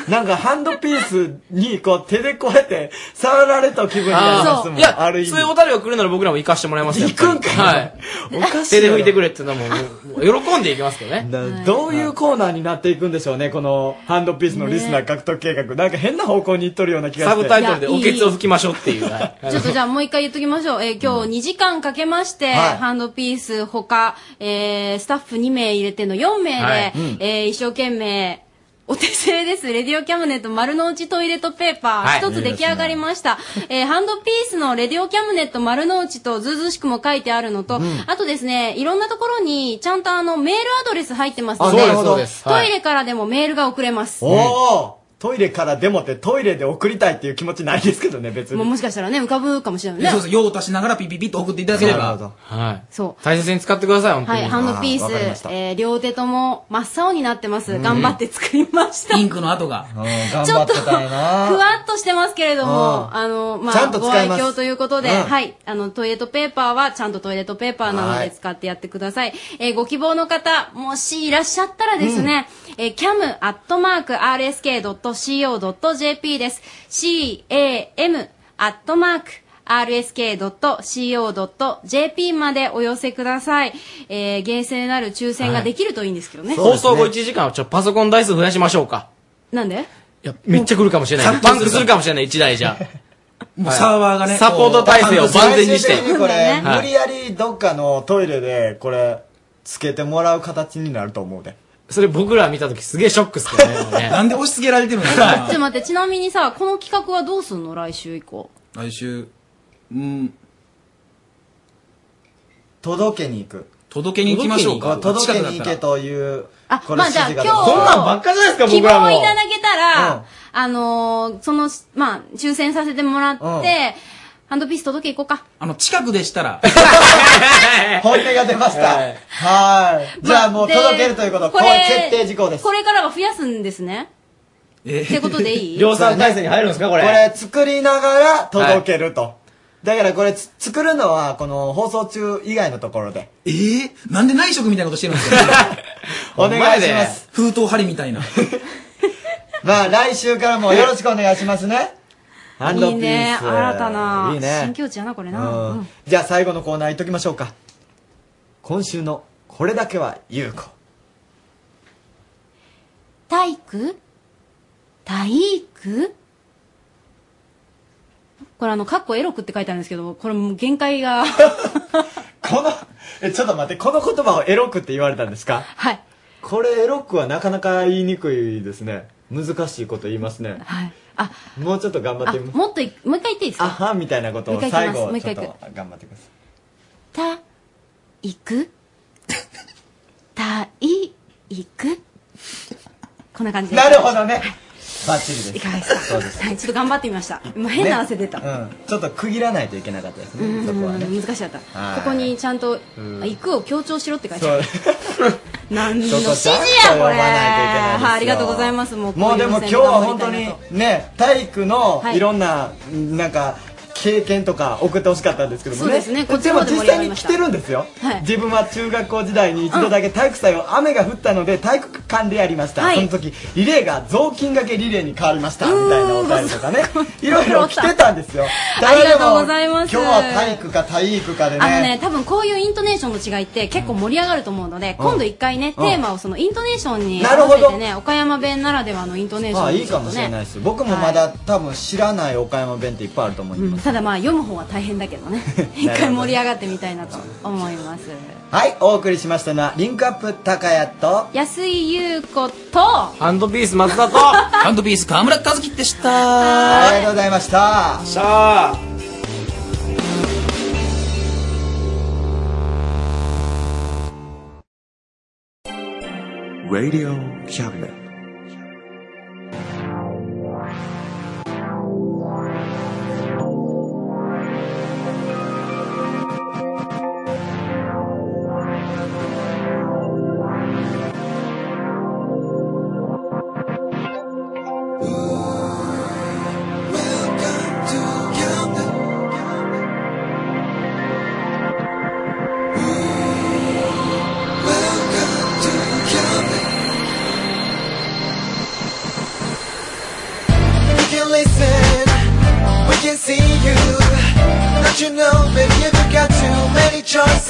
なんかハンドピースにこう手でこうやって触られた気分になりますもん。いやある意味そういうお便りが来るなら僕らも行かしてもらいますよ行くんかはいおかしい手やろで拭いてくれってのはもうもう喜んでいきますけどねどういうコーナーになっていくんでしょうね、このハンドピースのリスナー獲得計画。なんか変な方向に行っとるような気がしサて。ブタイトルで「いやおけつを拭きましょう」っていうはいちょっとじゃあもう一回言っときましょう。えー今日2時間かけまして、はいハンドピース他、えースタッフ2名入れての4名で、はいうんえー一生懸命、お手製です。 レディオキャムネット丸の内トイレットペーパはいー。一、つ出来上がりました。えーハンドピースのレディオキャムネット丸の内とずうずうしくも書いてあるのと、うんあとですね、いろんなところにちゃんとあのメールアドレス入ってますのあで、なるほどそうですそうですはトいイレからでもメールが送れます。おおトイレからでもってトイレで送りたいっていう気持ちないですけどね、別もうに。もしかしたらね、浮かぶかもしれないね。そうそう、用を足しながらピピピッと送っていただければ。はいそ大切に使ってください本当はにい、ハンドピあわかりまーしス、たえー両手とも真っ青になってます。頑張って作りました。インクの跡が。頑張ってたいふわっとしてますけれどうも、んあの、まちゃあ、んとご使い愛ます嬌ということで、うんはい、あの、トイレットペーパーはちゃんとトイレットペーパーなのはでい使ってやってください。えーご希望の方、もしいらっしゃったらですね、えー cam.rsk.co.jp です。cam アットマーク rsk.co.jp までお寄せください。えー厳正なる抽選ができるといいんですけどね。放送後1時間はちょっとパソコン台数増やしましょうかなんでめっちゃ来るかもしれない。パンクするかもしれない、1台じゃ。もうサーバーがね、サポート体制を万全にして最終的これ、はい無理やりどっかのトイレで、これ、つけてもらう形になると思うで。それ僕ら見たときすげえショックっすけど ね。なんで押し付けられてるのちょっと待って、ちなみにさ、この企画はどうすんの来週以降。来週、うん。届けに行く。届けに行きましょうか。届けに行けという、あまあじゃあ今日、希僕ら望もをいただけたら、うんあのーその、まあ、抽選させてもらって、うんハンドピース届け行こうか。あの、近くでした ら、本音が出ました。はい。じゃあもうで届けるということ、ここれれ決定事項です。これからは増やすんですね。えってこと でいい量産体制に入るんですかこれこれ作りながら届けると。だからこれつ作るのは、この放送中以外のところで。ええなんで内職みたいなことしてるんですか お願いします。封筒張りみたいな。 まあ来週からもよろしくお願いしますね。ハンドいピいース。ね。新たな、いいね新。境地やな、これな。ううんんじゃあ最後のコーナーいっときましょうか。今週のこれだけは優子。体育体育これあの、カッコエロくって書いてあるんですけど、これもう限界が。 え、ちょっと待って、この言葉をエロくって言われたんですかはい。これエロくはなかなか言いにくいですね。難しいこと言いますね。はい。もうちょっと頑張っあてみ、もっとい、もう一回言っていいですあかはみたいなこともをう一最回行きます後、ちょっもう一と頑張ってください。た、いくた、い、いくこんな感じですなるほどね。バッチリです。いかがですかそうです。はい、ちょっと頑張ってみました。もう変な汗出た。うん。ちょっと区切らないといけなかったですうね。んそこはね。難しかった。こはいこにちゃんと、うんあ行くを強調しろって書いてそあうる。 何のそこ指示ちゃんとや、こ読まないといけなれ。いですよはい、ありがとうございます。もう、もうでも今日は本当にね、体育のはいいろんな、なんか、経験とか送ってほしかったんですけどもね。そうですねこっちのも方で実盛り上が際りにま来したてるんですよ。はい自分は中学校時代に一度だけ体育祭を雨が降ったので体育館でやりました。はいその時、リレーが雑巾掛けリレーに変わりました。みたいなお便りとかね。いろいろ来てたんですよ。ありがとうございます今日は体育か体育かであのね、多分こういうイントネーションの違いって結構盛り上がると思うので、うん今度一回ね、うんテーマをそのイントネーションになる合ほわどせてね、岡山弁ならではのイントネーションまあをいいちかょっもとしれないね。です、僕もまだ、多分知らない岡山弁っていっぱいあると思います、ただまあ読む方は大変だけ どね一回盛り上がってみたいなと思いますはいお送りしましたのはリンクアップ高谷と安井優子とハンドピース松田と、 ハンドピース河村和樹でした。ありがとうございましたさあ We can listen, we can see you. Don't you know, baby, you've got too many choices.